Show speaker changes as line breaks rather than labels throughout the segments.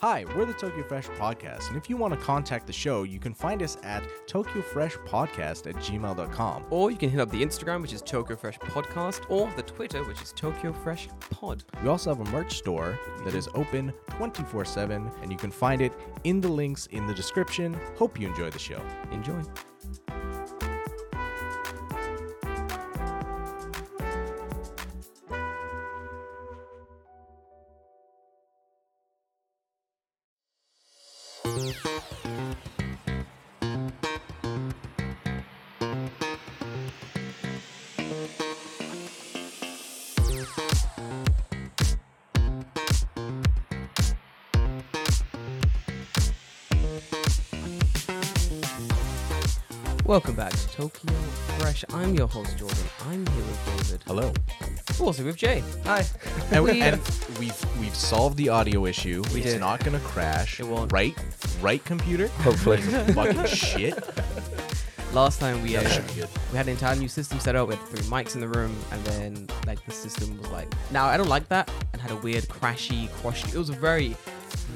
Hi, we're the Tokyo Fresh Podcast, and if you want to contact the show, you can find us at tokyofreshpodcast at gmail.com.
Or you can hit up the Instagram, which is Tokyo Fresh Podcast, or the Twitter, which is Tokyo Fresh Pod.
We also have a merch store that is open 24 7, and you can find it in the links in the description. Hope you enjoy the show.
Enjoy. Welcome back to Tokyo Fresh. I'm your host, Jordan. I'm here with David.
Hello.
Also with Jay. Hi.
And,
we,
we, and we've we've solved the audio issue. it's
did.
not gonna crash.
It won't.
Right, right, computer.
Hopefully.
You fucking shit.
last time we
That
uh,
should be good.
we had an entire new system set up with three mics in the room, and then like the system was like, now I don't like that, and had a weird crashy, crashy. It was a very,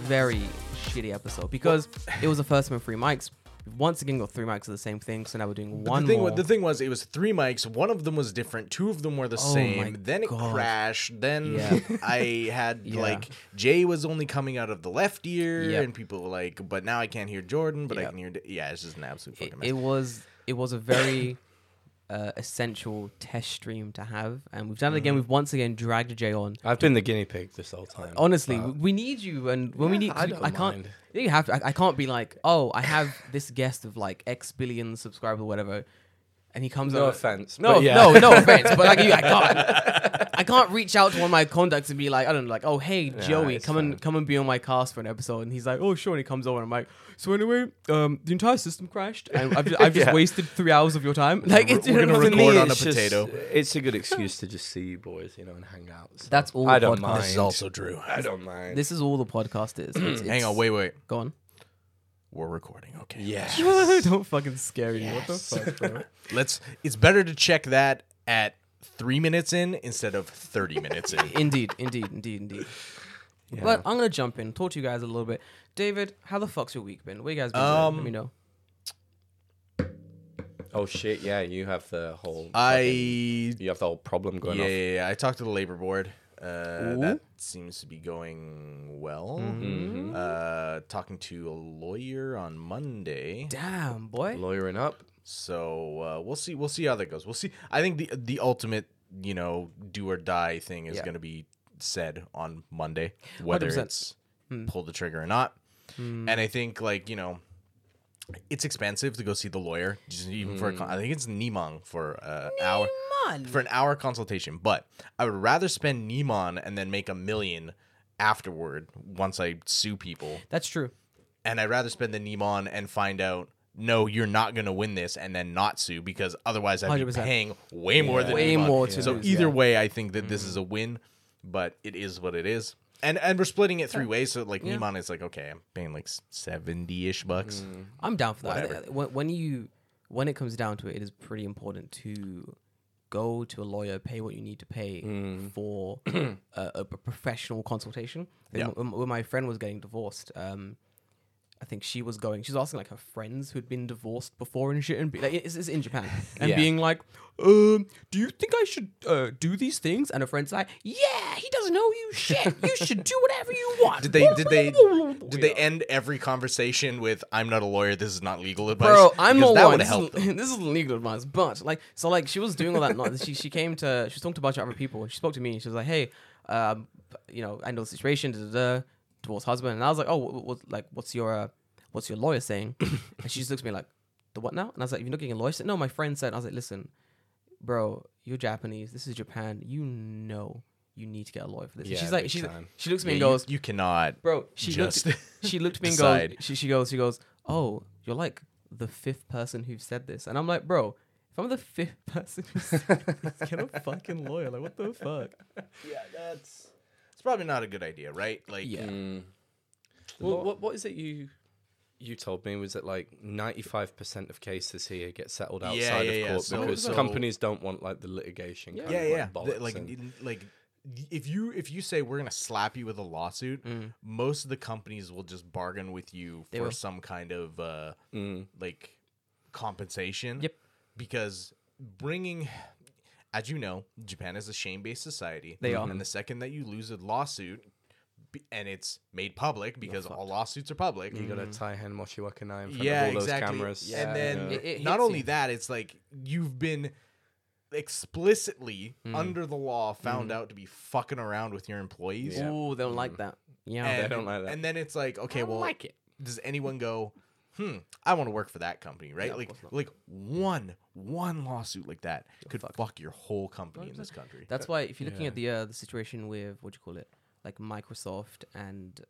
very shitty episode because it was the first time with three mics. Once again, got three mics of the same thing, so now we're doing
But
one
the thing, wa-
more.
the thing was, it was three mics. One of them was different. Two of them were the
Oh my
same. Then it
God.
crashed. Then
Yeah.
I had
Yeah.
like Jay was only coming out of the left ear,
Yep.
and people were like, but now I can't hear Jordan, but I
Yep.
can hear. Da-" Yeah, it's just an absolute
it,
fucking mess.
it was it was a very uh, essential test stream to have, and we've done it again.
Mm-hmm.
We've once again dragged Jay on.
I've been the guinea pig this whole time.
Honestly,
Uh,
w we need you, and when we
yeah,
need, 'cause
I
we-
don't
I can't.
mind.
You have to. I, I can't be like, oh, I have this guest of like X billion subscribers, or whatever, and he comes.
no
over-
offense.
No,
but yeah.
no, no offense, but like, you, I can't. I can't reach out to one of my contacts and be like, I don't know, like, oh, hey, Joey,
it's
come
fine.
and come and be on my cast for an episode, and he's like, oh, sure, and he comes over, and I'm like, so anyway, um, the entire system crashed, and I've just, I've just
Yeah.
wasted three hours of your time. Like, it's
we're gonna
For
record on a
it's just-
potato.
it's a good excuse to just see you boys, you know, and hang out. so
That's all
I don't
podcast-
mind.
This
Drew.
I don't mind.
This is all the podcast is. It's-
Hang
it's-
on, wait, wait.
Go on.
We're recording. Okay.
yeah.
don't fucking scare me. What the
Yes.
fuck, bro?
Let's. It's better to check that at three minutes in instead of thirty minutes in.
indeed, indeed, indeed, indeed. But I'm gonna jump in, talk to you guys a little bit. David, how the fuck's your week been? What you guys been doing?
Um,
Let me know.
oh shit! Yeah, you have the whole.
I
You have the whole problem going
yeah,
on.
yeah, yeah. I talked to the labor board. Uh, that seems to be going well. Uh, talking to a lawyer on Monday,
Damn, boy.
Lawyering up.
so uh, we'll see. We'll see how that goes. We'll see. I think the the ultimate, you know, do or die thing is
Yeah.
going to be said on Monday, whether
100%.
it's pull the trigger or not. And I think like you know. It's expensive to go see the lawyer, just even for a con- I think it's Nimong for an hour
Man.
for an hour consultation, but I would rather spend Nemon and then make a million afterward once I sue people.
That's true.
And I'd rather spend the Nemon and find out, no, you're not going to win this and then not sue because otherwise I'd be
100%.
paying way more than
Way
Niemon.
more to
So
lose,
either
yeah.
way, I think that this is a win, but it is what it is. And and we're splitting it three ways. So like Nemon is like, okay, I'm paying like 70 ish bucks.
I'm down for that.
Whatever.
When, when you when it comes down to it, it is pretty important to go to a lawyer, pay what you need to pay
Mm.
for a, a p- professional consultation. Like,
Yeah.
When, when my friend was getting divorced, um, I think she was going. She's asking like her friends who'd been divorced before and shit, and be, like it's, it's in Japan, and
Yeah.
being like, um, "Do you think I should uh, do these things?" And her friend's like, "Yeah, he doesn't know you shit. You should do whatever you want."
Did they did they did they end every conversation with "I'm not a lawyer. This is not legal advice"?
Bro, I'm
Because
all
that
one.
would
This,
help
is, this is legal advice, but like, so like, she was doing all that. Not she. She came to. She was talking to a bunch of other people. and She spoke to me. and She was like, "Hey, um, you know, I know the situation. Da, da, da, divorced husband." And I was like, "Oh, what, what, like, what's your, uh, what's your lawyer saying?" and she just looks at me like, "The what now?" And I was like, "You're not getting a lawyer." She said, "No, my friend said." I was like, "Listen, bro, you're Japanese. This is Japan. You know, you need to get a lawyer for this." And
Yeah,
she's like,
big
she's,
time.
she looks at me
Yeah,
and
you-
goes,
you, cannot.
bro. She
Just
looked. She looked at me and goes.
decide.
She, she goes. She goes. Oh, you're like the fifth person who've said this, and I'm like, bro. If I'm the fifth person who said this, get a fucking lawyer. Like, what the fuck?
Yeah, that's it's probably not a good idea, right? Like,
Yeah.
Mm, Well, what what is it you you told me was that like ninety five percent of cases here get settled
Yeah,
outside
yeah,
of
yeah.
court
So-
because
so-
companies don't want like the litigation. kind
yeah,
of,
yeah, Th-
Like, bollocks
like
and-
n- like if you if you say we're gonna slap you with a lawsuit,
Mm.
most of the companies will just bargain with you for
will.
some kind of uh,
Mm.
like compensation.
Yep.
Because bringing, as you know, Japan is a shame based society.
They are.
and the second that you lose a lawsuit, b- and it's made public because all lawsuits are public,
You got to tie Hen Moshiwaka Nine in front
yeah,
of all those
exactly.
cameras.
and then
It- it
not
hits
only
you.
that, it's like you've been explicitly under the law found out to be fucking around with your employees.
Ooh, they don't like
Mm.
that. Yeah.
And,
don't like that.
And then it's like, okay, well,
like it.
does anyone go? Hmm, I want to work for that company, right? like, like one one lawsuit like that could fuck. your whole company in this country.
That's why if you're looking at the uh, the situation with what do you call it, like Microsoft and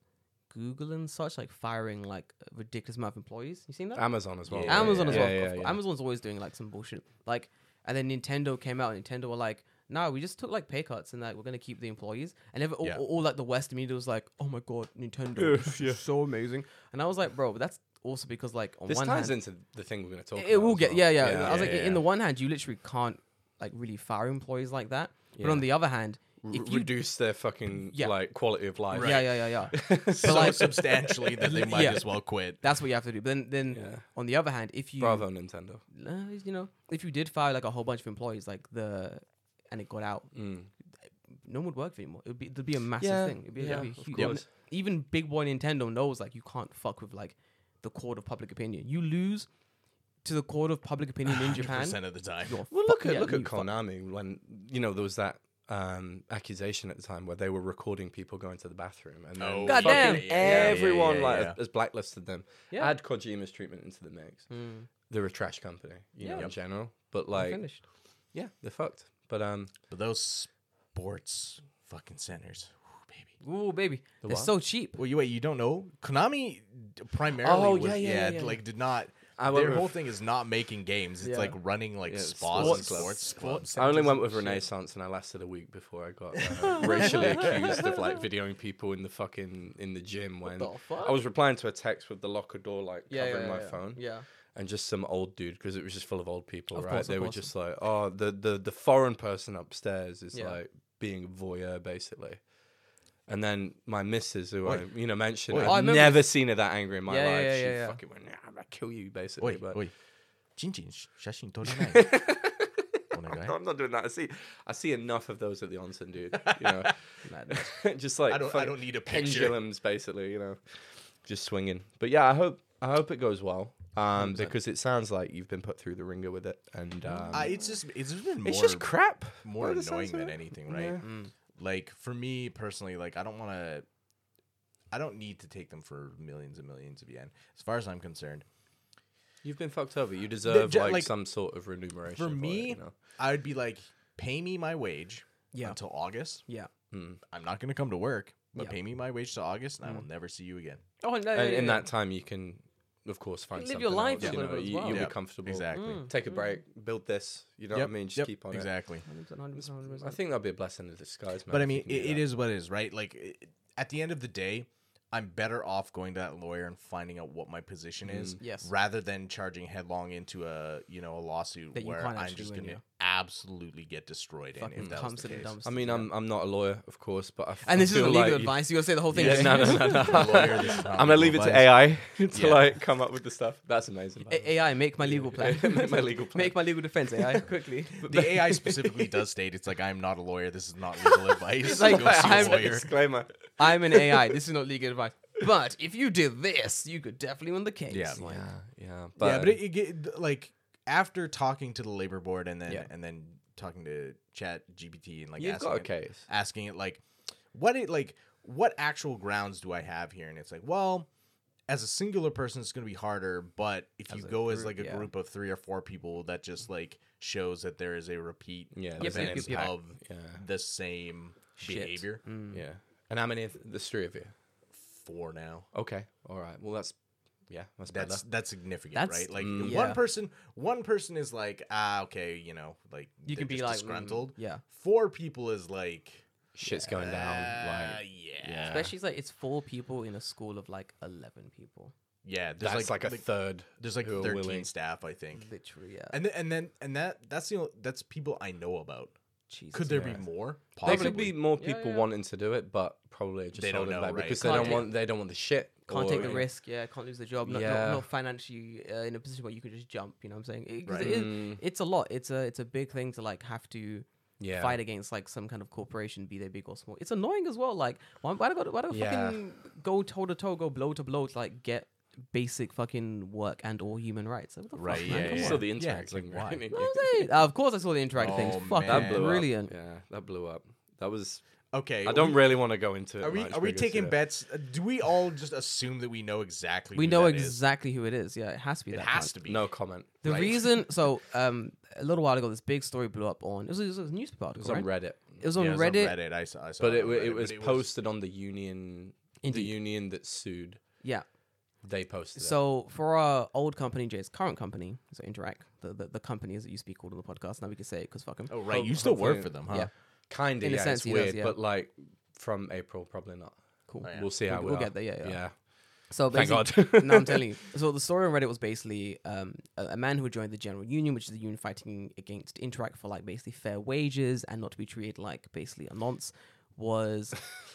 Google and such, like firing like a ridiculous amount of employees. You seen that?
Amazon as well. right?
Amazon as
Yeah,
well.
yeah,
of-
yeah.
Amazon's always doing like some bullshit. Like, and then Nintendo came out. and Nintendo were like, "No, we just took like pay cuts and like we're gonna keep the employees." And every, all,
Yeah.
all, all, like the West media was like, "Oh my god, Nintendo, this is so amazing!" And I was like, "Bro, but that's also because like on
This
one
ties
hand,
into the thing we're going to talk about.
it will
as
get
well.
yeah, yeah i was like
yeah,
in the
yeah.
one hand you literally can't like really fire employees like that but on the other hand
R-
if you do
reduce their fucking
Yeah.
like quality of life.
yeah yeah yeah yeah
so
like-
substantially that they might
Yeah.
as well quit.
that's what you have to do but then then
Yeah.
on the other hand if you
Bravo, Nintendo.
uh, you know if you did fire like a whole bunch of employees like the and it got out
Mm.
no one would work for you anymore it would be there'd be a massive
Yeah,
thing it'd be,
yeah,
it'd be
of
huge
course.
even big boy nintendo knows like you can't fuck with like the court of public opinion you lose to the court of public opinion in japan
percent of the time.
you're
Well,
fuck-
look at
yeah,
look at
you fuck-
Konami when you know there was that um, accusation at the time where they were recording people going to the bathroom, and then
Oh,
fucking
Goddamn. yeah, yeah,
yeah,
everyone
yeah,
like
yeah.
has blacklisted them.
Yeah.
Add Kojima's treatment into the mix. They're a trash company, you know,
Yeah.
in general. But like,
finished
yeah, they're fucked. But um,
But those sports fucking centers, woo, baby.
Ooh, baby. They're
what?
so cheap.
Well, you wait, you don't know Konami d- primarily.
Oh,
was,
yeah,
yeah,
yeah, yeah, yeah.
Like, did not.
I went
their
with-
whole thing is not making games. It's
Yeah.
like running like
Yeah,
spas
sports
and
clubs.
sports, clubs.
I only went with Renaissance, and I lasted a week before I got uh, racially accused of like videoing people in the fucking in the gym when
the fuck?
I was replying to a text with the locker door like covering my phone.
Yeah.
and just some old dude because it was just full of old people,
Of
right?
course, of
they were
course.
just like, oh, the the the foreign person upstairs is
Yeah.
like being a voyeur basically. And then my missus, who I you know mentioned,
Oi.
I've
Oh, I remember-
never seen her that angry in my
Yeah, yeah,
life.
yeah,
she
yeah, yeah.
fucking went, nah, I'm gonna kill you basically.
Wait,
but
wait. Jin Jin, sh- shashin Oh, torinai.
No, I'm not doing that. I see, I see enough of those at the onsen, dude. You know, just like
I don't- I
fucking
don't need a picture.
pendulums, basically. You know, just swinging. But yeah, I hope I hope it goes well. Um, because it sounds like you've been put through the ringer with it, and um,
Uh, it's just it's just been more
it's just crap.
more
by the sounds
annoying
of
than
it.
anything, right?
Yeah. Mm.
Like for me personally, like I don't want to. I don't need to take them for millions and millions of yen. As far as I'm concerned,
You've been fucked over. You deserve
ju-
like,
like,
some sort of remuneration.
for
it,
me,
you know?
I'd be like, pay me my wage
Yeah.
until August. Hmm.
Yeah.
I'm not going to come to work, but
Yeah. Mm.
pay me my wage to August, and I will never see you again.
Oh, no.
and in that time, you can, of course, find
live
something
your life
else,
a
you
little
know,
bit as
you,
well.
will
Yep,
be comfortable.
exactly. Mm,
Take a break. Build this. You know what I mean? Just keep on it.
exactly.
I think that'd be a blessing in disguise, man.
But I
if you
mean,
can
it,
do
it
that.
is what it is, right? Like it, at the end of the day, I'm better off going to that lawyer and finding out what my position is,
Mm.
Yes.
rather than charging headlong into a you know a lawsuit
That you
where
can't
I'm
actually
just
win,
going to
yeah.
absolutely get destroyed in.
fucking
If that was
comes
the
in the
case.
dumbs.
I mean, I'm I'm not a lawyer, of course, but I f-
And this
feel
isn't
like
legal
you-
advice. You gotta say the whole thing.
Yeah, no, no, no, no.
Lawyer, this is not
I'm gonna
legal
leave it to
advice.
AI to
Yeah.
like come up with the stuff. That's amazing. by the way.
A- AI, make my legal plan.
Make my legal plan.
Make my legal defense, AI, quickly.
The AI specifically does state it's like I'm not a lawyer. This is not legal advice.
like,
Go see a
I'm-
lawyer.
Disclaimer.
I'm an AI. This is not legal advice. But if you did this, you could definitely win the case.
Yeah.
Like,
Yeah, yeah,
yeah, but it, it get, like after talking to the labor board and then
Yeah.
and then talking to Chat GPT and like
You've
asking
got a
it-
case.
asking it like what it like what actual grounds do I have here? And it's like, well, as a singular person, it's going to be harder, but if you
a
go as
group,
like a
yeah.
group of three or four people, that just like shows that there is a repeat
Yeah,
of
there's
an
events
impact.
of
Yeah. Hmm.
the same
Shit.
behavior.
Mm.
yeah. And how many of the three of you?
Four now.
Okay, all right. Well, that's yeah, that's, better.
That's that's significant,
That's-
right? Like
Mm.
one
Yeah.
person, one person is like, ah, okay, you know, like
You
they're
can be
just
like, mm,
disgruntled.
yeah.
Four people is like,
Shit's going down.
uh,
Like,
yeah, yeah.
yeah.
Especially it's like it's four people in a school of like eleven people.
there's
that's like, a third.
there's like
who are
13
willing.
staff, I think,
Literally, yeah.
and then, and then and that that's the only, that's people I know about.
Jesus.
Could there
Yeah.
be more?
There
Possibly.
could be more
Yeah,
people
yeah.
wanting to do it, but probably it just
They don't
holding
know,
back
right?
because they
Can't
don't
take-
want they don't want the shit.
Can't
or-
take the risk. Yeah, can't lose the job. Not,
Yeah.
not, not financially uh, in a position where you could just jump. You know what I'm saying? It, 'cause
Right.
it is-
Mm.
it's a lot. It's a it's a big thing to like have to
Yeah.
fight against like some kind of corporation, be they big or small. It's annoying as well. Like why, why do I go why do I
Yeah.
fucking go toe to toe, go blow to blow to like get basic fucking work and or human rights? Like, what the
Right,
Fuck,
yeah, yeah,
man? Come
You
yeah.
on.
saw the
Yeah,
interact
it's like,
thing,
why?
right?
You know what I'm saying? Uh, of course, I saw the interact things.
Oh,
Fuck,
man.
that
That blew
up.
brilliant.
Yeah, that blew up. That was.
Okay.
I
are
don't
we-
really want to go into. it
Are we
much
are we
because,
taking
yeah.
bets? Uh, Do we all just assume that we know exactly?
We
who
know
that is?
exactly who it is. Yeah, it has to be.
It
that
has
cunt.
to be.
No comment.
The
right?
reason, so um, a little while ago, this big story blew up on it was, it was a newspaper
It
article.
was on
right?
Reddit,
It was
Yeah,
on
it was
Reddit.
Reddit. I saw. I saw
but it,
on
wa-
Reddit,
it
but
was posted on the union. The
Indeed.
union that sued,
Yeah.
they posted. it.
So for our old company, Jay's current company, so Interact, the, the the company as it used to be called on the podcast. Now we can say it because fuck 'em.
Oh right,
Ho-
you still work
hopefully-
for them, huh?
Yeah.
kind of
in a
yeah,
sense,
it's
he does,
weird,
yeah.
but like from April, probably not.
Cool.
Oh, yeah.
We'll see how
We'll-
we
we'll
are.
get there, yeah, yeah.
yeah.
So
Thank
basically-
God.
no, I'm telling you. So the story on Reddit was basically um, a, a man who joined the General Union, which is the union fighting against Interact for like basically fair wages and not to be treated like basically a nonce. Was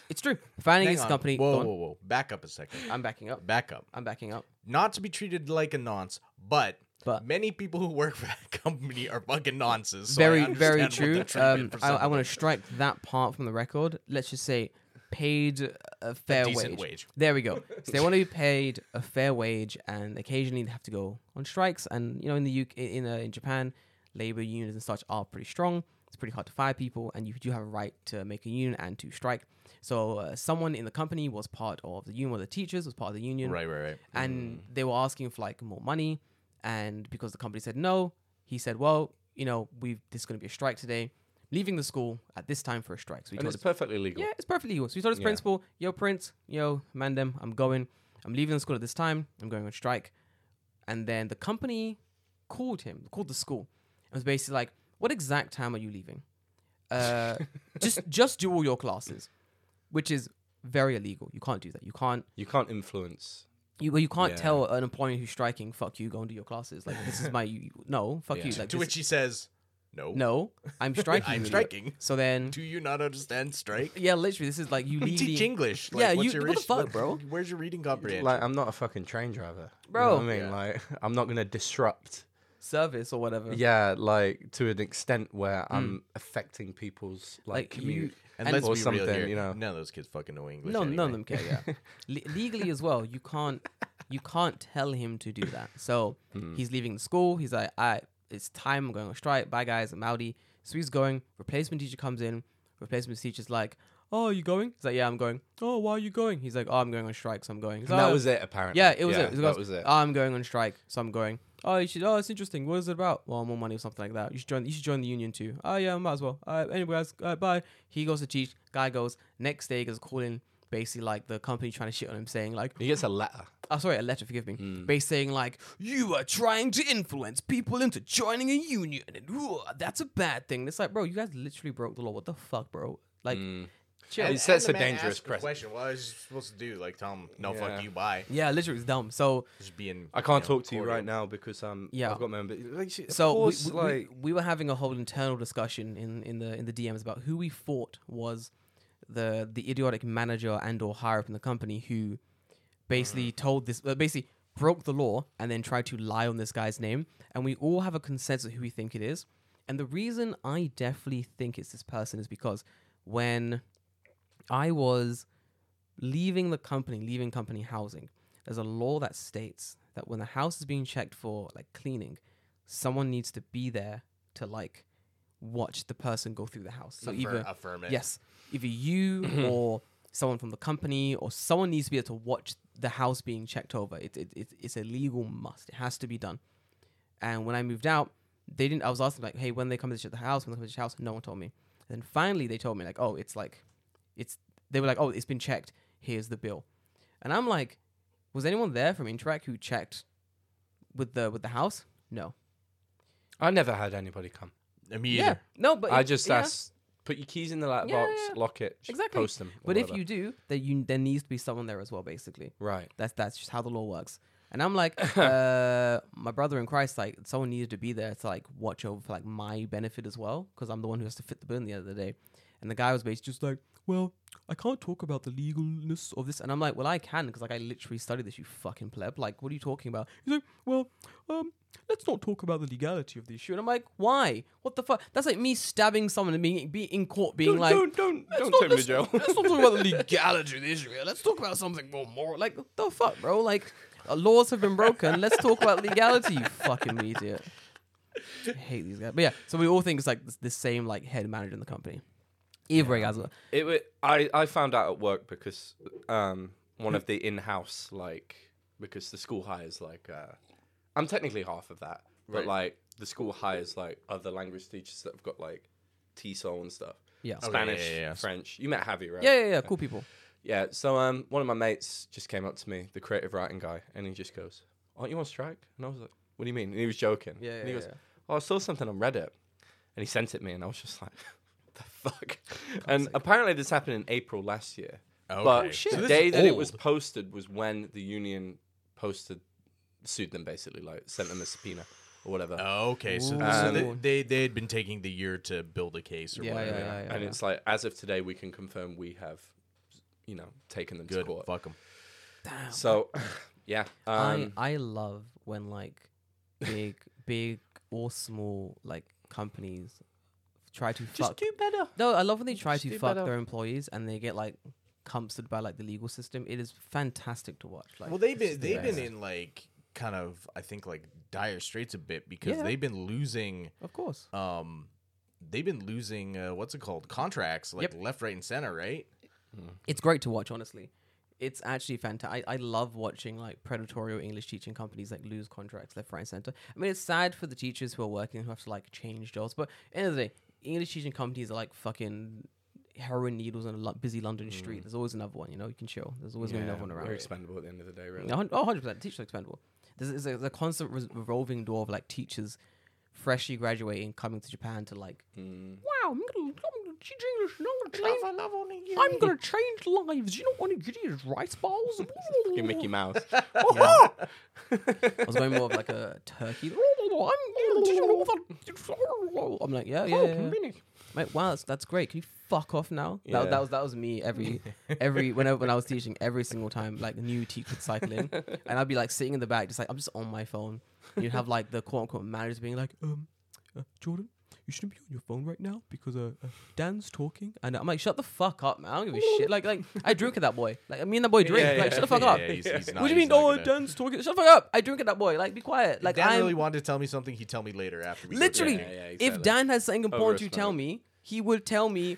it's true? Fighting
Hang
against
on.
the company. go
Whoa,
on.
whoa, whoa! Back up a second. Uh,
I'm backing up.
Back up.
I'm backing up.
Not to be treated like a nonce, but.
But-
many people who work for that company are fucking nonces. So I
very very
understand what
true
the treatment
um
for
i, I
someone
want to
is.
strike that part from the record let's just say paid a fair
decent
wage.
wage.
there we go so they want to be paid a fair wage and occasionally they have to go on strikes and you know in the uk in uh, in japan labor unions and such are pretty strong it's pretty hard to fire people and you do have a right to make a union and to strike so uh, someone in the company was part of the union one of the teachers was part of the union
Right, right, right.
Mm.
and they were asking for like more money and because the company said no he said well you know we've this is going to be a strike today leaving the school at this time for a strike so we
And
told
it's
his,
perfectly legal.
yeah it's perfectly legal so we told his
Yeah.
principal yo prince yo mandem i'm going i'm leaving the school at this time i'm going on strike and then the company called him called the school and was basically like what exact time are you leaving uh, just just do all your classes which is very illegal you can't do that you can't
You can't influence.
you well, you can't
Yeah.
tell an employee who's striking, "Fuck you, go and do your classes." Like this is my you, you- no, fuck
Yeah.
you. Like
To
this-
which he says, "No,
no, I'm striking. you
I'm
idiot."
striking.
So then,
Do you not understand strike?
yeah, literally, this is like you
We teach
leaving,
English.
Yeah,
what's
you-
your
what the
ish-
fuck, bro?
Where's your reading comprehension?
Like I'm not a fucking train driver,
Bro.
You know what I mean,
Yeah.
like I'm not gonna disrupt.
service or whatever.
Yeah, like to an extent where I'm affecting people's Hmm. like,
like you.
community.
and,
and-
let's
or
be real
something,
here.
you know.
None of those kids fucking know English.
No, none
anyway.
of them care. Yeah, Le- legally as well, you can't you can't tell him to do that. So
Hmm.
he's leaving the school. He's like, I it's time. I'm going on strike. Bye guys, I'm outie. So he's going. Replacement teacher comes in. Replacement teacher's like, Oh, you going? He's like, Yeah, I'm going. Oh, why are you going? He's like, Oh, I'm going on strike, so I'm going. He's
And
like,
that
"Oh,
was it, apparently.
Yeah, it was it.
That was it.
"Oh, I'm going on strike, so I'm going. Oh, you should. Oh, it's interesting. What is it about? Well, more money or something like that. You should join. You should join the union too. Oh yeah, might as well. Uh, anyway, guys, uh, bye. He goes to teach. Guy goes. Next day, he gets calling. Basically, like the company trying to shit on him, saying like,
He gets a letter.
"Oh, sorry, a letter. Forgive me."
Hmm.
Basically, saying like, "You are trying to influence people into joining a union, and ooh, that's a bad thing." It's like, bro, you guys literally broke the law. What the fuck, bro? Like,
Hmm.
chill.
And-
It sets
and the
a
man
dangerous
asked the question.
precedent.
What was he supposed to do? Like tell him, no,
Yeah.
fuck you, bye.
yeah, literally, it's dumb. So
Just being.
I can't
you know,
talk to you
cordial.
right now because um
Yeah.
I've got my own. bu- Like, she- of
so
course,
we, we,
like
we, we were having a whole internal discussion in, in the in the DMs about who we thought was the the idiotic manager and or higher up in the company who basically
Mm.
told this uh, basically broke the law and then tried to lie on this guy's name and we all have a consensus who we think it is and the reason I definitely think it's this person is because when I was leaving the company, leaving company housing, there's a law that states that when the house is being checked for like cleaning, someone needs to be there to like watch the person go through the house. So
Affir-
either
affirm it.
yes, either
Mm-hmm.
you or someone from the company or someone needs to be able to watch the house being checked over. It, it, it it's a legal must. It has to be done. And when I moved out, they didn't. I was asking like, hey, when they come to the house, when they come to the house, no one told me. And then finally, they told me like, oh, it's like, it's. They were like, oh, it's been checked. Here's the bill. And I'm like, was anyone there from Interact who checked with the with the house? No.
I never had anybody come.
I mean,
Yeah. No, but
I
it-
just
yeah.
asked, put your keys in the light
Yeah,
box,
yeah, yeah.
lock it, sh-
Exactly.
post them. or
But if
whatever.
you do, then you there needs to be someone there as well, basically.
right,
That's that's just how the law works. And I'm like, uh, my brother in Christ, like someone needed to be there to like watch over for like my benefit as well, because I'm the one who has to fit the bill in the end of the day. And the guy was basically just like, well, I can't talk about the legalness of this. And I'm like, well, I can, because like I literally studied this, you fucking pleb. Like, what are you talking about? He's like, well, um, let's not talk about the legality of the issue. And I'm like, why? What the fuck? That's like me stabbing someone and being, being in court, being
Don't,
like,
don't don't
Let's
don't
not-
take me to
let's-
jail.
Let's not talk about the legality of Israel. Let's talk about something more moral. Like what the fuck, bro. Like uh, laws have been broken. Let's talk about legality. You fucking idiot. I hate these guys. But yeah, so we all think it's like this, the same like head manager in the company. Either way, guys.
It wa I I found out at work because um one of the in-house like because the school hires like uh I'm technically half of that, but
Right.
like the school hires like other language teachers that have got like TESOL and stuff.
Yeah. Okay,
yeah,
Spanish,
yeah, yeah.
French. You met Javi, right?
Yeah, yeah, yeah. Cool people.
Yeah, so um, one of my mates just came up to me, the creative writing guy, and he just goes, "Aren't you on strike?" And I was like, "What do you mean?" And he was joking.
Yeah,
And he
yeah,
goes,
yeah.
"Oh, I saw something on Reddit," and he sent it me, and I was just like, "The fuck!" and apparently, this happened in April last year.
Oh,
Okay.
But
Shit. So
the
this
day
is
that it was
old.
posted was when the union posted, sued them basically, like sent them a subpoena or whatever.
Oh, Okay, so,
Ooh.
so
Um,
they, they they had been taking the year to build a case or
Yeah,
whatever.
yeah, yeah, yeah.
and it's like, as of today, we can confirm we have, you know, taken them to
Good,
court.
fuck them.
So, yeah. Um,
I I love when like big big or small like companies try to fuck
do better.
No, I love when they try
Just
to
do
fuck
better.
their employees and they get like comforted by like the legal system. It is fantastic to watch. Like,
Well, they've been
this is the
they've been
best.
in like kind of I think like dire straits a bit because
Yeah.
they've been losing
of course.
um they've been losing uh, what's it called contracts like left, right, and center, right?
It's great to watch, honestly. It's actually fantastic. I, I love watching like predatory English teaching companies like lose contracts left, right, and center. I mean, it's sad for the teachers who are working who have to like change jobs, but end of the day, English teaching companies are like fucking heroin needles on a lo- busy London street. There's always another one, you know. You can chill. There's always gonna be another one around.
We're expendable at the end of the day, really.
A hun- Oh, 100%. Teachers are expendable. There's, there's, a, there's a constant res- revolving door of like teachers freshly graduating coming to Japan to like, wow, I'm gonna, I'm gonna teach English and I'm gonna change, I'm gonna change lives. You know what you get is rice balls?
Fucking Mickey Mouse.
I was going more of like a turkey. I'm, I'm like, yeah, yeah,
Oh,
yeah, yeah. Mate, wow, that's, that's great. Can you fuck off now? That,
Yeah.
that was that was me every every whenever when I was teaching every single time like new teacher would cycle in, and I'd be like sitting in the back just like I'm just on my phone. And you'd have like the quote unquote managers being like, um, uh, Jordan, you shouldn't be on your phone right now because uh, uh, Dan's talking, and I'm like, shut the fuck up, man. I don't give a shit. Like like I drink at that boy. Like me and that boy drink.
Yeah,
like
yeah,
shut the fuck
yeah,
up.
yeah, he's- he's
what
not-
do you mean?
he's not
Oh,
gonna-
Dan's talking. Shut the fuck up. I drink at that boy. Like be quiet. Like
Dan
I'm
really wanted to tell me something. He tell me later after. We go
Literally,
to dinner.
Yeah, yeah,
if
exactly.
Dan has something important
a
to tell
smoke.
me, he will tell me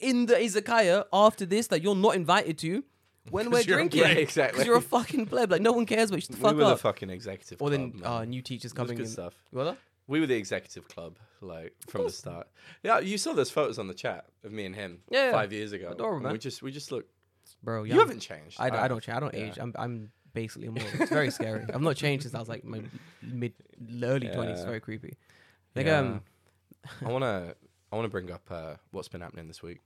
in the izakaya after this that you're not invited to when we're
'Cause you're a
drinking.
pleb. Yeah,
'Cause
exactly.
you're a fucking pleb. Like no one cares about you. Shut the
we
fuck
were the
up.
fucking executive
or
club.
then
man.
uh, new teachers
It was
coming
good
in.
stuff.
What?
We were the executive club, like from the start. Yeah, you saw those photos on the chat of me and him
Yeah, yeah.
five years ago.
Adorable,
and
man.
We just we just look.
Bro,
You haven't changed.
I, d- I
have.
don't change. I don't
Yeah.
age. I'm, I'm basically immortal. It's very scary. I've not changed since I was like my mid, early twenties.
Yeah.
Very creepy. Like
Yeah.
um,
I wanna I wanna bring up uh, what's been happening this week.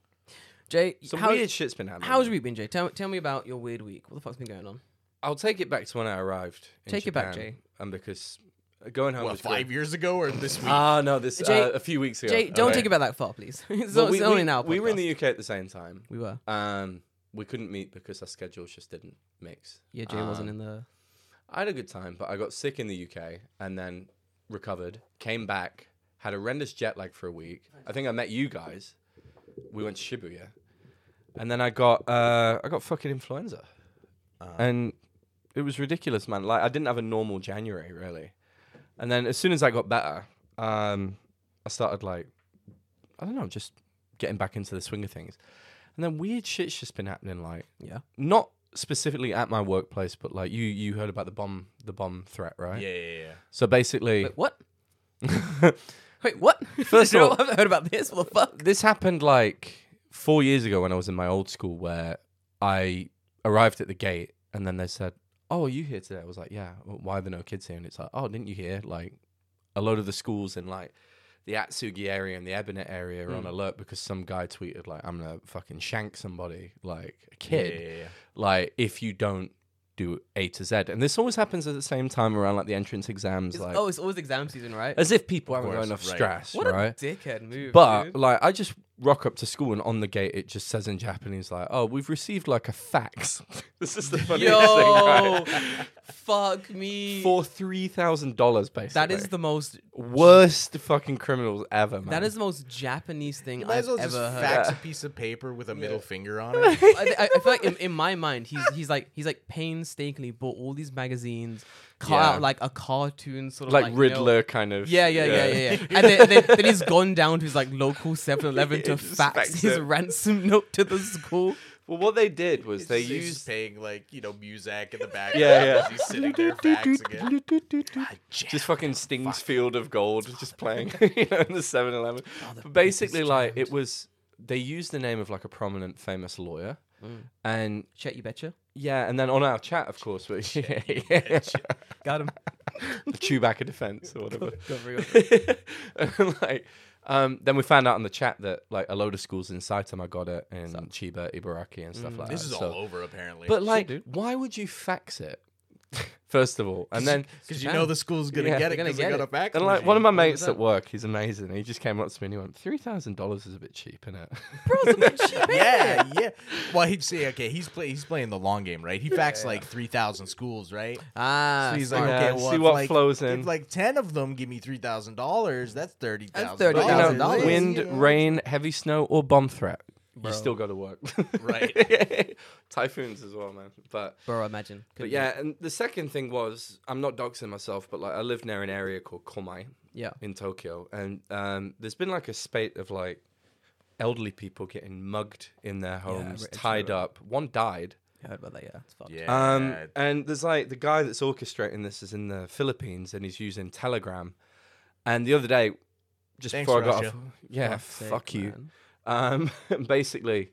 Jay,
Some
how,
weird shit's been happening.
how's your week been, Jay? Tell, tell me about your weird week. What the fuck's been going on?
I'll take it back to when I arrived. In
Take it back,
Japan,
Jay.
And because uh, going home
What,
was
five
great.
years ago or this week?
Ah no, this
Jay-
uh, a few weeks ago.
Jay, don't
Okay.
take it back that far, please. it's,
Well,
o-
we,
it's only
we-
now.
we were in the UK at the same time.
We were.
Um, we couldn't meet because our schedules just didn't mix.
Yeah, Jay
Um,
wasn't in the.
I had a good time, but I got sick in the UK and then recovered, came back, had horrendous jet lag for a week. I think I met you guys. We went to Shibuya, and then I got uh, I got fucking influenza, and it was ridiculous, man. Like I didn't have a normal January really, and then as soon as I got better, um, I started like I don't know, just getting back into the swing of things, and then weird shit's just been happening, like
Yeah.
not specifically at my workplace, but like you you heard about the bomb the bomb threat, right?
Yeah, yeah, yeah.
So basically,
Wait, what? Wait, what?
First of
No,
all-
I haven't heard about this. What the fuck?
this happened like four years ago when I was in my old school, where I arrived at the gate and then they said, "Oh, are you here today?" I was like, "Yeah." Well, why are there no kids here? And it's like, "Oh, didn't you hear?" Like a load of the schools in like the Atsugi area and the Ebinet area
Hmm.
are on alert because some guy tweeted like, "I'm gonna fucking shank somebody," like a
Yeah,
kid.
yeah, yeah, yeah.
like if you don't do A to Z. And this always happens at the same time around like the entrance exams,
It's-
like
oh, it's always exam season, right?
as if people haven't got
course,
enough
right.
stress,
What
right?
a dickhead move.
But
dude.
like, I just rock up to school and on the gate it just says in Japanese, like, "Oh, we've received like a fax." this is the funniest thing.
yo,
Right?
fuck me.
For three thousand dollars, basically.
that is the most.
worst fucking criminals ever, man.
That is the most Japanese thing
Might
I've
as well
ever
just
heard.
fax a
Yeah.
piece of paper with a middle finger on it.
I, thi- I I feel like in, in my mind, he's he's like he's like painstakingly bought all these magazines, cut
Yeah.
out like a cartoon sort of
like,
like you know-
Riddler kind of.
Yeah, yeah, yeah, yeah, yeah. And then, then, then he's gone down to his like local 7-Eleven to
He just
fax
faxed
his
it.
ransom note to the school.
Well, what they did was they
It's just
used.
paying like you know Muzak in the back.
Yeah, yeah.
He's sitting there faxing it. God,
Just fucking Sting's Field of Gold, just playing, you know, in the 7 Eleven.
Oh,
But basically, like, it was, they used the name of like a prominent, famous lawyer.
Mm.
And
Chet, you betcha.
yeah, and then on our chat, of course, we yeah, yeah.
Got him.
the Chewbacca defense or whatever.
Cover your-
And, like, um, then we found out on the chat that like a load of schools in Saitama got it, and Chiba, Ibaraki, and stuff like
Mm. This
that.
is
So-
all over apparently.
But like, why would you fax it? First of all, and then
because you know the school's gonna get
Yeah,
they're
it
gonna
because they
get
got
it.
a fax.
and like one of my mates
that?
at work, he's amazing. He just came up to me and he went, three thousand dollars is a bit cheap, is it?
machine. yeah, yeah. Well, he'd say, okay, he's play, he's playing the long game, right? He faxed like three thousand schools, right?
Ah,
So he's like,
smart.
Yeah,
okay, well,
see
if,
what
like,
flows
if,
in.
like ten of them give me three thousand dollars, that's thirty thousand.
But, you
$30,000.
know, wind, rain, heavy snow, or bomb threat. You still got to work,
Right.
Typhoons as well, man. But
bro. Imagine.
but
Couldn't
yeah, and the second thing was, I'm not doxing myself, but like I live near an area called Komai
you- yeah.
in Tokyo, and um, there's been like a spate of like elderly people getting mugged in their homes,
it's
tied up. One died.
I heard about that. Yeah, it's fucked.
Yeah.
Um, and there's like the guy that's orchestrating this is in the Philippines and he's using Telegram. And the other day, just
Thanks,
before I got
Russia.
off, yeah,
Fuck's sake,
fuck you.
man.
Um, basically,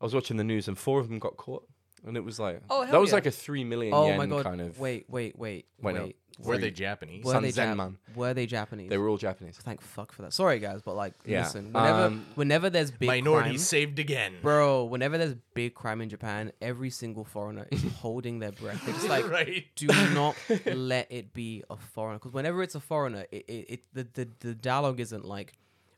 I was watching the news and four of them got caught, and it was like
Oh, hell
that was
yeah.
like a three million
Oh
yen
my god.
kind of.
Wait, wait, wait,
Why not?
wait.
were they Japanese?
Were they,
Sanzen
Jap-
man.
were they Japanese?
They were all Japanese.
Thank fuck for that. Sorry guys, but like,
Yeah.
listen. Whenever,
Um,
whenever there's big
Minorities
crime-
saved again.
Bro, whenever there's big crime in Japan, every single foreigner is holding their breath. They're just like,
right.
do not let it be a foreigner. Because whenever it's a foreigner, it, it, it the, the, the dialogue isn't like,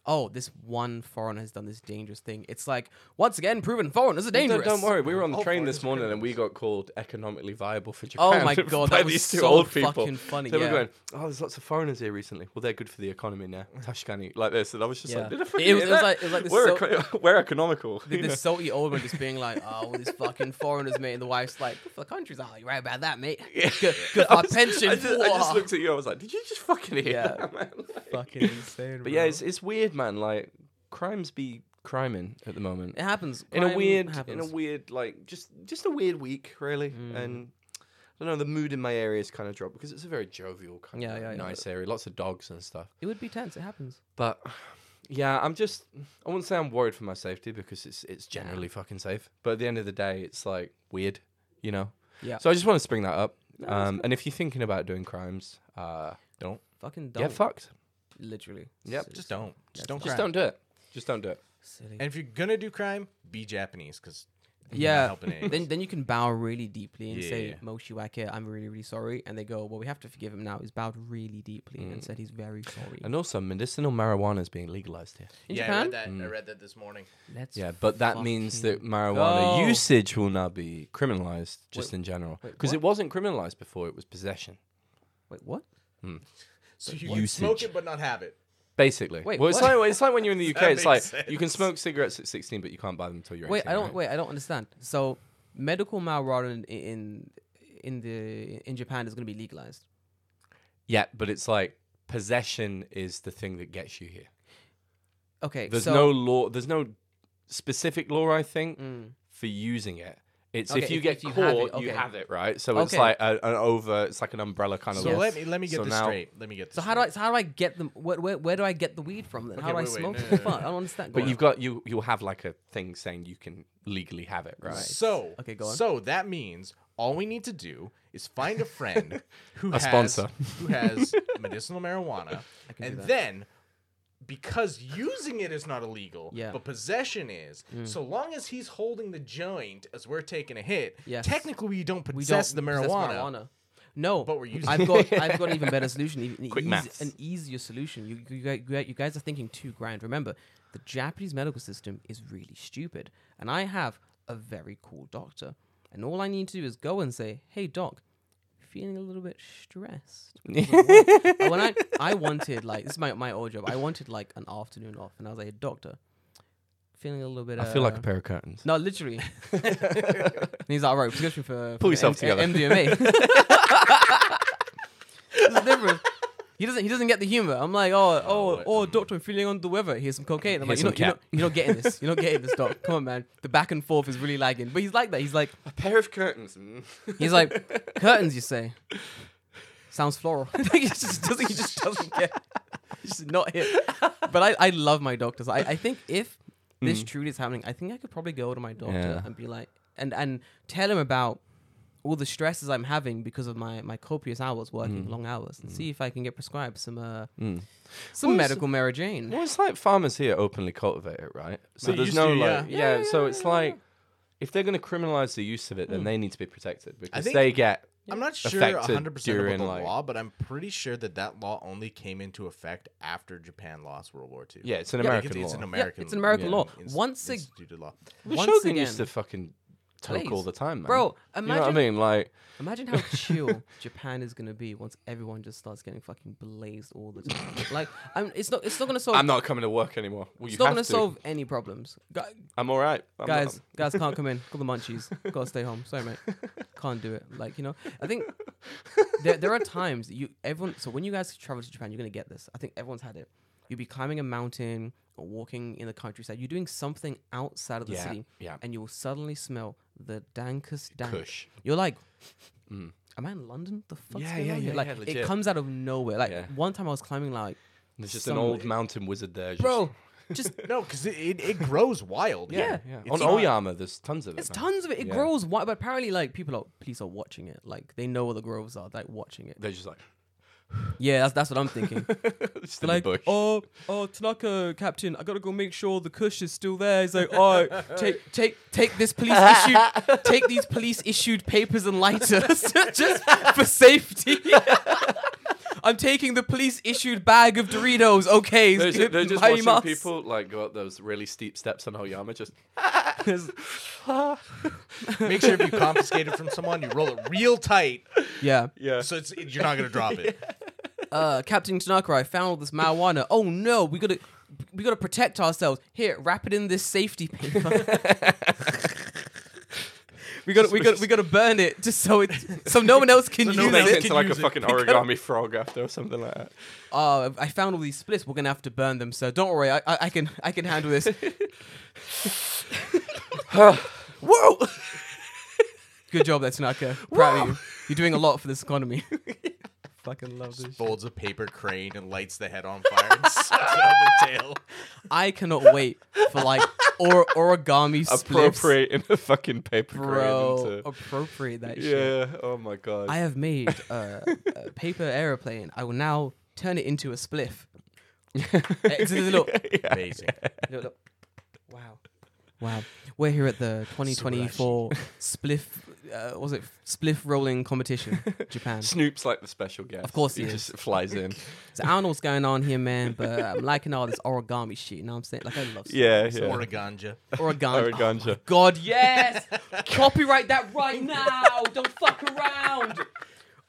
oh, this one foreigner has done this dangerous thing. It's like, once again, proven foreigners are
Don't-
dangerous.
Don't, worry, we were on the
All
train
foreigners
this
are
morning and we got called economically viable for Japan.
Oh my God,
by
that was
these two
so
old people.
fucking funny,
They were
yeah.
going, oh, there's lots of foreigners here recently. Well, they're good for the economy now. Tashkani, like this, and I was just
Yeah.
like, Did I
It
fucking
was-
hear
it was
that?
like- it was like this
we're,
so-
eco- we're economical.
The,
you know?
the salty old one just being like, oh, all these fucking foreigners, mate. And the wife's like, good for the countries. Oh, you're right about that, mate. Good, good
I
for
was-
pension.
I just, I just
Whoa.
looked at you. I was like, did you just fucking hear
Yeah.
that, man? Like-
fucking insane,
But yeah, it's, it's weird, man. Like crimes be criming at the moment.
it happens.
in a
Crime
weird,
happens. Mm.
in a weird, like just just a weird week, really. And I don't know, the mood in my area is kind of dropped because it's a very jovial kind
Yeah,
of
yeah, yeah.
nice area, lots of dogs and stuff.
it would be tense. It happens.
But yeah, I'm just I wouldn't say I'm worried for my safety because it's it's generally fucking safe. But at the end of the day, it's like weird, you know.
Yeah.
So I just wanted to bring that up.
that's
um, and if you're thinking about doing crimes, uh, don't
Fucking dumb.
get fucked.
Literally.
Yep.
Just don't. Just don't.
Just
cry.
don't do it. Just don't do it.
Silly.
And if you're gonna do crime, be Japanese because
Yeah.
helping it.
Then, then you can bow really deeply and say,
Yeah.
Moshi Wake, I'm really, really sorry. And they go, well, we have to forgive him now. He's bowed really deeply
Mm.
and said he's very sorry.
And also, medicinal marijuana is being legalized here.
In
yeah, I
Japan? Mm.
read that. I read that this morning.
Let's
Yeah, but that means that
fucking Oh.
marijuana
go.
usage will now be criminalized just in general because
what?
it wasn't criminalized before; it was possession,
Wait, what?
So you can smoke
usage.
it but not have it.
basically.
Wait,
well, it's
what?
like it's like when you're in the UK,
That
it's like
makes
you can smoke cigarettes at 16, but you can't buy them until you're 18.
Wait, I don't.
right?
Wait, I don't understand. So, medical marijuana in in, in the in Japan is going to be legalized.
Yeah, but it's like possession is the thing that gets you here.
Okay,
There's
so,
no law. There's no specific law. I think
Mm.
for using it. It's if
Okay,
you
if-
get
if you
caught,
have it, okay.
you have it, right? So it's
Okay.
like a, an over. It's like an umbrella kind
Oh,
of.
So
law.
let me let me get
So
this
now-
straight. Let me get this.
So how do I? So how do I get them? Where, where, where do I get the weed from? Then how do
Okay,
I
wait, wait,
smoke?
no,
it?
no, no,
Fuck,
no.
I don't understand. Go
But
on.
you've got you. You'll have like a thing saying you can legally have it, right?
So
Okay, go on.
So that means all we need to do is find a friend who
A
has
sponsor.
who has medicinal marijuana, and then because using it is not illegal,
Yeah.
but possession is. So long as he's holding the joint as we're taking a hit,
Yes.
technically we don't
we
possess
don't
the
possess
marijuana.
marijuana. No,
But we're using
I've
it.
got I've got an even better solution, even an
Quick
eas-
maths.
an easier solution. You, you guy- you guy- you guys are thinking too grand. Remember, the Japanese medical system is really stupid, and I have a very cool doctor, and all I need to do is go and say, "Hey, doc." Feeling a little bit stressed. because of work." And when I, I wanted like this is my, my old job. I wanted like an afternoon off, and I was like, "Doctor, feeling a little bit."
I feel like
uh,
a pair of curtains.
no, literally. And he's like, all right, prescription for, for
Pull yourself
M-
together.
MDMA. There's a difference. He doesn't. He doesn't get the humor. I'm like, oh, oh,
what-
oh, doctor, I'm feeling under the weather. Here's some cocaine. I'm
Here's
like,
some
you're not,
cat.
you're, not, you're not getting this. You're not getting this, doc. Come on, man. The back and forth is really lagging. But he's like that. He's like,
A pair of curtains. mm.
he's like, curtains. You say, sounds floral. he just doesn't. He just doesn't get. He's not hit. But I, I love my doctors. I, I think if this truly is happening, I think I could probably go to my doctor
Hmm. Yeah.
and be like, and and tell him about all the stresses I'm having because of my my copious hours working, long hours, and see if I can get prescribed some uh some
Hmm. Well, it's-
medical Mary Jane.
Well, it's like farmers here openly cultivate it, right? So
They
there's
used
no
to,
like, yeah. Hmm.
yeah.
Yeah,
so
yeah,
it's
yeah,
like, if they're going to criminalize the use of it, then they need to be protected because
think-
they get.
I'm not sure
affected
100 percent
during,
about the
like-
law, but I'm pretty sure that that law only came into effect after Japan lost World War II.
Yeah, it's an
Like,
American
it's,
law.
it's an American.
it's an American law.
ins-
Once ag-
instituted law.
the
Once
Shogun
again-
used to fucking toke
Please.
all the time, man.
Bro,
you know what I
imagine-
mean? Like,
Imagine how chill Japan is gonna be once everyone just starts getting fucking blazed all the time. like, I'm, it's not it's not gonna solve
I'm not coming to work anymore. Well, you
it's not
have
gonna
to.
solve any problems. Gu-
I'm all right. I'm
guys,
not-
guys can't come in. Call the munchies. Gotta stay home. Sorry, mate. Can't do it. Like you know, I think there there are times that you everyone. So when you guys travel to Japan, you're gonna get this. I think everyone's had it. You'll be climbing a mountain or walking in the countryside. You're doing something outside of the
Yeah,
city,
yeah.
and you will suddenly smell the dankest dank.
Kush. Mm.
You're like, am I in London? The fuck's
Yeah,
going
yeah,
on here?
yeah,
Like
yeah,
it
legit.
comes out of nowhere. Like
Yeah.
one time I was climbing, like
There's just an
some-
old mountain wizard there. Just,
bro, just
No, because it, it, it grows wild.
Yeah.
Yeah.
yeah.
It's
On
not-
Oyama, there's tons of it.
It's
man.
tons of it. It
Yeah.
grows wide, but apparently, like people are police are watching it. Like they know what the groves are. Like watching it.
They're just like,
Yeah, that's that's what I'm thinking.
just in
like,
the bush.
oh, oh, Tanaka, Captain, I gotta go make sure the Kush is still there. He's like, oh, take, take, take this police issued, take these police issued papers and lighters just for safety. I'm taking the police issued bag of Doritos. Okay,
They're just, they're just
my
watching
mask.
people like go up those really steep steps on Oyama. Just
Make sure if you confiscate it from someone, you roll it real tight,
Yeah.
yeah.
so it's you're not gonna drop it.
uh, Captain Tanaka, I found all this marijuana. Oh no, we gotta we gotta protect ourselves. Here, wrap it in this safety paper. we gotta we gotta we gotta burn it just so it so no one else can
So no
use
one else
it.
can
like a
use it.
fucking origami frog after or something like that.
Uh, I found all these splits. We're gonna have to burn them, sir. Don't worry, I I, I can I can handle this.
Whoa!
Good job there, Tanaka. Proud of you. You're doing a lot for this economy. Fucking love this.
Folds a paper crane and lights the head on fire and sucks out the tail.
I cannot wait for like or origami splits.
Appropriating a fucking paper crane
Bro,
into.
appropriate that shit.
Yeah. Oh my god.
I have made uh, a paper aeroplane. I will now turn it into a spliff. It's a little-
Yeah.
Amazing.
Look, look. Wow. Wow. We're here at the 2024 spliff, uh, what was it spliff rolling competition, Japan.
Snoop's like the special guest. Of
course
he,
he is.
just flies in.
So I don't know what's going on here, man, but I'm liking all this origami shit. You know what I'm saying? Like I love
yeah, yeah.
Origanja.
origami. Oh
Origanja.
God, yes! Copyright that right now! Don't fuck around!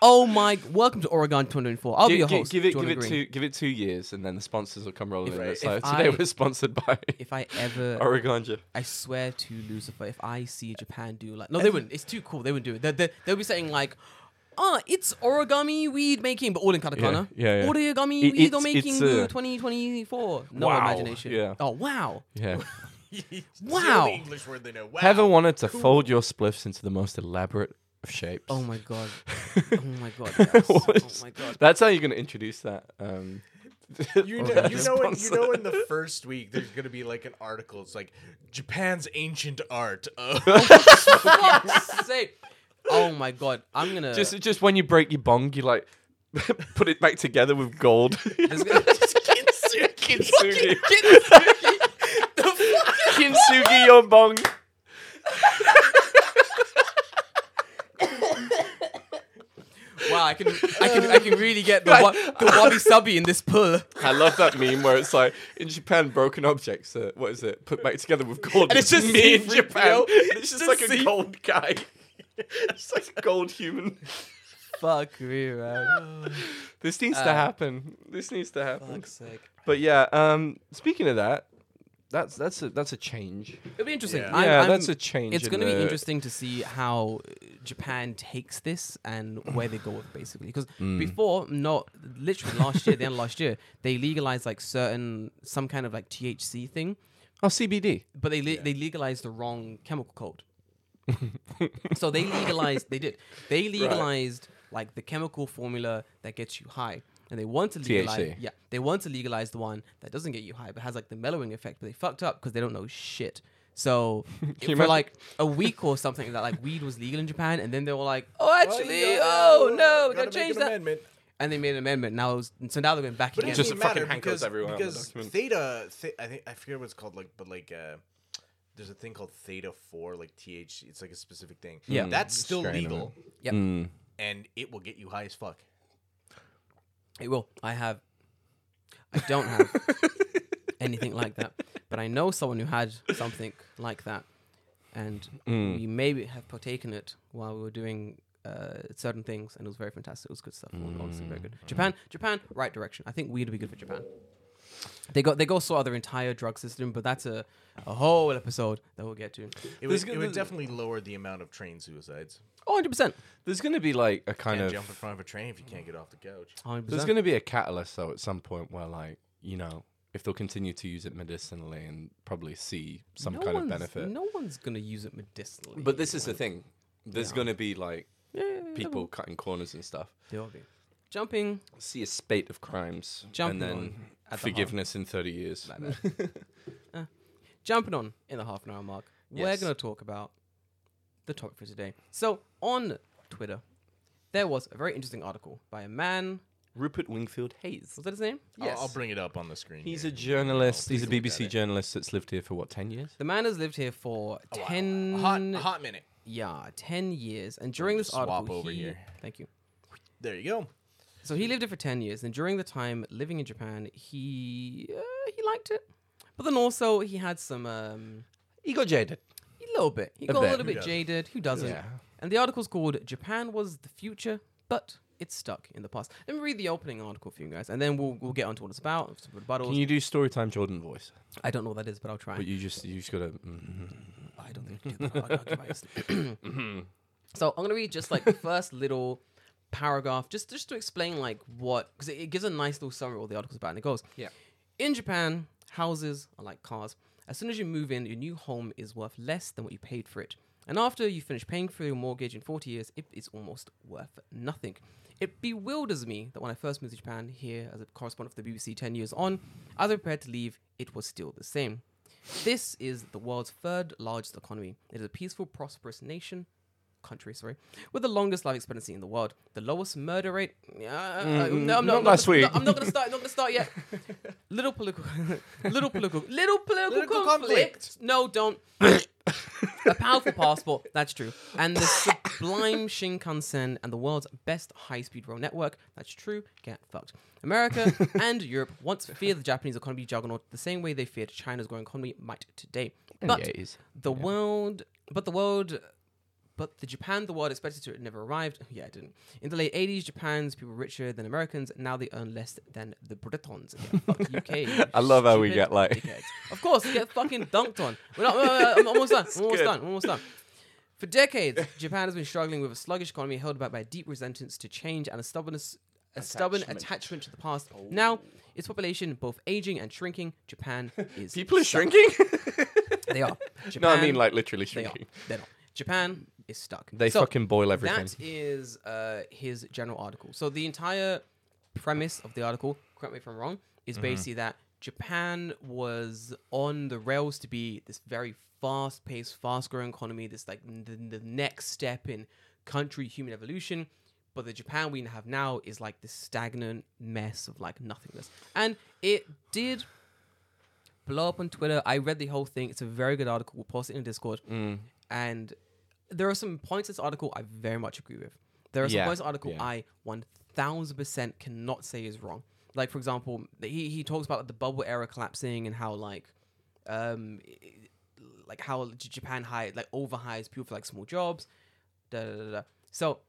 Oh my! Welcome to Oregon 2024. I'll be your
Gi- gi-
host.
give it, give
Jordan
it
Green.
two, give it two years, and then the sponsors will come rolling in.
Right.
It's like,
If
today
I-
we're sponsored by
If I ever
Origanja.
I swear to Lucifer, if I see Japan do like, no, they wouldn't. It's too cool. They wouldn't do it. They, they, they'll be saying like, "Ah, it's origami weed making," but all in katakana.
yeah, yeah.
Origami
It-
weed
it's-
making
it's,
uh,
uh,
2024. No
wow,
imagination.
yeah.
Oh wow.
Yeah.
Wow.
The English word they know. Wow.
Ever wanted to fold your spliffs into the most elaborate of shapes?
Oh my god. Oh my god. yes.
What?
Oh my god.
That's how you're gonna introduce that. Um,
You know,
that
you know, in, you
sponsor.
know, in the first week, there's gonna be like an article. It's like Japan's ancient art. Of
Fuck's sake. Oh my god. I'm gonna.
just just when you break your bong, you like put it back together with gold.
there's gonna-
Kintsugi.
Kintsugi.
The
Kintsugi Yobong.
fuck? wow, I can, I can, I can really get the, wa- the wabi sabi in this pull.
I love that meme where it's like in Japan, broken objects. Uh, what is it? Put back together with gold.
And it's just
me in
C-3PO.
Japan.
It's
It's just
just
like a
C-
gold guy. It's like a gold human.
Fuck me, man.
This needs to
Uh,
happen. This needs to happen.
Fuck's sake.
But yeah, um, speaking of that, that's that's a that's a change.
It'll be interesting.
Yeah.
I'm,
yeah,
I'm-
that's a change.
It's
in
going to be
the-
interesting to see how uh, Japan takes this and where they go with it, basically. Because before, not literally last year, the end of last year, they legalized like certain some kind of like THC thing,
Oh, CBD.
but they le- they legalized the wrong chemical code. so they legalized. They did. They legalized like the chemical formula that gets you high. And they want to legalize,
THC.
yeah, they want to legalize the one that doesn't get you high, but has like the mellowing effect. But they fucked up because they don't know shit. So it- for
imagine?
like a week or something, that like weed was legal in Japan, and then they were like, oh, actually,
yeah,
oh no, we
gotta
gotta
make
change
an
that,
amendment.
and they made an amendment. Now, it was, so now they went back
But
again.
it
Just
doesn't
fucking
matter
hankers
because,
everyone on the
because
document.
theta, th- I think I forget what it's called, like, but like, uh, there's a thing called theta four, like th. It's like a specific thing.
Mm,
Yeah.
that's still
Strain of
legal,
yep,
Mm.
and it will get you high as fuck.
it will. I have, I don't have anything like that, but I know someone who had something like that, and
Mm.
we maybe have partaken it while we were doing. Uh, certain things, and it was very fantastic. It was good stuff. Honestly, very
Mm.
good. Japan, Japan, right direction. I think weed would be good for Japan. They go they go sort of their entire drug system, but that's a, a whole episode that we'll get to.
It
There's
would,
gonna-
it would
there's-
definitely lower the amount of train suicides.
Oh, 100 percent.
There's going to be like a kind
Can't
of
jump in front of a train if you can't get off the couch.
hundred
There's
percent.
going to be a catalyst, though, at some point where, like, you know, if they'll continue to use it medicinally and probably see some kind of benefit.
No one's gonna use it medicinally.
But this is the thing. There's going to be, like,
Yeah, yeah, yeah,
people cutting corners and stuff.
there will be. Jumping.
See a spate of crimes.
Jumping
and then
on at the
forgiveness in 30 years.
Uh, jumping on in the half an hour mark, we're
Yes.
going to talk about the topic for today. So, on Twitter, there was a very interesting article by a man.
Rupert Wingfield Hayes.
Was that his name?
I'll- I'll, bring it up on the screen.
He's
here.
a journalist. He's a
please look at
BBC
it.
journalist that's lived here for, what, 10 years?
The man has lived here for
A while.
10
Oh, hot, a hot minute.
yeah, 10 years. And during this
swap
article,
over
he-
here.
Thank you.
There you go.
So he lived it for 10 years, and during the time living in Japan, he uh, he liked it. But then also he had some um
He got jaded.
a little bit. He
A
got a
bit.
little
Who
bit
doesn't?
jaded. Who doesn't?
Yeah.
And the article's called Japan was the future, but it's stuck in the past. Let me read the opening article for you guys, and then we'll we'll get onto what it's about. Some rebuttals.
Can you do story time Jordan voice?
I don't know what that is, but I'll try.
But you just, you just mm-hmm. got to.
I don't think I can do that. I'll- I'll give my best. so I'm gonna read just like the first little paragraph, just just to explain like what, because it, it gives a nice little summary of what the article's about, and it goes,
Yeah.
In Japan, houses are like cars. As soon as you move in, your new home is worth less than what you paid for it. And after you finish paying for your mortgage in 40 years, it is almost worth nothing. It bewilders me that when I first moved to Japan here as a correspondent for the BBC 10 years on, as I prepared to leave, it was still the same. This is the world's third largest economy. It is a peaceful, prosperous nation, country, sorry, with the longest life expectancy in the world, the lowest murder rate. Uh, uh, no, I'm
Mm, not
I'm
last
gonna-
week.
no, I'm not going to start. Not going to start yet. little political, little political, little political,
Political
conflict. No, don't. a powerful passport. That's true. And the sublime Shinkansen and the world's best high-speed rail network. That's true. Get fucked. America and Europe once feared the Japanese economy juggernaut the same way they feared China's growing economy might today. But
yeah, it is.
the world, but the world, but the Japan the world expected to never arrived. Yeah, it didn't. In the late 80s, Japan's people were richer than Americans. Now they earn less than the Britons. Yeah, fuck UK.
I love how we
stupid
get, like-
dickheads. Of course, get fucking dunked on. We're not, uh, I'm almost done. I'm almost
good.
done. I'm almost done. For decades, Japan has been struggling with a sluggish economy held back by deep resentance to change and a stubbornness. A stubborn attachment to the past.
Oh.
Now, its population both aging and shrinking. Japan is
People are shrinking?
they are. Japan,
no, I mean, like, literally
they are.
shrinking.
They're not. Japan is stuck.
They
So,
fucking boil everything.
That is uh, his general article. So the entire premise of the article, correct me if I'm wrong, is
Mm-hmm.
basically that Japan was on the rails to be this very fast-paced, fast-growing economy. This like n- the, the next step in country human evolution. But the Japan we have now is like this stagnant mess of like nothingness, and it did blow up on Twitter. I read the whole thing. It's a very good article. We'll post it in Discord.
Mm.
And there are some points in this article I very much agree with. There are some
Yeah,
points in the article
yeah.
I 1000% cannot say is wrong. Like, for example, he, he talks about the bubble era collapsing and how, like, um, i- like how J- Japan hired, like, overhires people for, like, small jobs. Da, da, da, da. So,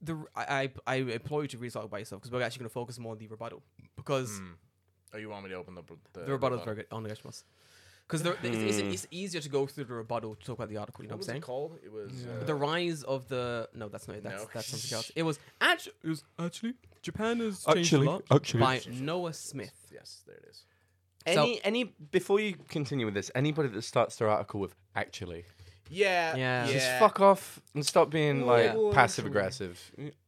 the, r- I, I, I implore you to read this article by yourself because we're actually going to focus more on the rebuttal. Because
Oh, you want me to open the the,
the rebuttal is very good Oh, on the response. Because it's, it's, it's easier to go through the rebuttal to talk about the article. You know what, I'm saying?
called? It Hmm. was uh,
The rise of the no, that's not it. That's
No.
that's something else. It was actually it was actually Japan has changed
Actually,
a lot
actually.
by Noah Smith.
yes, there it is.
Any, any, before you continue with this, anybody that starts their article with actually,
Yeah,
Yeah.
yeah.
Just
just fuck off and stop being like
Yeah.
passive aggressive.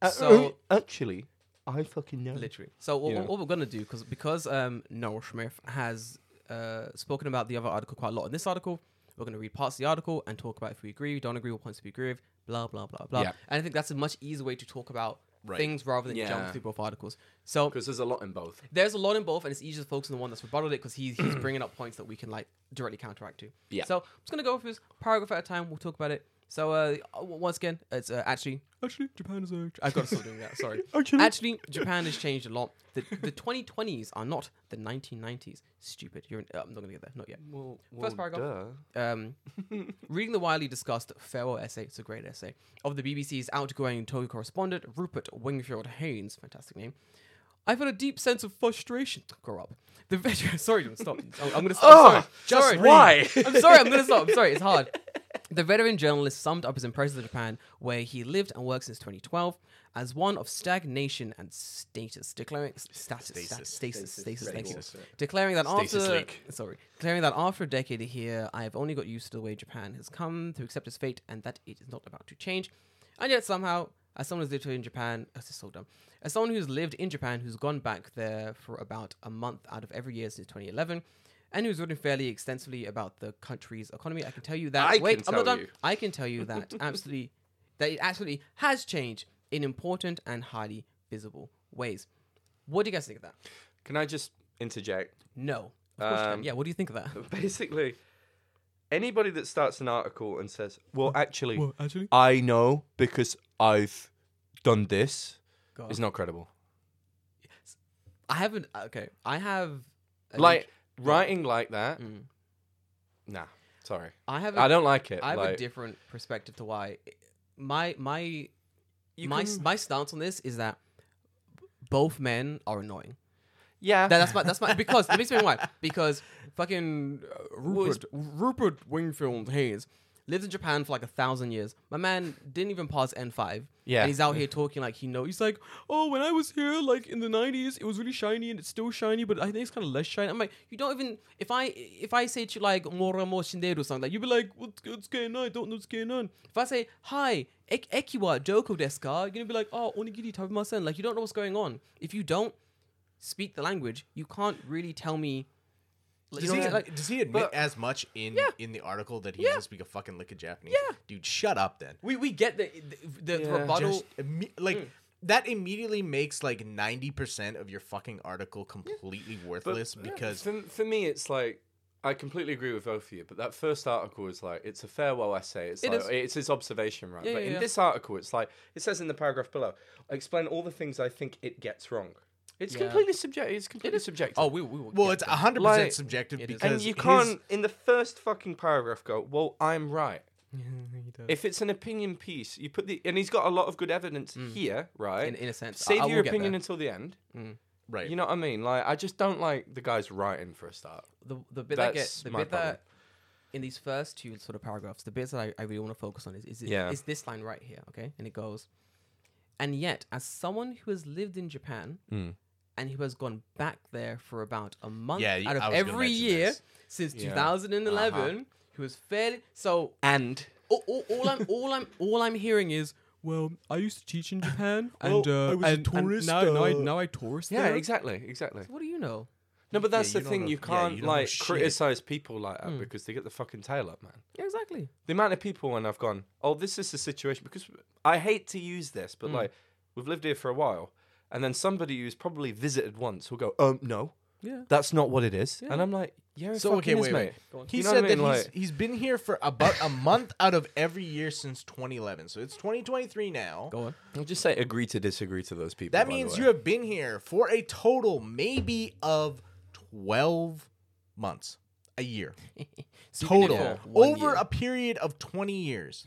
Uh,
So-
actually, I fucking know.
Literally. So what,
Yeah.
what we're gonna do because because um, Noah Smith has uh, spoken about the other article quite a lot in this article, we're gonna read parts of the article and talk about if we agree, we don't agree, what points we agree with, blah blah blah blah.
Yeah.
And I think that's a much easier way to talk about
Right.
things rather than jump
Yeah.
through both articles. So
Because there's a lot in both.
there's a lot in both, and it's easier to focus on the one that's rebutted it because he's, he's bringing up points that we can like directly counteract to.
Yeah.
So I'm just gonna go through this paragraph at a time. We'll talk about it. So uh, w- once again, it's uh, actually actually Japan is. i I've got to stop doing that. Sorry. actually, Japan has changed a lot. The the 2020s are not the 1990s. Stupid. You're. An, uh, I'm not gonna get there. Not yet. First paragraph um, reading the widely discussed farewell essay, it's a great essay, of the BBC's outgoing Tory correspondent, Rupert Wingfield Haynes, fantastic name, I felt a deep sense of frustration. Grow up. The veteran, sorry, don't stop. I'm, I'm going to stop. I'm sorry.
just
sorry.
why?
I'm sorry, I'm going to stop. I'm sorry, it's hard. The veteran journalist summed up his impressions of Japan, where he lived and worked since 2012, as one of stagnation and status, declaring status, stasis, stasis, stasis, thank you.
Stasis.
declaring that
Stasis
after
leak.
sorry, declaring that after a decade here, I have only got used to the way Japan has come to accept its fate and that it is not about to change. And yet somehow, as someone who's lived in Japan, oh, this is so dumb. As someone who's lived in Japan, who's gone back there for about a month out of every year since 2011, and who's written fairly extensively about the country's economy, I can tell you that.
I
wait,
can
I'm not
tell
done.
you.
I can tell you that absolutely, that it absolutely has changed in important and highly visible ways. What do you guys think of that?
Can I just interject?
No. Of course you can.
Um,
yeah, what do you think of that?
Basically, anybody that starts an article and says, well, actually,
actually,
I know because I've done this
God.
is not credible.
I haven't. uh, Okay, I have. I
like
think-
writing like that,
Mm.
nah. Sorry,
I have. A,
I don't like it.
I have a
like,
different perspective to why my my my s my stance on this is that both men are annoying.
yeah,
That, that's my that's my because let me explain why. Because fucking uh, Rupert Rupert Wingfield Hayes lives in Japan for like a thousand years. My man didn't even pass N five.
Yeah.
and he's out here talking like he knows. He's like, oh, when I was here, like in the nineties, it was really shiny and it's still shiny, but I think it's kind of less shiny. I'm like, you don't even if I if I say to you like Moramo Shinderu or something, like you'd be like, what's, what's going on? I don't know what's going on. If I say hi, ek- Ekiwa Joko desu ka? You're gonna be like, oh, onigiri tabimasen. Like you don't know what's going on. If you don't speak the language, you can't really tell me. you
Does
know
he,
what I mean? Like,
does he admit as much in
Yeah.
in the article that he
Yeah.
doesn't speak a fucking lick of Japanese?
Yeah.
dude, shut up then.
we, we get the the, the
Yeah.
rebuttal.
Just imme- like
Mm.
that immediately makes like ninety percent of your fucking article completely worthless because
for, for me, it's like I completely agree with both of you. But that first article is like it's a farewell essay. It's
It
like
is.
it's his observation, right?
Yeah,
but
yeah,
in
yeah.
this article, it's like it says in the paragraph below. I explain all the things I think it gets wrong. It's
Yeah.
completely subjective. It's completely subjective.
oh, we we will
well,
get
it's
that.
hundred
Like-
percent subjective
It is.
because
and you
his-
can't in the first fucking paragraph go, "Well, I'm right." If it's an opinion piece, you put the and he's got a lot of good evidence here, right?
Mm. In- in a sense, I-
save
I
your
will get
opinion
there.
until the end.
right.
You know what I mean? Like, I just don't like the guys writing for a start.
the the bit that
That's
gets the
my
bit that
problem.
in these first two sort of paragraphs, the bits that I, I really want to focus on is is, it,
Yeah.
is this line right here, okay? And it goes, and yet, as someone who has lived in Japan
Hmm.
and who has gone back there for about a month
Yeah, y-
out
I
of
was gonna
every
mention
year
this. Uh-huh.
since
Yeah.
2011, who has fairly so
And
all, all, all I'm all I'm all I'm hearing is well, I used to teach in Japan, and
Well,
uh,
I was a
and, and
tourist,
now, now I
uh,
now I tourist.
yeah,
there."
exactly, exactly.
What do you know?
No, but that's
you
the
don't
thing.
know-
You
yeah,
can't
you don't know
like
shit.
criticize people like
Hmm.
that because they get the fucking tail up, man.
Yeah, exactly.
The amount of people when I've gone, oh, this is the situation because I hate to use this,
Hmm.
but like we've lived here for a while, and then somebody who's probably visited once will go, um, no,
Yeah.
That's not what it is. And I'm like, yeah, it
So,
fucking
okay, wait,
is, mate.
wait.
on.
He
You know
said
what I
that
mean?
he's,
Like-
he's been here for about a month out of every year since 2011. So it's 2023 now.
Go on.
I'll just say agree to disagree to those people.
That
by the
means
way.
you have been here for a total maybe of 12 months, a year. total.
here
for one
Over
year. Hmm.
a period of 20 years.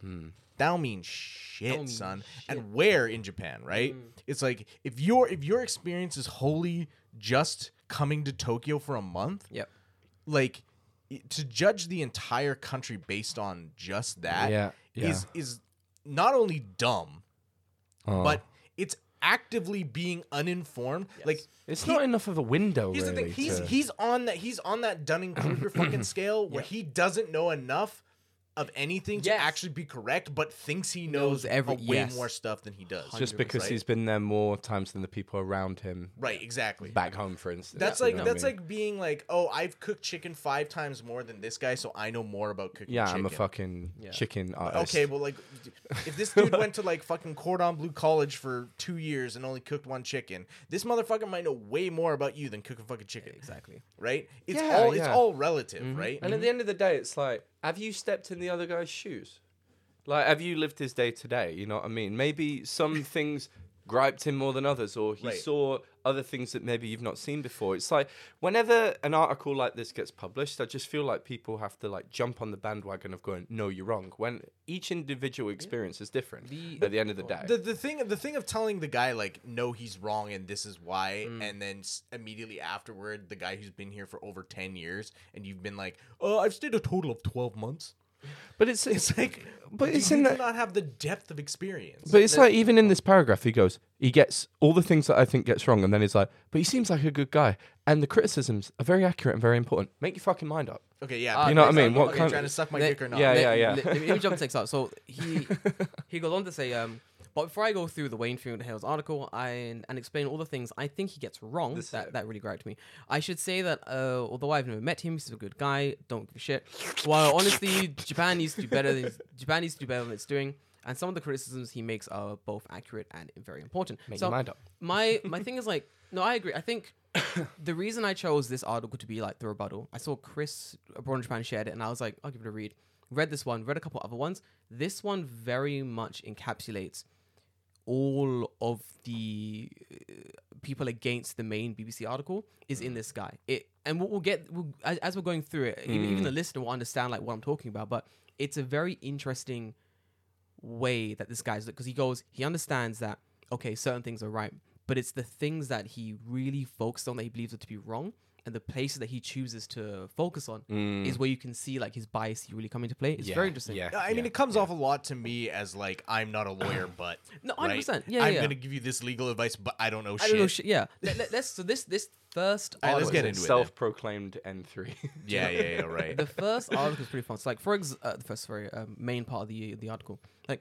Hmm. That'll mean shit,
mean
son.
shit. Hmm.
And where in Japan, right? It's like if your if your experience is wholly just coming to Tokyo for a month,
Yep.
like i- to judge the entire country based on just that is
Yeah, yeah.
is not only dumb
Oh.
but it's actively being uninformed like
it's
he-
not enough of a window.
here's
really,
the thing he's
to-
he's on that he's on that dunning-kruger fucking scale where he doesn't know enough of anything to
Yes.
actually be correct but thinks he knows,
Knows every-
a way
yes.
more stuff than he does
just because
right?
he's been there more times than the people around him
right exactly
back home, for instance.
that's
you
like
know what I
that's
mean?
like being like oh i've cooked chicken five times more than this guy so i know more about cooking
yeah, I'm a
chicken.
fucking chicken artist.
Okay, well, like, if this dude went to like fucking cordon bleu college for two years and only cooked one chicken, this motherfucker might know way more about you than cooking fucking chicken.
Exactly.
Right? It's
Yeah,
all it's
yeah. Mm-hmm.
all relative, right?
And at the end of the day, it's like, have you stepped in the other guy's shoes? Like, have you lived his day to day? You know what I mean? Maybe some things griped him more than others, or he
Right.
saw other things that maybe you've not seen before. It's like, whenever an article like this gets published, I just feel like people have to like jump on the bandwagon of going, no, you're wrong. When each individual experience is different
The-
at the end of the day.
the, the thing the thing of telling the guy like no he's wrong and this is why
Mm.
and then s- immediately afterward the guy who's been here for over 10 years and you've been like oh i've stayed a total of 12 months
but it's, it's
like
but
you,
it's in
you
that.
do not have the depth of experience
But it's like even in this paragraph, he goes, he gets all the things that I think gets wrong, and then he's like, but he seems like a good guy, and the criticisms are very accurate and very important. Make your fucking mind up.
okay yeah
You
know what I
based on
mean? What
are you
kind-
trying to suck my
Let-
dick or not
Yeah,
let,
yeah, yeah.
Let, let me- let me jump the text up. So he he goes on to say, um, but before I go through the Wayne Field Hales article and, and explain all the things I think he gets wrong, that, that really grabbed me. I should say that uh, although I've never met him, he's a good guy. Don't give a shit. While honestly, Japan needs to do better. Than, Japan needs to do better than it's doing. And some of the criticisms he makes are both accurate and very important.
Make
so
your mind up.
my my thing is like no i agree i think the reason i chose this article to be like the rebuttal i saw chris abroad in japan shared it and i was like i'll give it a read read this one read a couple other ones this one very much encapsulates all of the uh, people against the main bbc article is
Mm.
in this guy it and we'll, we'll get we'll, as, as we're going through it even,
Mm.
even the listener will understand like what i'm talking about but it's a very interesting way that this guy's because he goes he understands that okay certain things are right but it's the things that he really focused on that he believes are to be wrong and the places that he chooses to focus on is where you can see like his bias really come into play it's very interesting
Mm. Yeah, I mean, it comes off a lot to me as like I'm not a lawyer, but
No,
right?
100%. Yeah,
I'm
yeah.
gonna give you this legal advice, but I don't know
i
shit.
don't know shit yeah let, let, us so this this first
All right, let's
article-
get into it. then.
Self-proclaimed N3.
Yeah, yeah, yeah, right.
the first article is pretty fun. So, like, for ex- uh, the first sorry, um, main part of the the article, like,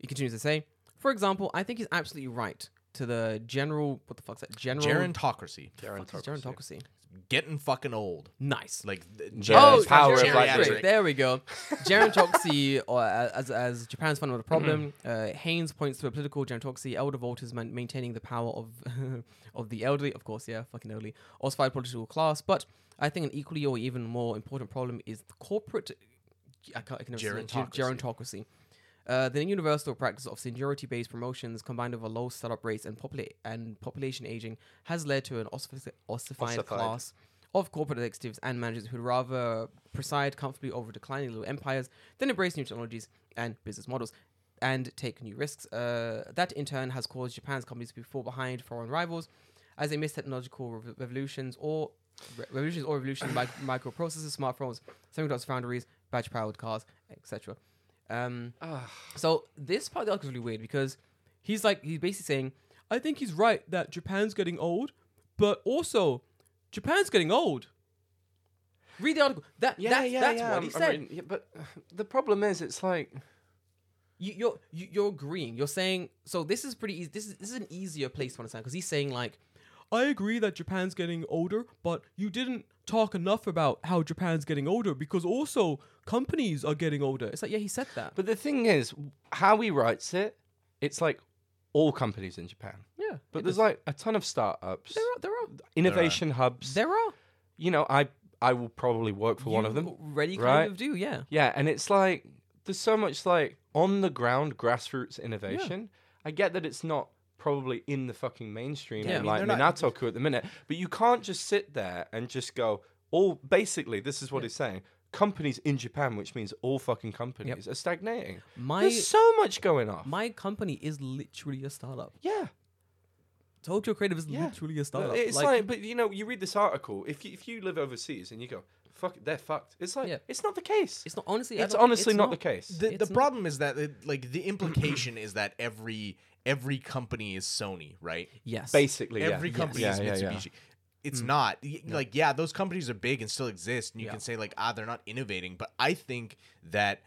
he continues to say, for example, I think he's absolutely right to the general. What the fuck's that? General.
Gerontocracy,
fuck is gerontocracy.
getting fucking old.
Nice.
Like the
Oh,
gerontocracy-
power of
geriatric.
geriatric.
There we go. Gerontocracy, or a- as, as Japan's fundamental problem, uh, Haynes points to a political gerontocracy, elder voters man- maintaining the power of of the elderly, of course, yeah, fucking elderly, ossified political class. But I think an equally or even more important problem is the corporate. I can't, I can never say it, ger- gerontocracy. Uh, the universal practice of seniority-based promotions, combined with a low startup rates and, popula- and population aging, has led to an ossifi- ossified,
Ossified.
class of corporate executives and managers who'd rather preside comfortably over declining little empires than embrace new technologies and business models and take new risks. Uh, that, in turn, has caused Japan's companies to be fall behind foreign rivals as they miss technological rev- revolutions or re- revolutions or revolutions like microprocessors, smartphones, semiconductor foundries, batch-powered cars, etc. Um, so this part of the article is really weird because he's like he's basically saying, I think he's right that Japan's getting old, but also Japan's getting old. Read the article. That that's, that's what he said.
but the problem is, it's like
you, you're you, you're agreeing. You're saying so. This is pretty easy. This is this is an easier place to understand because he's saying like, I agree that Japan's getting older, but you didn't talk enough about how Japan's getting older because also companies are getting older. It's like yeah, he said that.
But the thing is, how he writes it, it's like all companies in Japan.
yeah, Yeah,
But
it
there's
is.
like a ton of startups,
there are there are
innovation hubs.
there are
You know, I I will probably work for one of them.
Ready, kind
right?
of do yeah.
Yeah, and it's like there's so much like on the ground grassroots innovation. I get that it's not probably in the fucking mainstream
Yeah, I
and
mean,
like
they're not-
Minatoku at the minute, but you can't just sit there and just go all basically this is what he's saying. Companies in Japan, which means all fucking companies, are stagnating.
My
There's so much going on.
my company is literally a startup.
yeah.
Tokyo Creative is
Yeah.
literally a startup.
It's like, but you know, you read this article. If you, if you live overseas and you go, fuck, it, they're fucked. It's like
Yeah.
it's not the case. It's,
it's not honestly. I don't-
honestly not, the case.
the, the
It's not-
problem is that it, like the implication is that every every company is Sony, right?
Yes,
Basically,
Every
yeah.
company
Yeah,
is
yeah, yeah.
Mitsubishi. It's not Y- like yeah, those companies are big and still exist, and you
Mm. Yeah.
can say like ah, they're not innovating. But I think that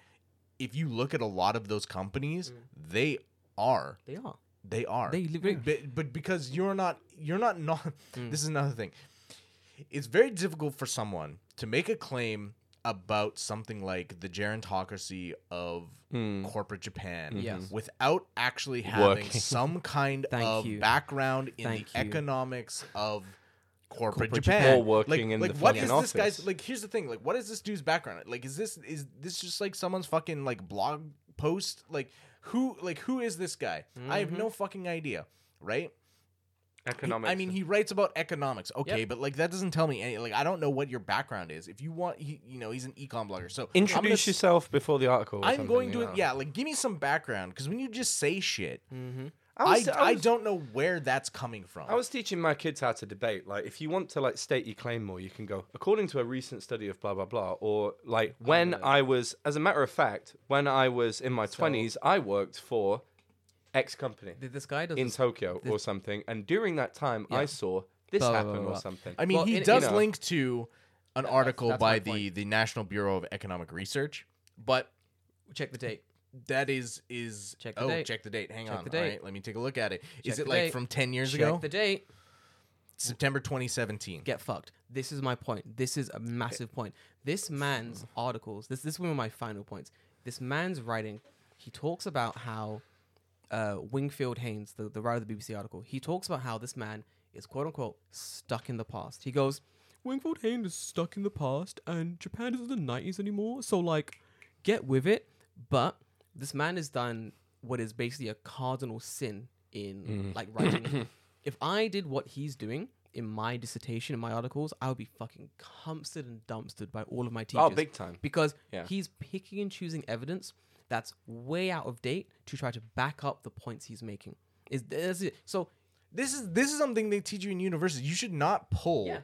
if you look at a lot of those companies, they are
they are.
they are
Mm. They Mm. literally-
but, but because you're not you're not not this is another thing it's very difficult for someone to make a claim about something like the gerontocracy of
Hmm. Mm-hmm.
corporate Japan
Yes.
without actually having
Working.
some kind
Thank
of
you.
background in
Thank
the
you.
economics of corporate,
Corporate
Japan.
Japan.
Or working
like,
in
like
the
what is
fucking
this guy's
office.
like here's the thing like what is this dude's background like is this is this just like someone's fucking like blog post like who like who is this guy i
Mm-hmm.
have no fucking idea right He-
Economics.
i mean he writes about economics okay
Yep.
but like that doesn't tell me any like i don't know what your background is if you want he, you know he's an econ blogger so I'm gonna
introduce
s-
yourself before the article. or
i'm
something,
going
you
to
know.
yeah like give me some background because when you just say shit
Mm-hmm.
I,
I,
was,
I
I, was,
don't know where that's coming from
I was teaching my kids how to debate. Like, if you want to like state your claim more, you can go according to a recent study of blah blah blah, or like when I was, as a matter of fact, when I was in my twenties, I worked for X company.
This guy does.
in
this-
Tokyo or something, and during that time I saw this
Blah, blah,
happen
blah,
or
blah.
something.
I mean,
Well,
he
in-
does
you know.
link to an article
that's my
by the,
point.
the National Bureau of Economic Research, but
check the date.
that is is
Check the
oh
date.
check the date. Hang on,
the
all
date.
right, let me take a look at it. Is
Check
it
the
like
date.
from ten years
check
ago?
the date.
September 2017.
Get fucked. This is my point. This is a massive point. This man's articles. This this is one of my final points. This man's writing. He talks about how uh, Wingfield Haynes, the the writer of the BBC article, he talks about how this man is quote unquote stuck in the past. He goes, Wingfield Haynes is stuck in the past, and Japan isn't the nineties anymore. So like, get with it. But this man has done what is basically a cardinal sin in
Mm.
like writing. if I did what he's doing in my dissertation, in my articles, I would be fucking cumstered and dumpstered by all of my teachers.
oh, big time.
Because
Yeah.
he's picking and choosing evidence that's way out of date to try to back up the points he's making. Is that's it. So
This is this is something they teach you in university. You should not pull.
Yeah.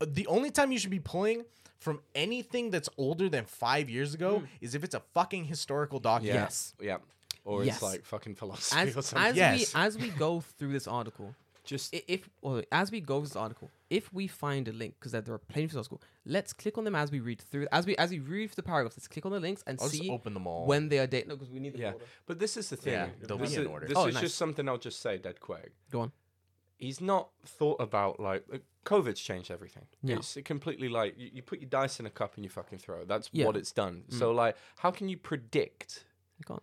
Uh, The only time you should be pulling from anything that's older than five years
Hmm.
ago is if it's a fucking historical
Yeah.
document.
Yes.
Yeah. Or
Yes.
it's like fucking philosophy
as,
or
as
something.
Yes.
we as we go through this article,
Just
i- if or as we go through this article, if we find a link because there there are plenty of articles, let's click on them as we read through as we as we read through the paragraphs. Let's click on the links and
I'll just
see
open them all.
when they are dated. No, because we need them.
yeah.
order.
But this is the thing.
Yeah, they'll
this
be
is,
in order.
This
Oh,
is
nice.
just something I'll just say dead quick.
Go on.
He's not thought about like like, COVID's changed everything.
Yeah.
It's completely like you, you put your dice in a cup and you fucking throw. it. That's
Yeah.
what it's done.
Mm.
So like, how can you predict
You can't.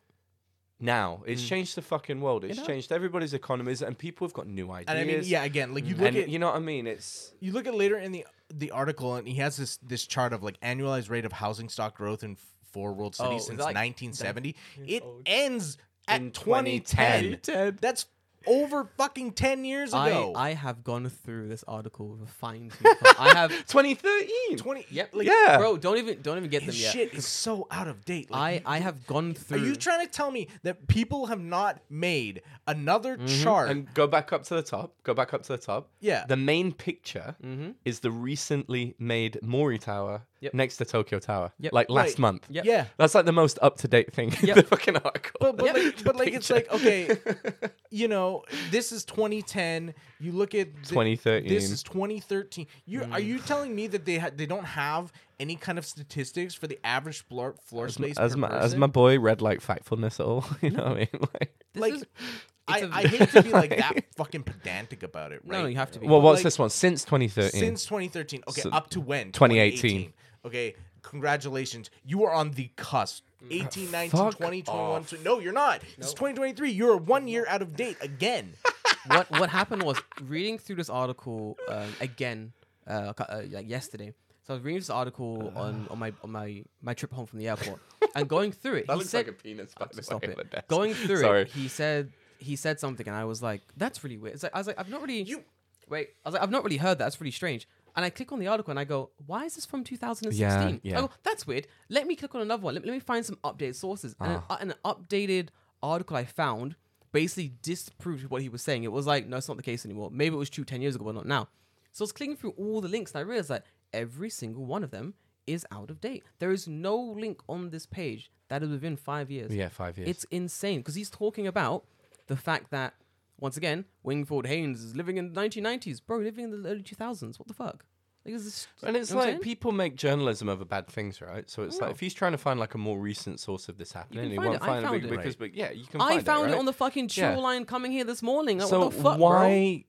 now? It's
Mm.
changed the fucking world. It's
know?
changed everybody's economies and people have got new ideas.
And I mean, yeah, again, like
Mm-hmm.
you look
And
at
you know what I mean? It's
you look at later in the the article and he has this this chart of like annualized rate of housing stock growth in f- four world cities
Oh, is
since
that like-
1970 it ends at
In
2010.
2010.
that's over fucking 10 years
I,
ago
I have gone through this article with a fine tooth comb. I have
2013.
20
Yep.
like,
yeah.
bro. Don't even don't even get
his
them yet.
shit is so out of date
I
like,
I have gone
are
through.
you trying to tell me that people have not made another chart
Mm-hmm. and go back up to the top. Go back up to the top.
Yeah.
The main picture is the recently made Mori Tower next to Tokyo Tower.
Yep.
Like last
Right.
month.
Yep.
yeah
That's like the most up to date thing in
Yep.
the fucking article.
but, but like,
The
but like it's like
picture.
okay you know this is 2010 you look at the-
2013.
this is 2013 you
Mm.
are you telling me that they ha- they don't have any kind of statistics for the average floor floor space
as
per
my as
person?
my boy read like factfulness at all, you know what I mean? Like,
This
like
is- it's
I
a-
I hate to be like that fucking pedantic about it right
no, no, you have to be.
well, what's
like,
this one? Since 2013,
since 2013 okay
So-
up to when
2018.
okay congratulations you are on the cusp
Mm.
18 19
Fuck
20 21 20 no you're not it's 2023 you're one year out of date again
what what happened was reading through this article um, again, uh, cu- uh, like yesterday. So I was reading this article on, on my on my my trip home from the airport and going through it.
That
he
looks
said,
like a penis. By the
stop
way,
it.
on the desk.
Going through
Sorry.
it, he said he said something, and I was like, "That's really weird." It's like I was like, "I've not really you wait." I was like, "I've not really heard that. That's really strange." And I click on the article and I go, "Why is this from 2016?"
Yeah, yeah.
I go, "That's weird. Let me click on another one. Let, let me find some updated sources." And, an,
Ah.
uh, an updated article I found basically disproved what he was saying. It was like, "No, it's not the case anymore. Maybe it was true 10 years ago, but not now." So I was clicking through all the links and I realized that every single one of them is out of date. There is no link on this page that is within five years.
Yeah, five years.
It's insane because he's talking about the fact that once again Wingfield Haynes is living in the 1990s, bro, living in the early 2000s. What the fuck? Like, is this,
and it's
you know what I'm
like
saying?
people make journalism over bad things, right? So it's
No.
like if he's trying to find like a more recent source of this
can
happening, he
find
won't
it. I
find
found
it
it.
because, but yeah, you can.
I
find
found it,
right?
on the fucking
Yeah.
shoreline coming here this morning. Like,
So
what the fuck,
why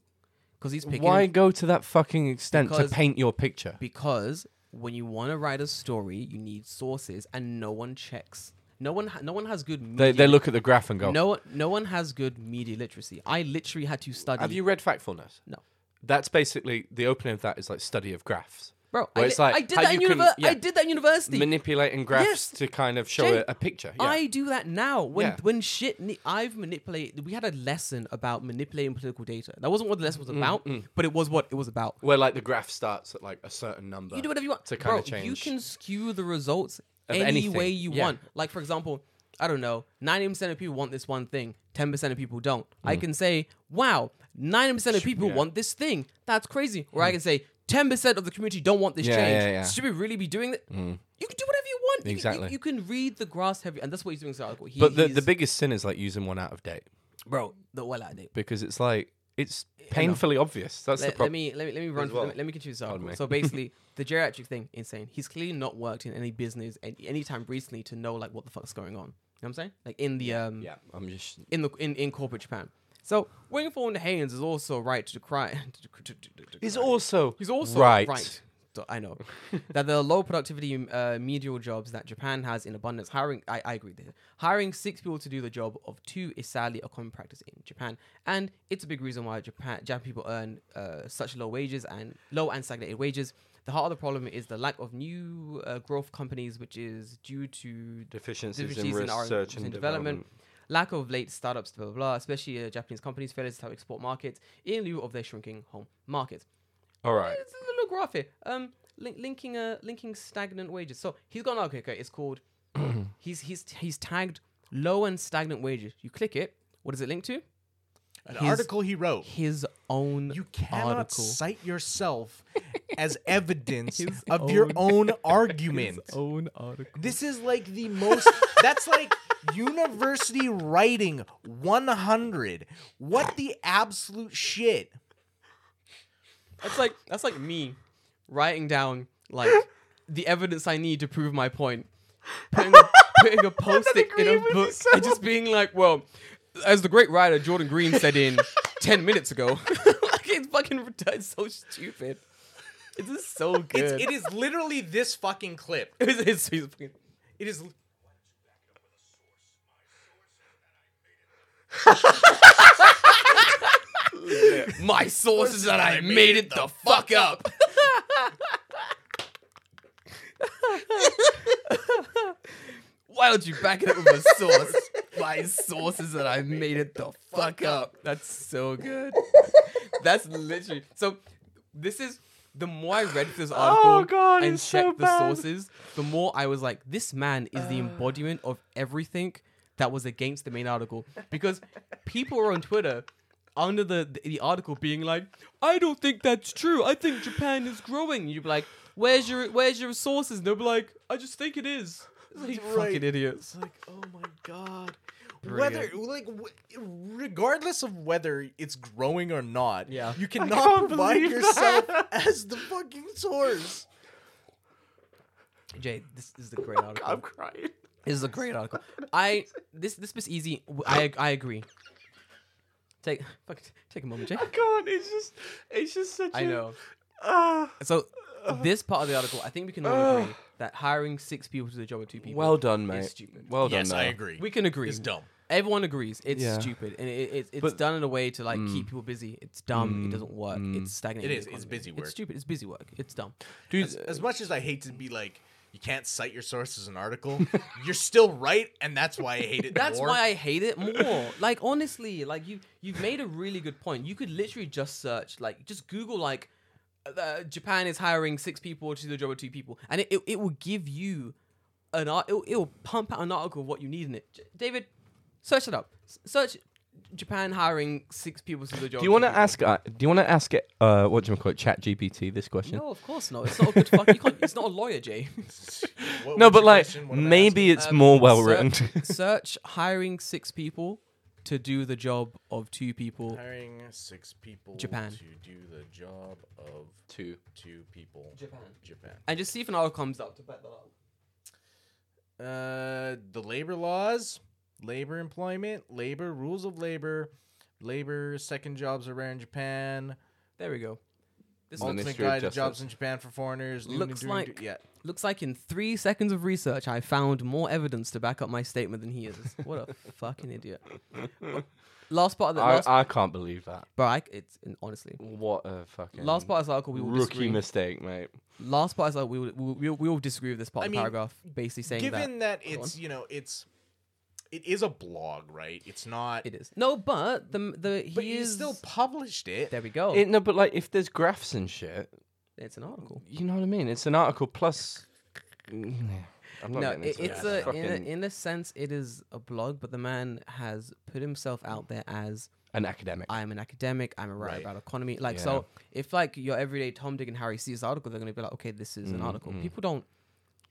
Because he's picking.
why go to that fucking extent
Because-
to paint your picture?
Because when you want to write a story, you need sources, and no one checks. No one. Ha- no one has good. Media.
They, they look at the graph and go,
No one. No one has good media literacy. I literally had to study.
Have you read Factfulness?
No.
That's basically the opening of that is like study of graphs.
Bro, I,
Where it's
li-
like
I did
how
that in
you can-
univer-
yeah.
I did that in university.
Manipulating graphs
Yes.
to kind of show
Jay,
a, a picture. Yeah.
I do that now. When
Yeah.
when shit, ni- I've manipulated. We had a lesson about manipulating political data. That wasn't what the lesson was
Mm,
about, but it was what it was about.
Where like the graph starts at like a certain number.
You do whatever you want
to kind
Bro,
of change.
You can skew the results
Of
any
anything.
way you
Yeah.
want. Like for example, I don't know, ninety percent of people want this one thing, ten percent of people don't. I can say, wow, ninety percent of people
Mm. yeah. Mm.
want this thing. That's crazy. Or I can say. 10% of the community don't want this
Yeah,
change.
yeah, yeah.
Should we really be doing that? You can do whatever you want. You can- you-
Exactly.
You, can read the grass heavy, and that's what he's doing in this article. He-
but the, the
he's-
biggest sin is like using one out of date
bro, the well out of date.
because it's like it's painfully obvious. That's the
Let, let
problem.
me let me let me run.
well.
Let, me, let me continue this article.
me.
So basically, the geriatric thing, insane. He's clearly not worked in any business any, any time recently to know like what the fuck's going on. You know what I'm saying? Like in the um
Yeah, I'm just
in the in, in corporate Japan. So Wingfold Haynes is also right to cry. to- to- to- to- to
He's
cry.
also
He's also
right.
right. So I know that the low productivity uh, medial jobs that Japan has in abundance. Hiring, I, I agree. There. Hiring six people to do the job of two is sadly a common practice in Japan, and it's a big reason why Japan Japan people earn uh, such low wages and low and stagnated wages. The heart of the problem is the lack of new uh, growth companies, which is due to
Deficiencies,
deficiencies
in
in R&D
research
and
and
development.
development.
lack of late startups, blah blah blah, especially uh, Japanese companies failure to tap export markets in lieu of their shrinking home markets.
All right.
It's a little graph here. Um, link, linking uh, linking stagnant wages. So he's got an okay, okay. It's called. he's he's he's tagged low and stagnant wages. You click it. What is it linked to?
An
His-
article he wrote.
His own
You cannot
article.
cite yourself as evidence
His
of your own
His
argument.
own article.
This is like the most. that's like university writing 100. What the absolute shit?
That's like that's like me writing down like the evidence I need to prove my point. Putting a, putting a post-it in a
agreeing with
book and just being like, well, as the great writer Jordan Green said in ten minutes ago, like it's fucking ret- it's so stupid. It's just so
It's,
good.
it is literally this fucking clip.
It's- it's- it's fucking-
It is.
my source is that I made it the fuck up. Why don't you back it up with a source? My source is that I made it the fuck up. That's so good. That's literally so. This is the more I read this article
Oh, God,
and
it's so
checked the
bad. Uh.
sources, the more I was like, this man is the embodiment of everything that was against the main article because people were on Twitter under the, the the article being like, I don't think that's true. I think Japan is growing. You'd be like, where's your where's your sources? And they'll be like, I just think it is. It's like,
Right.
fucking idiots.
It's like, oh my god.
Brilliant.
Whether like w- regardless of whether it's growing or not,
Yeah.
you
can't
cannot provide
believe
yourself as the fucking source.
Jay, this is a great article.
I'm crying.
This is a great article. I this this was easy. W- I I agree. Take fuck, take a moment, Jay.
God, it's just, it's just such.
I know.
Uh,
So this part of the article, I think we can all agree that hiring six people to the job of two people.
Well done, mate.
stupid.
Well done.
yes, I
mate.
agree.
we can agree.
It's dumb.
Everyone agrees it's
Yeah.
stupid, and it, it, it's
But- Mm.
done in a way to like keep people busy. It's dumb. it doesn't work. It's stagnant.
It is. It's busy work.
It's stupid. It's busy work. It's dumb.
Dude,
As, as much as I hate to be like, you can't cite your source as an article, you're still right, and that's why I hate it.
That's
more.
why I hate it more. like honestly, like you you've made a really good point. You could literally just search like just Google like uh, Japan is hiring six people to do the job of two people, and it, it, it will give you an art. It will pump out an article of what you need in it. J- David, search it up. S- search Japan hiring six people to do the job.
do you want to ask? Uh, do you want to ask? it, Uh, what do you call it? Chat GPT. This question.
No, of course not. It's not a good fuck. You can't, it's not a lawyer, Jay.
What-
No,
what's
but
your
like
question? What am I
maybe it's
Um,
more well
search-
written.
search hiring six people to do the job of two people.
asking? hiring six people
Japan.
to do the job of
Two.
two people.
Japan.
Japan.
and just see if an article comes up to back that up.
Uh, the labor laws, labor employment, labor rules of labor, labor second jobs are rare in Japan.
There we go. This
Well,
looks,
Ultimate
Ministry of
guide to
Justice.
jobs in Japan for foreigners. new and
Looks
enduring-
like-
yeah.
looks like in three seconds of research, I found more evidence to back up my statement than he is. What a fucking idiot. Last part of the
I,
last,
I can't believe that.
bro, I, it's honestly.
What a fucking
Last part of the article, we will
rookie
disagree.
mistake, mate.
last part of the article, we will, we will, we will, we will disagree with this part
I
of the
mean,
paragraph, basically saying
Given
that
that
Go
it's you know it's it is a blog, right? It's not.
it is no, but the the he
but you
is
still published it.
There we go.
It, no, but like if there's graphs and shit,
it's an article.
you know what I mean. It's an article plus. Mm, I'm not
No,
getting
it,
into
it's
this
a in,
fucking-
a in a sense it is a blog, but the man has put himself out there as
an academic.
I'm an academic. I'm a writer
Right.
about economy. Like
Yeah.
so, if like your everyday Tom, Dick, and Harry sees the article, they're gonna be like, okay, this
Mm,
is an article. People don't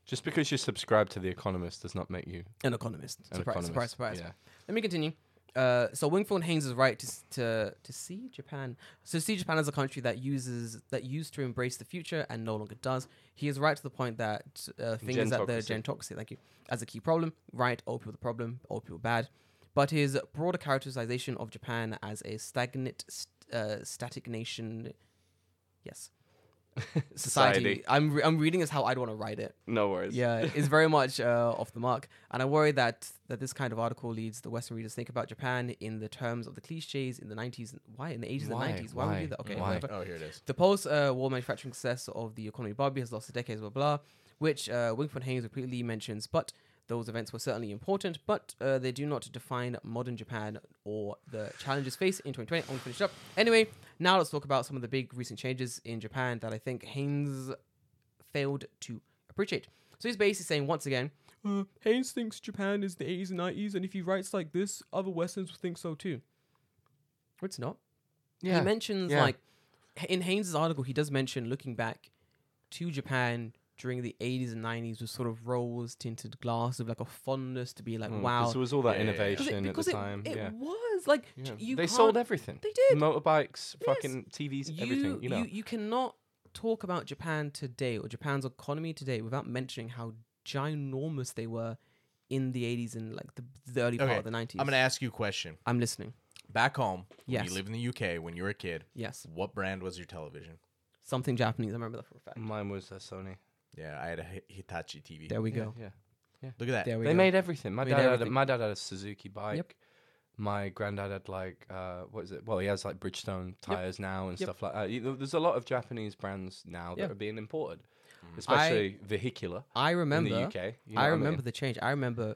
Just because you subscribe to The Economist does not make you
an economist.
an
surprise,
economist.
surprise, surprise,
Yeah.
Let me continue. Uh, so Wingfield Haynes is right to, s- to to see Japan. So see Japan as a country that uses that used to embrace the future and no longer does. He is right to the point that uh, things that the
Gentocracy.
gentoxic, thank you, as a key problem. Right, old people the problem, old people bad. But his broader characterization of Japan as a stagnant, st- uh, static nation, yes, society.
Society.
I'm re- I'm reading as how I'd want to write it.
No worries.
Yeah, it's very much uh, off the mark. And I worry that that this kind of article leads the Western readers to think about Japan in the terms of the cliches in the 90s. and- Why? In the 80s
Why?
and 90s? Why, would we
Why?
do that? Okay,
Why?
whatever.
Oh, here it is.
The post uh, war manufacturing success of the economy Barbie has lasted decades, blah, blah, which uh, Wingfoot Haynes repeatedly mentions. But those events were certainly important, but uh, they do not define modern Japan or the challenges faced in 2020. I'm going to finish up. Anyway, now let's talk about some of the big recent changes in Japan that I think Haynes failed to appreciate. So he's basically saying once again, uh, Haynes thinks Japan is the 80s and 90s, and if he writes like this, other Westerns will think so too. It's not.
Yeah.
He mentions
yeah.
like h- in Haynes' article, he does mention looking back to Japan during the 80s and 90s with sort of rose tinted glass of like a fondness to be like,
Mm, 'cause
wow.
There was all that
Yeah, yeah, yeah.
innovation
because
at
it,
the time.
it
yeah.
was like j-
Yeah.
you
they
can't-
sold everything.
They did. Yes.
Motorbikes, fucking TVs,
you,
everything. You know.
you you cannot talk about Japan today or Japan's economy today without mentioning how ginormous they were in the 80s and like the, the early
Okay,
part of the 90s.
I'm gonna ask you a question.
I'm listening.
Back home, when
Yes.
you live in the UK, when you were a kid,
Yes,
what brand was your television?
something Japanese. I remember that for a fact.
Mine was a Sony.
Yeah, I had a Hi- Hitachi TV.
There we
Yeah,
go.
yeah.
Look at that.
There we
They
go.
made everything. My
Made
dad had a,
everything.
my dad had a Suzuki bike. My granddad had like uh, what is it? Well, he has like Bridgestone tires now and
Yep.
stuff like that. You know, There's a lot of Japanese brands now that
Yeah.
are being imported, especially vehicular
I remember.
in the UK. you know what
I
mean?
remember the change. I remember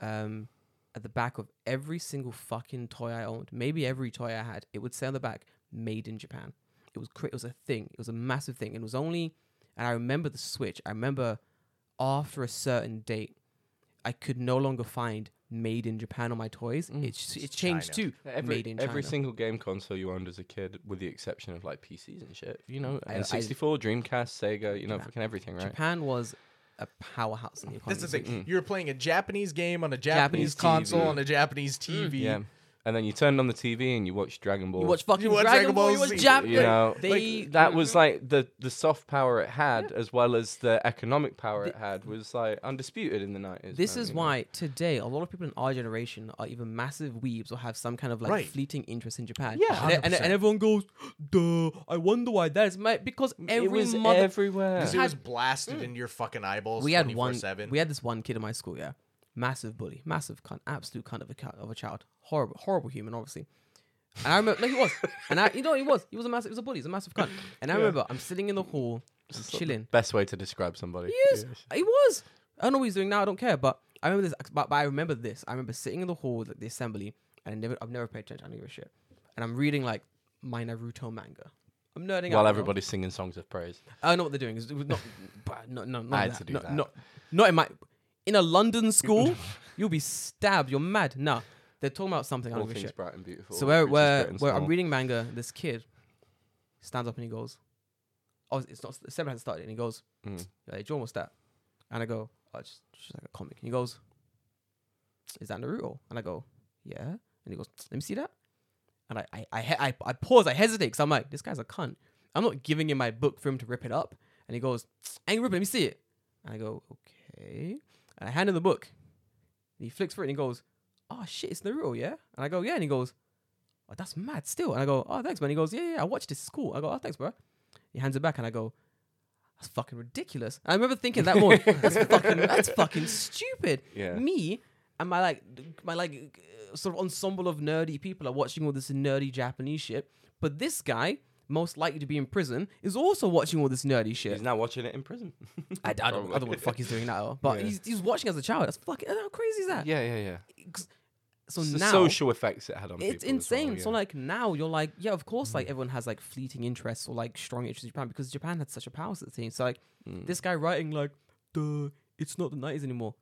um, at the back of every single fucking toy I owned, maybe every toy I had, it would say on the back, "Made in Japan." It was cra- it was a thing. It was a massive thing. It was only, and I remember the Switch. I remember after a certain date, I could no longer find "Made in Japan" on my toys. It It's it changed
China.
to
Every,
"Made in China."
every single game console you owned as a kid, with the exception of like PCs and shit, you know,
I- I-
and 64, Dreamcast, Sega, you know, fucking everything, right?
Japan was a powerhouse in the economy.
Mm.
That's the thing. You were playing a Japanese game on a Japanese,
Japanese
console
TV.
on a Japanese TV.
Yeah. And then you turned on the TV and you watched Dragon Ball.
You watch fucking
watch
Dragon
Dragon
Ball.
Ball
You watch
Z,
Jap.
you know,
they
that was
Mm-hmm.
like the the soft power it had, as well as the economic power it had, was like undisputed in the nineties.
This is why today a lot of people in our generation are either massive weebs or have some kind of like
Right.
fleeting interest in Japan.
Yeah.
and, and, and everyone goes, "Duh!" I wonder why that is, mate. Because every
it was
mother
everywhere.
Because it was blasted into your fucking eyeballs.
we had one
24/7.
we had this one kid in my school yeah massive bully massive cunt absolute cunt of a, cu- of a child horrible horrible human obviously and I remember, no, he was, and I, you know, he was, he was a massive, he was a bully, he was a massive cunt. And I remember, I'm sitting in the hall, I'm chilling.
Best way to describe somebody.
He is, he was. I don't know what he's doing now. I don't care. But I remember this. But, but I remember this. I remember sitting in the hall at the assembly, and I never, I've never paid attention. I don't give a shit. And I'm reading like my Naruto manga. I'm nerding out.
While
bro.
everybody's singing songs of praise.
I know what they're doing. It's- It was not, but no, no, not
I had
that.
to do
no,
that.
no- not in my, in a London school, you'll be stabbed. You're mad. No, they're talking about something. I
All
don't give a
things
shit.
bright and beautiful.
So where,
all creatures
where,
great and
where I'm
small.
reading manga, this kid stands up and he goes, "Oh, it's not the seven hasn't started." And he goes,
Mm.
"Hey, John, what's that?" And I go, "Oh, it's just, just like a comic." And he goes, "Is that Naruto?" And I go, "Yeah." And he goes, "Let me see that." And I, I, I, he- I, I pause. I hesitate because I'm like, "This guy's a cunt." I'm not giving him my book for him to rip it up. And he goes, "Hey, rip it. Let me see it." And I go, "Okay." And I hand him the book. And he flicks through it and he goes, "Oh shit, it's Naruto, yeah?" And I go, "Yeah." And he goes, oh, that's mad still. And I go, oh, thanks, man. He goes, yeah, yeah, I watched this. It's cool. I go, oh, thanks, bro. He hands it back, and I go, that's fucking ridiculous. And I remember thinking that morning, that's fucking, that's fucking stupid.
Yeah.
Me and my like, my like, uh, sort of ensemble of nerdy people are watching all this nerdy Japanese shit, but this guy. Most likely to be in prison is also watching all this nerdy shit.
He's now watching it in prison.
I, I don't, I don't know what the fuck he's doing now, but
Yeah.
he's, he's watching as a child. That's fucking how crazy is that?
yeah, yeah, yeah.
So
It's the
now,
social effects it had on people.
it's
as well,
insane. So
yeah. Mm.
like now you're like, yeah, of course, like everyone has like fleeting interests or like strong interests in Japan because Japan had such a power to the thing. So like
Mm.
this guy writing like, duh, it's not the nineties anymore.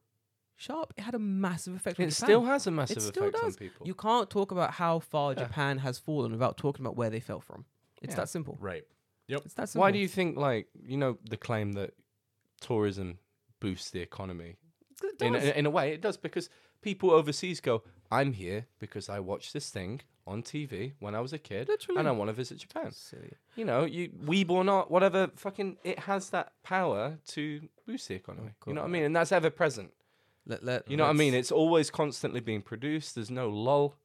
Sharp, it had a massive effect on
it
Japan.
still has a massive
it still
effect
does.
on people.
You can't talk about how far Japan has fallen without talking about where they fell from. It's
Yeah.
that simple.
right.
It's that simple.
Why do you think, like, you know, the claim that tourism boosts the economy?
'Cause it
In,
does.
in, in a way, it does because people overseas go, I'm here because I watched this thing on TV when I was a kid
Literally.
and I want to visit Japan.
Silly.
You know, you weeb or not, whatever, fucking, it has that power to boost the economy. you know what I mean? And that's ever present.
Let, let,
You know what I
let's-
mean? It's always constantly being produced. There's no lull.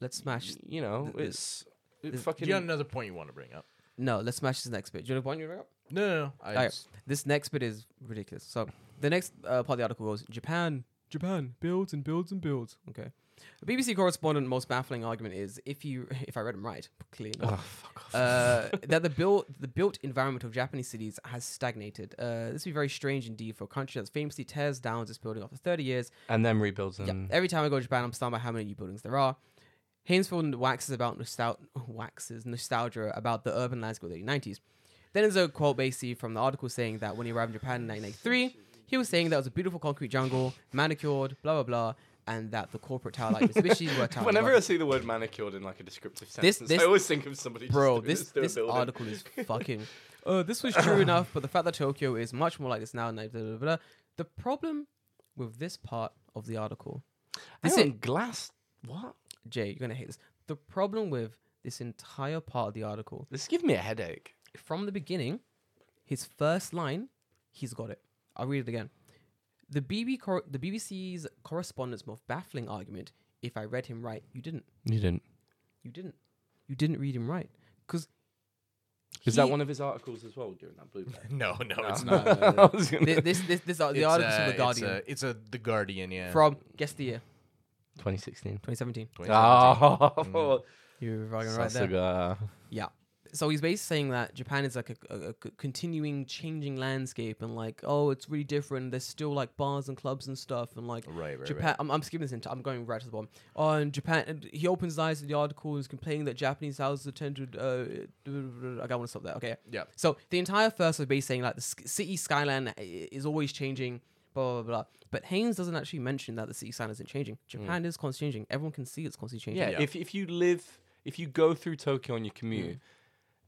Let's smash.
You know,
th-
it's it
th-
Do
fucking.
you have another point you want to bring up?
No, let's smash this next bit. Do you know what you bring up?
No, no, no. I,
All right. This next bit is ridiculous. So the next uh, part of the article goes Japan, Japan builds and builds and builds. Okay. The BBC correspondent most baffling argument is if you if I read him right, clearly not, uh, that the built the built environment of Japanese cities has stagnated. Uh, this would be very strange indeed for a country that famously tears down its building after 30 years.
and then rebuilds
Yeah,
them.
every time I go to Japan, I'm stunned by how many new buildings there are. Hainsfield waxes about nostal- waxes nostalgia about the urban landscape of the 90s. Then there's a quote basically from the article saying that when he arrived in Japan in 1993, he was saying that it was a beautiful concrete jungle, manicured, blah blah blah, and that the corporate tower like Mitsubishi were towering
Whenever I
above-
see the word manicured in like a descriptive
This-
sentence,
this-
I always think of somebody. just
bro,
doing
this
to a
this
building.
article is fucking. Uh, this was true enough, but the fact that Tokyo is much more like this now, and like blah, blah, blah. the problem with this part of the article,
Hang
this
on, glass. What?
Jay, you're gonna hate this. The problem with this entire part of the article,
This give me a headache.
from the beginning, his first line, he's got it. I'll read it again. The BB cor- the BBC's correspondent's most baffling argument. If I read him right, you didn't.
You didn't.
You didn't. You didn't read him right. Because
Is that one of his articles as well during that blue? bag?
no, no, it's
No.
not.
I was gonna-
this this this, this are the
It's,
articles
uh,
from the Guardian
It's a, it's a the Guardian, yeah.
from guess the year
2016.
2017.
2017.
Oh,
You're fucking right there.
Sasuga.
Yeah. So he's basically saying that Japan is like a, a- a c- continuing changing landscape and like, oh, it's really different. There's still like bars and clubs and stuff and like
Right, right,
Japan. I'm, I'm skipping this into. I'm going right to the bottom. Oh, and Japan. And he opens his eyes to the article and is complaining that Japanese houses are tended. Uh, okay, I want to stop there. Okay.
Yeah.
So the entire first is basically saying like the sk- city skyline i- is always changing. Blah blah blah. But Haynes doesn't actually mention that the city skyline isn't changing. Japan is constantly changing. Everyone can see it's constantly changing.
Yeah, If if you live, if you go through Tokyo on your commute,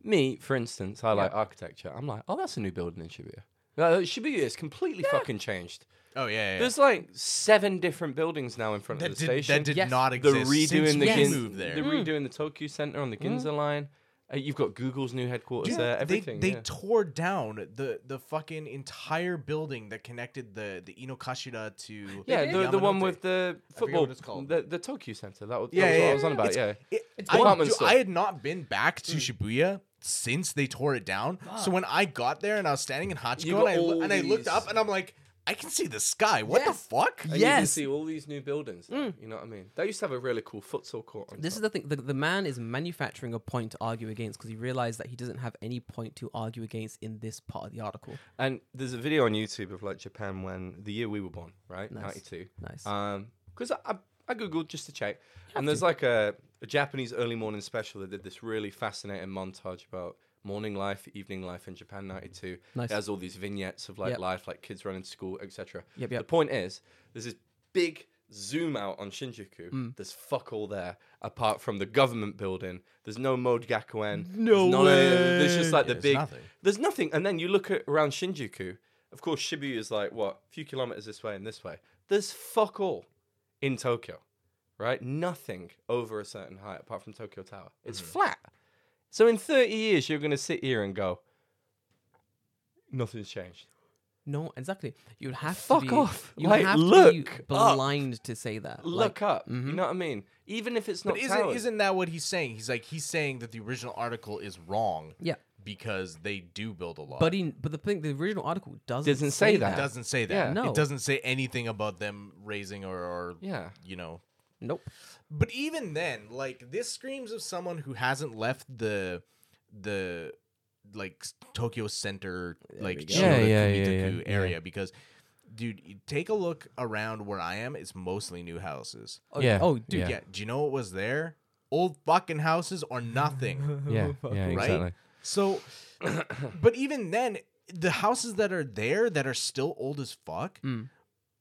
me for instance, I like architecture. I'm like, oh, that's a new building in Shibuya. Uh, Shibuya has completely fucking changed
Oh yeah, yeah. yeah.
There's like seven different buildings now in front
That
of the
did,
station.
that did
yes.
not
the
exist. since
redoing the
we
Yes.
Gin-
moved there.
the redoing the Tokyo Center on the Ginza line. Uh, you've got Google's new headquarters
Dude,
there.
they
uh, Everything.
they
yeah.
tore down the the fucking entire building that connected the the Inokashira to
Yeah,
did.
the, the one
Yamanote.
with the
forget
football.
what it's called.
The, the Tokyo Center. That was, that
Yeah,
was
yeah,
what
yeah.
I was on about.
It's-
yeah.
It,
It's Mm.
I,
department
dude,
store.
I had not been back to Shibuya since they tore it down. So when I got there and I was standing in
You
Hachiko
got
and I,
all
lo- and I looked
these-
up and I'm like, I can see the sky. What
Yes.
the fuck?
And You can
Yes.
see all these new buildings. there, You know what I mean? They used to have a really cool futsal court. On
This is the thing. The, the man is manufacturing a point to argue against because he realized that he doesn't have any point to argue against in this part of the article.
And there's a video on YouTube of like Japan when the year we were born, right?
Nice.
92.
Nice.
Um, because I, I I googled just to check, and there's like a, a Japanese early morning special that did this really fascinating montage about morning life, evening life in Japan '92.
Nice.
It has all these vignettes of like
Yep.
life, like kids running to school, etc.
Yep, yep.
The point is, there's this big zoom out on Shinjuku.
Mm.
There's fuck all there apart from the government building. There's no Mode Gakuen.
No
there's none of the- There's just
way.
like the
There's
big.
nothing.
There's nothing. And then you look at around Shinjuku. Of course, Shibuya is like what a few kilometers this way and this way. There's fuck all in Tokyo, right? Nothing over a certain height apart from Tokyo Tower. It's flat. So in 30 years, you're gonna sit here and go, nothing's changed.
no, exactly. You'd have
Fuck
to be,
off.
You'd
Like,
have to
look
be
up.
blind to say that. like,
Look up. You know what I mean? Even if it's not
But isn't
towers.
isn't that what he's saying? He's like he's saying that the original article is wrong.
Yeah.
Because they do build a lot.
but he, but the thing, the original article doesn't
Doesn't say that.
it doesn't say that.
Yeah.
No.
It doesn't say anything about them raising or, or
Yeah.
you know.
Nope.
But even then, like this screams of someone who hasn't left the the like s- Tokyo center like
we go.
Shibuya
Yeah, yeah, yeah,
Kumitaku
yeah,
area because dude, you take a look around where I am, it's mostly new houses.
Oh,
Yeah,
Oh, dude.
Yeah, do you know what was there? Old fucking houses or nothing,
yeah, yeah,
right? So but even then the houses that are there that are still old as fuck
Mm.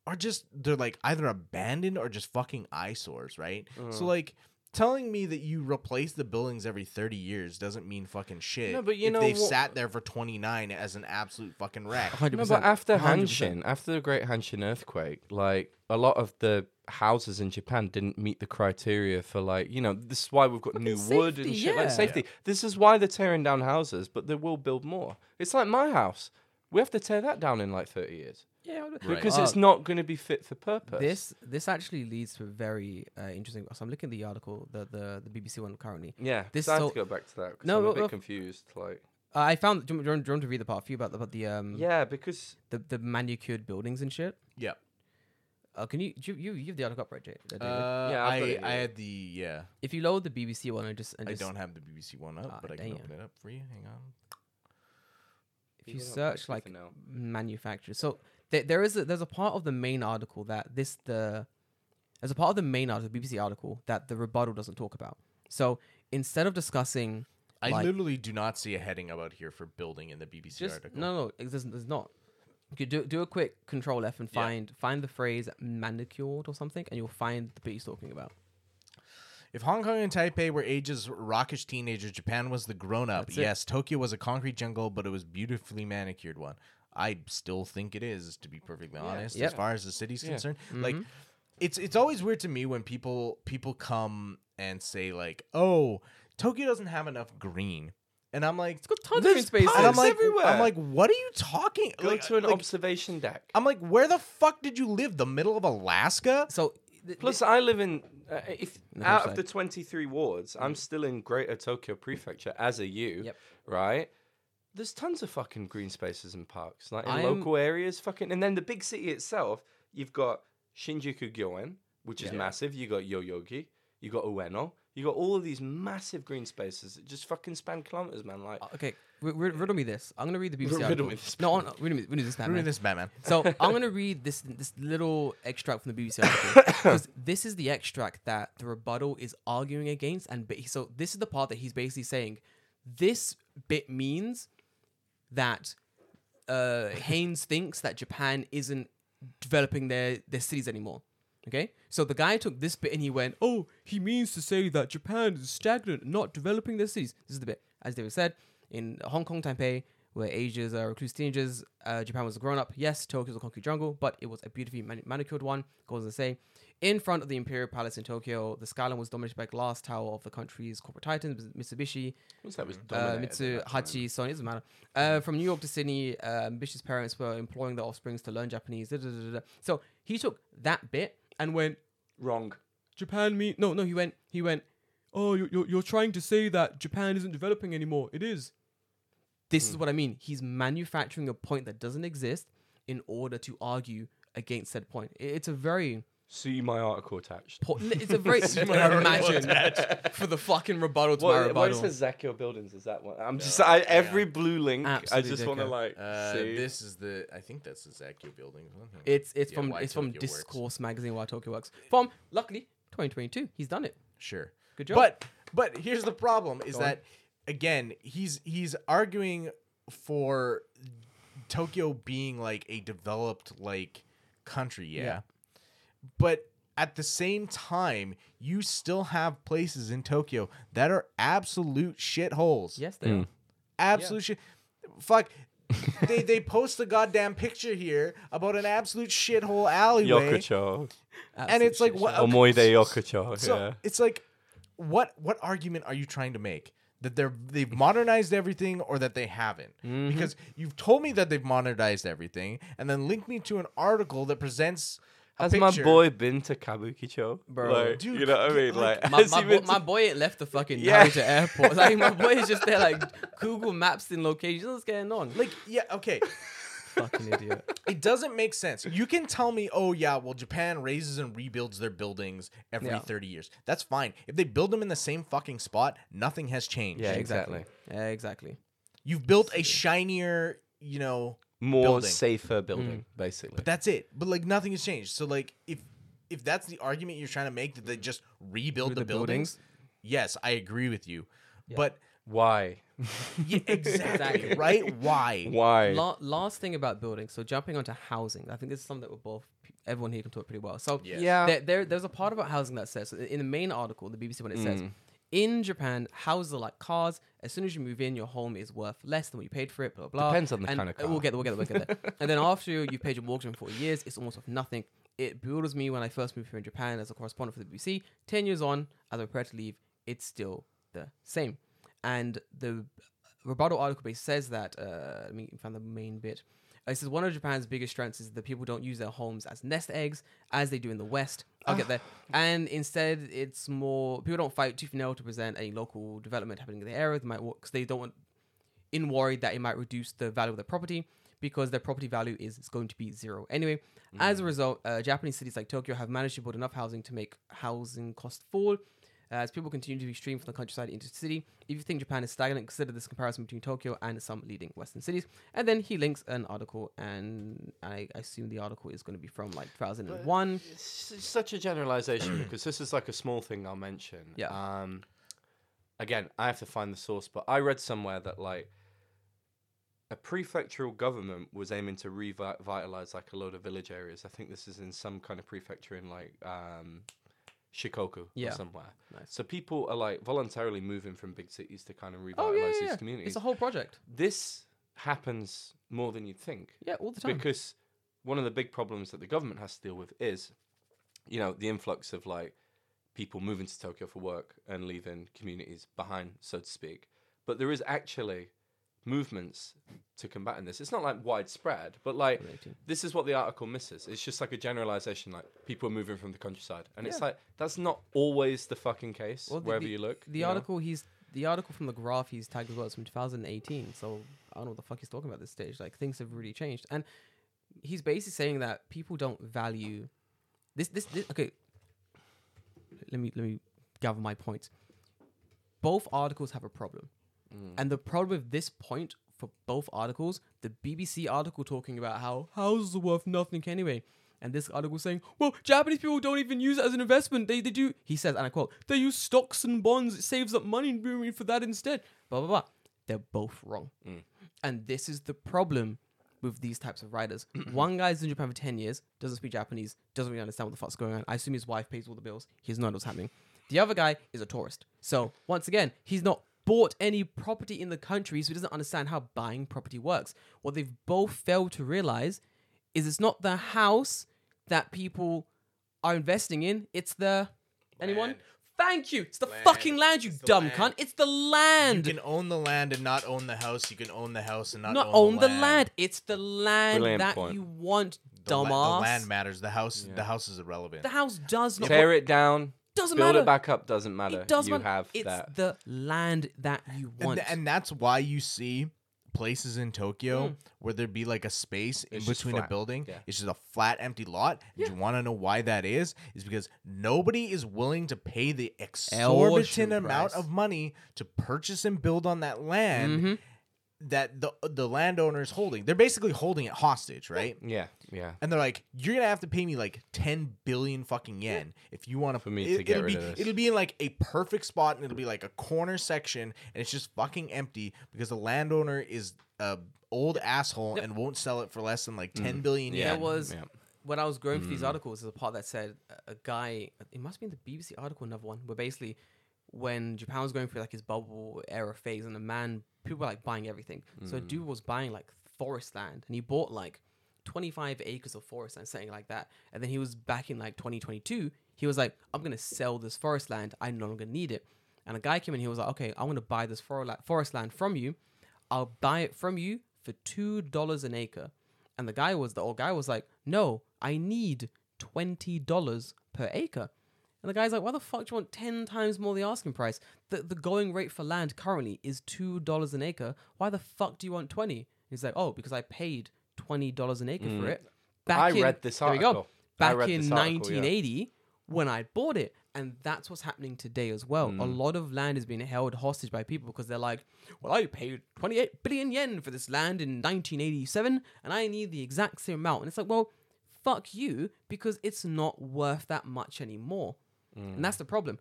are just they're like either abandoned or just fucking eyesores, right? So like telling me that you replace the buildings every 30 years doesn't mean fucking shit.
No, but you
if
know
they've
what-
sat there for 29 as an absolute fucking wreck.
100%.
No, but after
100%.
Hanshin, after the Great Hanshin earthquake, like a lot of the houses in Japan didn't meet the criteria for like you know this is why we've got new wood and
safety,
shit
yeah.
like safety. This is why they're tearing down houses, but they will build more. It's like my house. We have to tear that down in like thirty years
Yeah, I would-
because
Uh,
it's not going to be fit for purpose.
This this actually leads to a very uh, interesting. So I'm looking at the article, the the, the BBC one currently.
yeah,
this
this I have
so-
to go back to that. 'cause
No,
I'm
but-
a bit
but-
confused. Like
Uh, I found. Do you, want- do, you want, do you want to read the part for you about the, about the um
yeah, because
the, the manicured buildings and shit?
yeah.
Uh, can you do you you have the article up right, Jay? Uh, David?
Uh,
Yeah, I've got
I,
it
I
here.
had the yeah.
if you load the BBC one and just and
I
just
don't have the BBC one up,
Ah,
but I can
damn.
open it up for you. Hang on.
if you
Yeah,
search
for
like
now.
manufacturer, so there there is a, there's a part of the main article that this the there's a part of the main article, BBC article that the rebuttal doesn't talk about. So instead of discussing
I
Like-
literally do not see a heading about here for building in the BBC
just
article.
no, no, it doesn't. There's not. You could do do a quick Control F and
Yeah.
find find the phrase manicured or something, and you'll find the bit he's talking about.
If Hong Kong and Taipei were ages rockish teenagers, Japan was the grown up.
That's it.
Yes, Tokyo was a concrete jungle, but it was beautifully manicured one. I still think it is, to be perfectly honest, as
Yep.
far as the city's concerned. Like it's it's always weird to me when people people come and say like, Oh, Tokyo doesn't have enough green. And I'm like,
Got tons
There's
of green spaces.
and I'm
parks
like,
everywhere.
I'm like, what are you talking?
Go
like,
to an
like,
observation deck.
I'm like, where the fuck did you live? The middle of Alaska?
so th-
Plus, I live in. Uh, if
The countryside.
out
Mm.
of the twenty-three wards, I'm still in Greater Tokyo Prefecture as a you,
Yep.
right? There's tons of fucking green spaces and parks, like in
I'm-
local areas, fucking. And then the big city itself, you've got Shinjuku Gyoen, which is massive. You got Yoyogi, you got Ueno, you got all of these massive green spaces that just fucking span kilometers, man. Like,
Okay, ri- ri- riddle me this. I'm gonna read the BBC
Riddle
article.
me this,
No, no, riddle me, riddle me this,
Ruin
Batman.
this Batman.
So I'm gonna read this this little extract from the BBC article because this is the extract that the rebuttal is arguing against, and ba- so this is the part that he's basically saying this bit means that uh, Haynes thinks that Japan isn't developing their their cities anymore. Okay, so the guy took this bit and he went, "Oh, he means to say that Japan is stagnant, not developing their cities." This is the bit, as David said, in Hong Kong, Taipei. were where Asia's uh, recluse teenagers, uh, Japan was a grown up. Yes, Tokyo's a concrete jungle, but it was a beautifully mani- manicured one, goes to say. In front of the Imperial Palace in Tokyo, the skyline was dominated by glass tower of the country's corporate titans, Mitsubishi,
What's that was
uh,
dominated at that time.
Mitsuhachi, Sony, it doesn't matter. Uh, from New York to Sydney, uh, ambitious parents were imploring their offsprings to learn Japanese. da, da, da, da, da. So he took that bit and went,
Wrong.
Japan me no no he went he went oh you're, you're, you're trying to say that Japan isn't developing anymore it is this
Hmm.
is what I mean he's manufacturing a point that doesn't exist in order to argue against said point I- it's a very
See my article attached.
po- it's a very imagine for the fucking rebuttal to my
What, what is
rebuttal
Ezekiel Buildings? Is that one? I'm just I, every blue link.
Absolutely
I just want to
dickhead.
like
Uh,
see.
this is the. I think that's the Zakio building. Hold on.
it's it's
Yeah,
from
why
it's from
Tokyo works.
Discourse magazine why Tokyo works from luckily 2022 he's done it
Sure.
Good job.
But but here's the problem is
on.
that again, he's he's arguing for Tokyo being like a developed like country, yeah.
Yeah.
But at the same time, you still have places in Tokyo that are absolute shitholes.
yes they
Hmm.
are
Absolute shit. Fuck. they they post a goddamn picture here about an absolute shithole alleyway.
Yokocho.
And it's like
Absolute
what okay,
Omoide Yokocho.
so
yeah.
it's like, what what argument are you trying to make that they're they've modernized everything or that they haven't?
Mm-hmm.
Because you've told me that they've modernized everything, and then linked me to an article that presents a
Has my
picture.
boy been to Kabukicho?
Bro.
Like,
Dude,
you know what I mean?
like,
Like,
my,
has
my,
he
bo-
been
my
to-
boy ain't left the fucking
Yeah.
Narita airport. Like my boy is just there, like Google Maps in locations. What's going on? Like
Like, yeah, okay.
fucking idiot.
It doesn't make sense. You can tell me, oh yeah, well Japan raises and rebuilds their buildings every
Yeah.
30 years. That's fine. If they build them in the same fucking spot, nothing has changed.
Yeah,
Exactly.
exactly.
Yeah, exactly.
You've built a shinier, you know,
More
Building.
safer building, basically.
That's it. But like nothing has changed. So like if if that's the argument you're trying to make that they just rebuild the,
the
buildings,
buildings?
yes, I agree with you. But
Why?
yeah, exactly right. Why?
Why?
La- last thing about buildings. So jumping onto housing, I think this is something that we're both everyone here can talk pretty well. So
Yes.
Yeah.
there, there there's a part about housing that says in the main article, the BBC one, it
Hmm.
says in Japan, houses are like cars. As soon as you move in, your home is worth less than what you paid for it. Blah blah. blah.
Depends on the
And
kind of
We'll
car.
get there. We'll get there. We'll get there. and then after you've paid your mortgage in 40 years, it's almost worth nothing. It bewilders me when I first moved here in Japan as a correspondent for the BBC. Ten years on, as I prepare to leave, it's still the same. And the rebuttal article base says that. Uh, let me find the main bit. Uh, It says one of Japan's biggest strengths is that people don't use their homes as nest eggs as they do in the West. I'll get there.
Ah.
And instead, it's more people don't fight tooth and nail to present any local development happening in the area. They might because they don't want in worried that it might reduce the value of their property because their property value is, is going to be zero anyway. As a result, uh, Japanese cities like Tokyo have managed to build enough housing to make housing costs fall. As people continue to be streamed from the countryside into the city, if you think Japan is stagnant, consider this comparison between Tokyo and some leading Western cities. And then he links an article, and I assume the article is going to be from like 2001.
It's s- such a generalization because this is like a small thing I'll mention.
Mm. Yeah.
Um, again, I have to find the source, but I read somewhere that like a prefectural government was aiming to revitalize like a load of village areas. I think this is in some kind of prefecture in like um, Shikoku
Yeah.
or somewhere.
Nice.
So people are like voluntarily moving from big cities to kind of
Oh,
revitalize
yeah, yeah,
these
yeah.
communities.
It's a whole project.
this happens more than you'd think
Yeah, all the time.
because one of the big problems that the government has to deal with is, you know, the influx of like people moving to Tokyo for work and leaving communities behind, so to speak. But there is actually movements to combating this. It's not like widespread, but like
Relating.
this is what the article misses. It's just like a generalization, like people are moving from the countryside, and it's like that's not always the fucking case
Well, the-
wherever
the-
you look.
The
you know?
article he's the article from the graph he's tagged as well is from 2018. So I don't know what the fuck he's talking about at this stage. Like things have really changed, and he's basically saying that people don't value this. This, this okay. Let me let me gather my points. Both articles have a problem, and the problem with this point for both articles, the BBC article talking about how houses are worth nothing anyway. And this article saying, well, Japanese people don't even use it as an investment. They, they do, he says, and I quote, they use stocks and bonds. It saves up money and room for that instead. Blah, blah, blah. They're both wrong. And this is the problem with these types of writers. One guy's in Japan for 10 years, doesn't speak Japanese, doesn't really understand what the fuck's going on. I assume his wife pays all the bills. He doesn't know what's happening. The other guy is a tourist. So, once again, he's not bought any property in the country, so he doesn't understand how buying property works. What they've both failed to realize is it's not the house that people are investing in, it's the anyone.
Land.
Thank you. It's the
Land.
fucking land, you
It's the
dumb
land.
cunt. It's the land.
You can own the land and not own the house. You can own the house and not,
not
own, the
land. It's the land
Brilliant
that
point.
you want,
The, la-
dumbass.
the land matters. The house, the house is irrelevant.
The house does not.
Tear it down.
Doesn't
build
matter.
it back up. Doesn't matter.
It does
you
matter.
have
it's
that.
the land that you
and,
want.
th- and that's why you see places in Tokyo where there'd be like a space in
It's just
between a
flat.
building.
Yeah.
It's just a flat, empty lot. And you want to know why that is? Is because nobody is willing to pay the exorbitant amount
price.
of money to purchase and build on that
Mm-hmm.
land.
Mm-hmm.
That the the landowner is holding, they're basically holding it hostage, right?
yeah, yeah.
and they're like, "You're gonna have to pay me like ten billion fucking yen if you want to
For me to get
it'll
rid
be,
of this.
It'll be in like a perfect spot, and it'll be like a corner section, and it's just fucking empty because the landowner is a old asshole and won't sell it for less than like ten billion
Mm. Yeah.
There
yen.
was
yeah. Mm.
when I was going through these articles, there's a part that said a- a guy. It must be in the BBC article, another one, where basically when Japan was going through like his bubble era phase, and a man, people were like buying everything. So a
Mm.
dude was buying like forest land, and he bought like 25 acres of forest land, something like that. And then he was back in like 2022. He was like, I'm gonna sell this forest land. I no longer need it. And a guy came in. He was like, Okay, I want to buy this foro- forest land from you. I'll buy it from you for two dollars an acre. And the guy was the old guy was like, No, I need twenty dollars per acre. And the guy's like, Why the fuck do you want ten times more the asking price? The the going rate for land currently is two dollars an acre. Why the fuck do you want twenty? He's like, Oh, because I paid twenty dollars an acre for it. Back
Mm. I read this
there we go.
article. I
Back
read
in
this article, yeah.
1980 when I bought it. And that's what's happening today as well. A lot of land is being held hostage by people because they're like, well, I paid 28 billion yen for this land in 1987 and I need the exact same amount. And it's like, well, fuck you because it's not worth that much anymore. And that's the problem.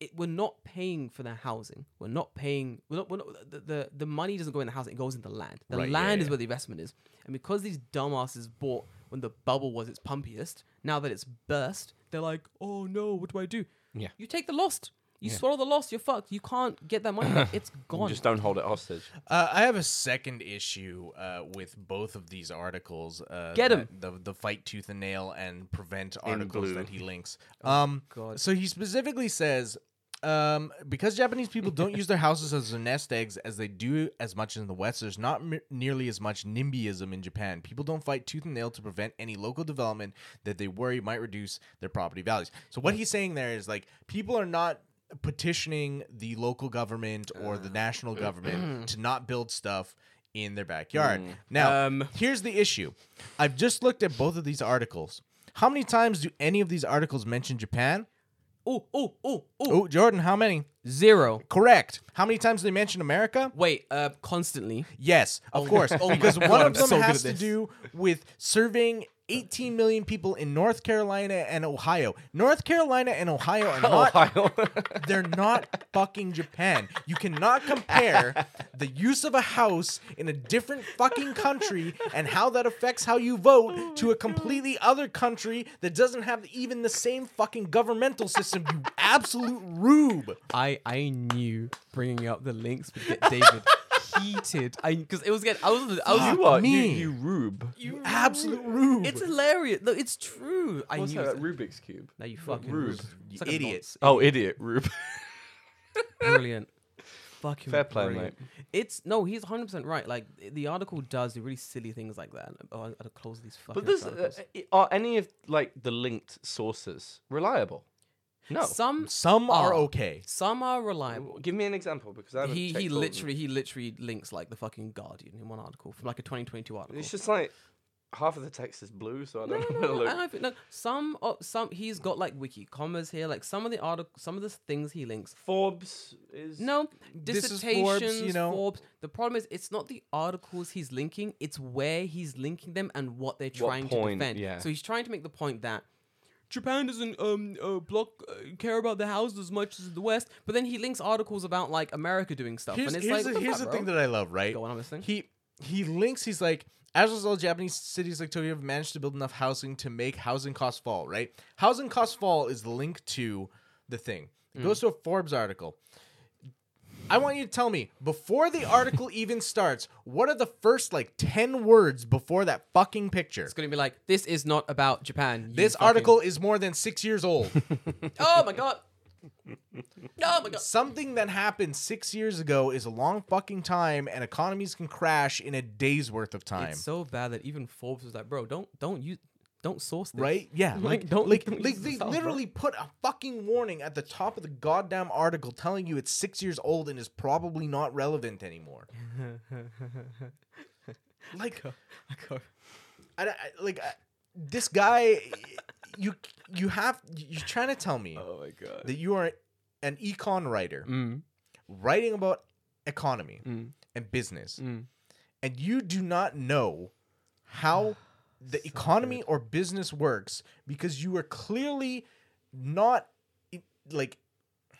It, we're not paying for the housing. We're not paying. We're not. We're not the, the the money doesn't go in the housing. It goes in the land. The
Right, yeah,
land is
yeah.
where the investment is. And because these dumbasses bought when the bubble was its pumpiest, now that it's burst, they're like, oh no, what do I do?
Yeah.
You take the lost. You swallow the loss. You're fucked. You can't get that money back. It's
You
gone.
just don't hold it hostage.
Uh, I have a second issue uh, with both of these articles. Uh,
Get 'em.
that- The the fight tooth and nail and prevent articles
blue.
that he links. Um,
Oh God.
so he specifically says. Um, because Japanese people don't use their houses as their nest eggs as they do as much in the West, there's not m- nearly as much NIMBYism in Japan. People don't fight tooth and nail to prevent any local development that they worry might reduce their property values. So what he's saying there is like people are not petitioning the local government or
Ah.
the national government to not build stuff in their backyard. Now,
Um,
here's the issue. I've just looked at both of these articles. How many times do any of these articles mention Japan?
Oh oh oh oh.
Oh, Jordan, how many?
Zero.
Correct. How many times do they mention America?
Wait. Uh, constantly.
Yes, of course.
oh my
because
God,
one
I'm
of them
so good
has
at
to
this.
do with serving 18 million people in North Carolina and Ohio. North Carolina and Ohio are not They're not fucking Japan. You cannot compare the use of a house in a different fucking country and how that affects how you vote
Oh
to a completely other country that doesn't have even the same fucking governmental system, you absolute rube.
I I knew bringing up the links would get David heated. I because it was getting. I was. I was.
Fuck
you are you,
me.
you rube.
You absolute rube.
It's hilarious. Look, it's true. I
What's
knew.
that?
it.
Rubik's cube.
No, you fucking
Rube.
rube.
You
a
idiots.
nonce.
Oh, idiot, rube.
Brilliant. fucking
Fair play,
brilliant. It's no, he's 100 percent right. Like the article does do really silly things like that. Oh, I gotta close these fucking.
but this, uh,
articles.
are any of like the linked sources reliable? No.
some
Some are
Ah.
okay.
some are reliable.
Give me an example because I haven't
He he
checked all of them.
literally he literally links like the fucking Guardian in one article from like a 2022 article.
It's just like half of the text is blue, so I
No,
don't
no, no, no,
know where to look.
I don't think- no, some of some he's got like wiki commas here, like some of the article, some of the things he links.
Forbes is
No
This is Forbes,
dissertations,
you know.
Forbes. The problem is, it's not the articles he's linking; it's where he's linking them and what they're trying
point,
to defend.
yeah.
So he's trying to make the point that Japan doesn't um uh, block uh, care about the houses as much as the West, but then he links articles about like America doing stuff,
Here's,
and it's
here's
like
the,
what
here's the
fuck,
thing
bro?
that I love, right?
Go on, I'm listening.
He he links. He's like, as a result, Japanese cities like Tokyo have managed to build enough housing to make housing costs fall. Right? Housing
Hmm.
costs fall is the link to the thing. It goes to a Forbes article. I want you to tell me before the article even starts, what are the first like 10 words before that fucking picture?
It's gonna be like this is not about Japan. you
This
fucking-"
article is more than six years old.
Oh my god. Oh my god.
Something that happened six years ago is a long fucking time, and economies can crash in a day's worth of time.
It's so bad that even Forbes was like, bro, don't don't use don't source this.
Right? Yeah. Like,
Mm-hmm. don't-
like,
don't
like
use
they
this out, bro.
literally put a fucking warning at the top of the goddamn article telling you it's six years old and is probably not relevant anymore. like,
I go-
I, I- like I, this guy, you you have you're trying to tell me
Uh,
Oh my god.
that you are an econ writer
Mm,
writing about economy
Mm.
and business,
Mm.
and you do not know how the economy or business works because you are clearly not i- like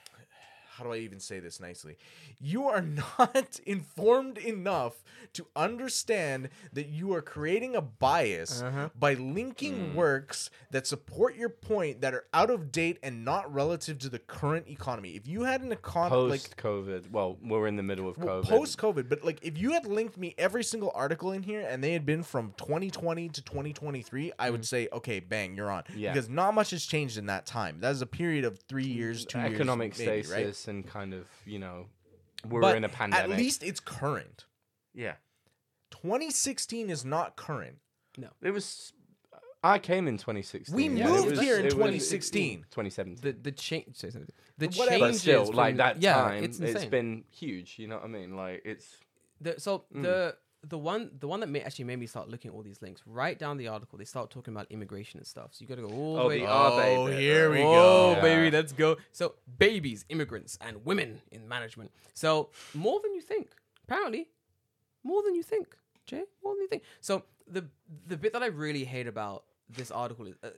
how do I even say this nicely? You are not informed enough to understand that you are creating a bias
Uh-huh.
by
Mm.
linking works that support your point that are out of date and not relative to the current economy. If you had an economy like
Post COVID. Well, we're in the middle of COVID.
post COVID, but like if you had linked me every single article in here and they had been from 2020 to 2023, I would say, okay, bang, you're on.
Yeah.
Because not much has changed in that time. That is a period of three years, two years,
economic
maybe, right?
stasis and kind of you know we're
But
in a pandemic.
At least it's current.
yeah,
2016 is not current.
it was. I came in 2016.
We
yeah, it
moved
was-
here in
it was-
2016.
2017.
the the change. sorry, sorry. The
Whatever.
but
changes
still,
from-
like that
yeah,
time,
it's
it's
insane.
been Hmm. huge. You know what I mean? Like it's
The, so the the one the one that may, actually made me start looking at all these links. Right down the article, they start talking about immigration and stuff. So you got to go all the
Oh,
way.
the
up.
Oh,
oh,
baby.
here we
Oh,
go.
baby, let's go. So, babies, immigrants, and women in management. So, more than you think. Apparently, more than you think, Jay. More than you think. So, the the bit that I really hate about this article is uh,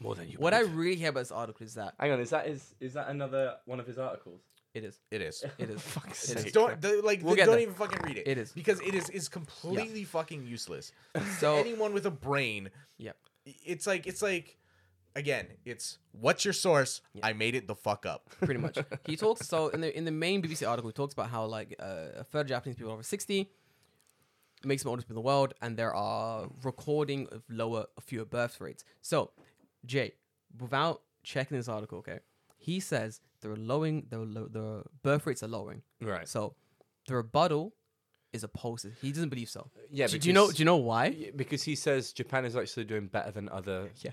more than you.
what I really hate about this article is that
Hang on, is that is is that another one of his articles?
it is.
It is.
It is.
Fuck's
It is.
It's don't the, like
We'll
they
get
don't
there.
even fucking read it.
It is.
because it is is completely fucking useless.
So-
anyone with a brain,
Yep.
it's like it's like again, it's what's your source? I made it the fuck up.
pretty much. He talks so in the in the main BBC article, he talks about how like uh, a third of Japanese people over sixty makes them oldest people in the world, and there are recording of lower fewer birth rates. So, Jay, without checking this article, okay, he says they're lowering the low, the birth rates are lowering.
Right.
So, the rebuttal is opposed. to- He doesn't believe so.
Yeah,
Do, do you know?
because-
Do you know why?
Yeah, because he says Japan is actually doing better than other
Yeah.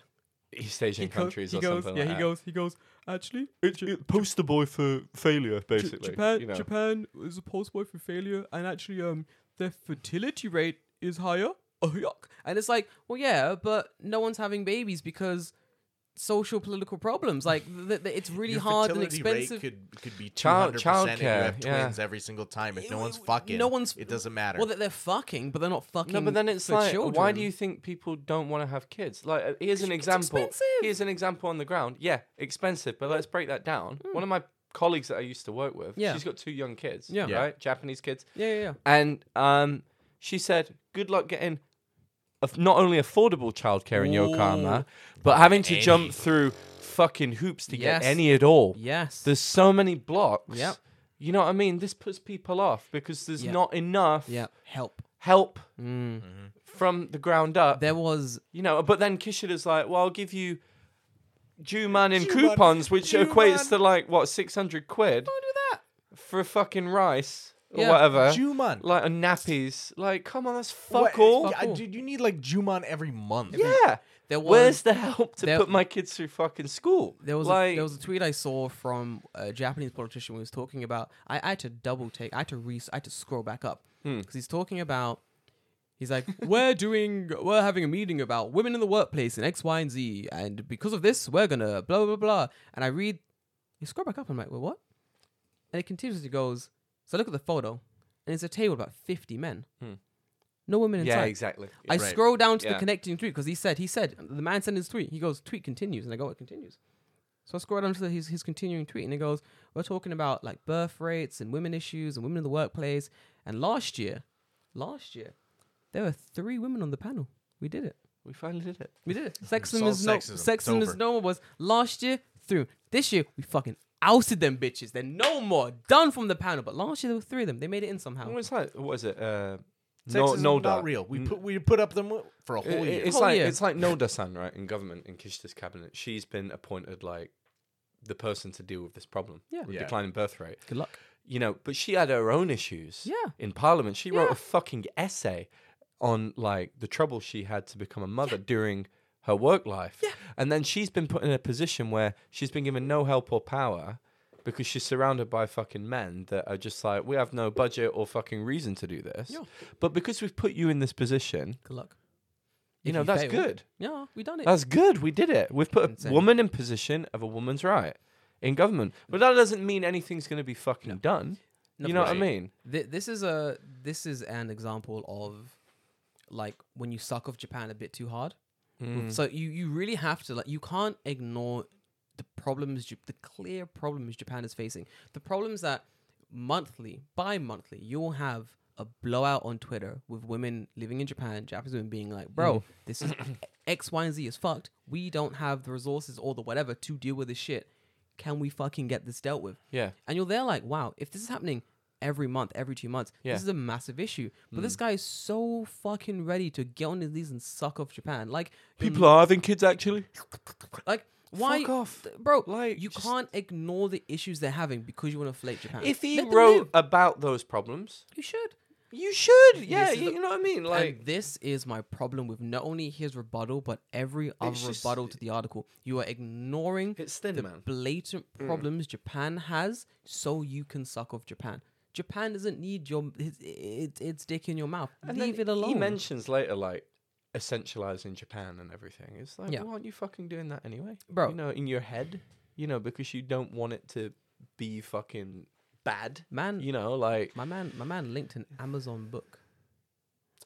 East Asian
He goes-
countries
he
or
goes,
something
yeah,
like
he
that.
goes. He goes. Actually,
It's it's poster boy for failure,
J-
basically.
Japan,
you know.
Japan is a post boy for failure, and actually, um, their fertility rate is higher. Oh, yuck. And it's like, well, yeah, but no one's having babies because social political problems. Like, th- th- it's really
Your
hard and
fertility rate
expensive.
could could be two
Child-
hundred percent, and you
childcare,
have
yeah.
twins every single time. If no
It-
one's
it-
fucking,
no one's-
it doesn't matter.
well, that they're fucking, but they're not fucking.
No, but then it's
for
like,
children.
why do you think people don't want to have kids? Like, uh, here's an example.
expensive.
Here's an example on the ground. Yeah, expensive, but let's break that down. One of my colleagues that I used to work with,
Mm. Yeah.
she's got two young kids.
Yeah. Yeah.
right, Japanese kids,
Yeah, yeah, yeah.
and um, she said, "Good luck getting." Of not only affordable childcare in Yokohama, but having to
Any.
jump through fucking hoops to
Yes.
get any at all.
Yes.
There's so many blocks.
Yep.
You know what I mean? This puts people off because there's
Yep.
not enough
yeah. Help.
help
Mm.
from the ground up.
There was.
you know, but then Kishida's like, well, I'll give you Juman in
Juman.
coupons, which
Juman.
equates to like, what, 600 quid
Don't do that.
for a fucking rice or
Yeah.
whatever.
Juman.
like, a nappies. Like, come on, that's
What-
fuck all.
Yeah,
all.
dude, you need like Juman every month.
yeah.
There was.
Where's the help to
there-
put my kids through fucking school?
There was
like,
a, there was a tweet I saw from a Japanese politician who was talking about. I, I had to double take. I had to re. I had to scroll back up because he's talking about. He's like, we're doing, we're having a meeting about women in the workplace and X, Y, and Z, and because of this, we're gonna blah blah blah. And I read, you scroll back up. I'm like, well, what? And it continues. It goes. So I look at the photo, and it's a table of about 50 men. No women inside.
yeah, exactly.
I
Right.
scroll down to the
Yeah.
connecting tweet because he said he said the man sent his tweet. He goes tweet continues, and I go it continues. So I scroll down to the, his his continuing tweet, and it goes we're talking about like birth rates and women issues and women in the workplace. And last year, last year, there were three women on the panel. We did it.
we finally did it.
We did it. Sexism
all
is no
sexism. It's
sexism is
over.
no more was last year through this year we fucking ousted them bitches. They're no more done from the panel. But last year there were three of them. They made it in somehow.
Well, it's like what is it? Uh, no,
Sexism
no,
not real. We put we put up the mo- for a whole year.
It's
Whole
like
year.
it's like Noda-san, right? In government, in Kishita's cabinet, she's been appointed like the person to deal with this problem.
Yeah.
with
Yeah.
declining birth rate.
Good luck.
You know, but she had her own issues.
Yeah.
in Parliament, she wrote
Yeah.
a fucking essay on like the trouble she had to become a mother during her work life. Yeah, and then she's been put in a position where she's been given no help or power. Because she's surrounded by fucking men that are just like, we have no budget or fucking reason to do this.
Yeah.
But because we've put you in this position,
Good luck.
you
If
know, that's
fail-
good.
Yeah, we done it.
That's good. We did it. We've put a
Insane.
woman in position of a woman's right in government, but that doesn't mean anything's going to be fucking done.
No,
you know
for
what I
sure.
mean?
Th- this is a this is an example of like when you suck off Japan a bit too hard. So you you really have to like you can't ignore the problems Jap- the clear problems Japan is facing. The problems that monthly, bi-monthly, you'll have a blowout on Twitter with women living in Japan, Japanese women being like, "Bro, this is X, Y, and Z is fucked. We don't have the resources or the whatever to deal with this shit. Can we fucking get this dealt with?"
Yeah.
And you're there like, wow, if this is happening every month, every two months,
Yeah. Mm.
this is a massive issue. But this guy is so fucking ready to get on his knees and suck off Japan. Like,
People are having kids actually.
like why,
Fuck off.
th- bro?
Like,
you
just-
can't ignore the issues they're having because you want to flake Japan.
If he
Let them
wrote
live.
about those problems,
you should.
you should. Yeah,
is
you,
the-
you know what I mean? Like,
and this is my problem with not only his rebuttal but every other
It's just-
rebuttal to the article. You are ignoring
It's thin,
the
man. Mm.
blatant problems Japan has, so you can suck off Japan. Japan doesn't need your his, it, its dick in your mouth.
and then
Leave it alone.
He mentions later, like, essentializing Japan and everything. It's like,
Yeah.
well, aren't you fucking doing that anyway?
Bro.
You know, in your head, you know, because you don't want it to be fucking bad.
man,
You know, like.
my man, my man linked an Amazon book.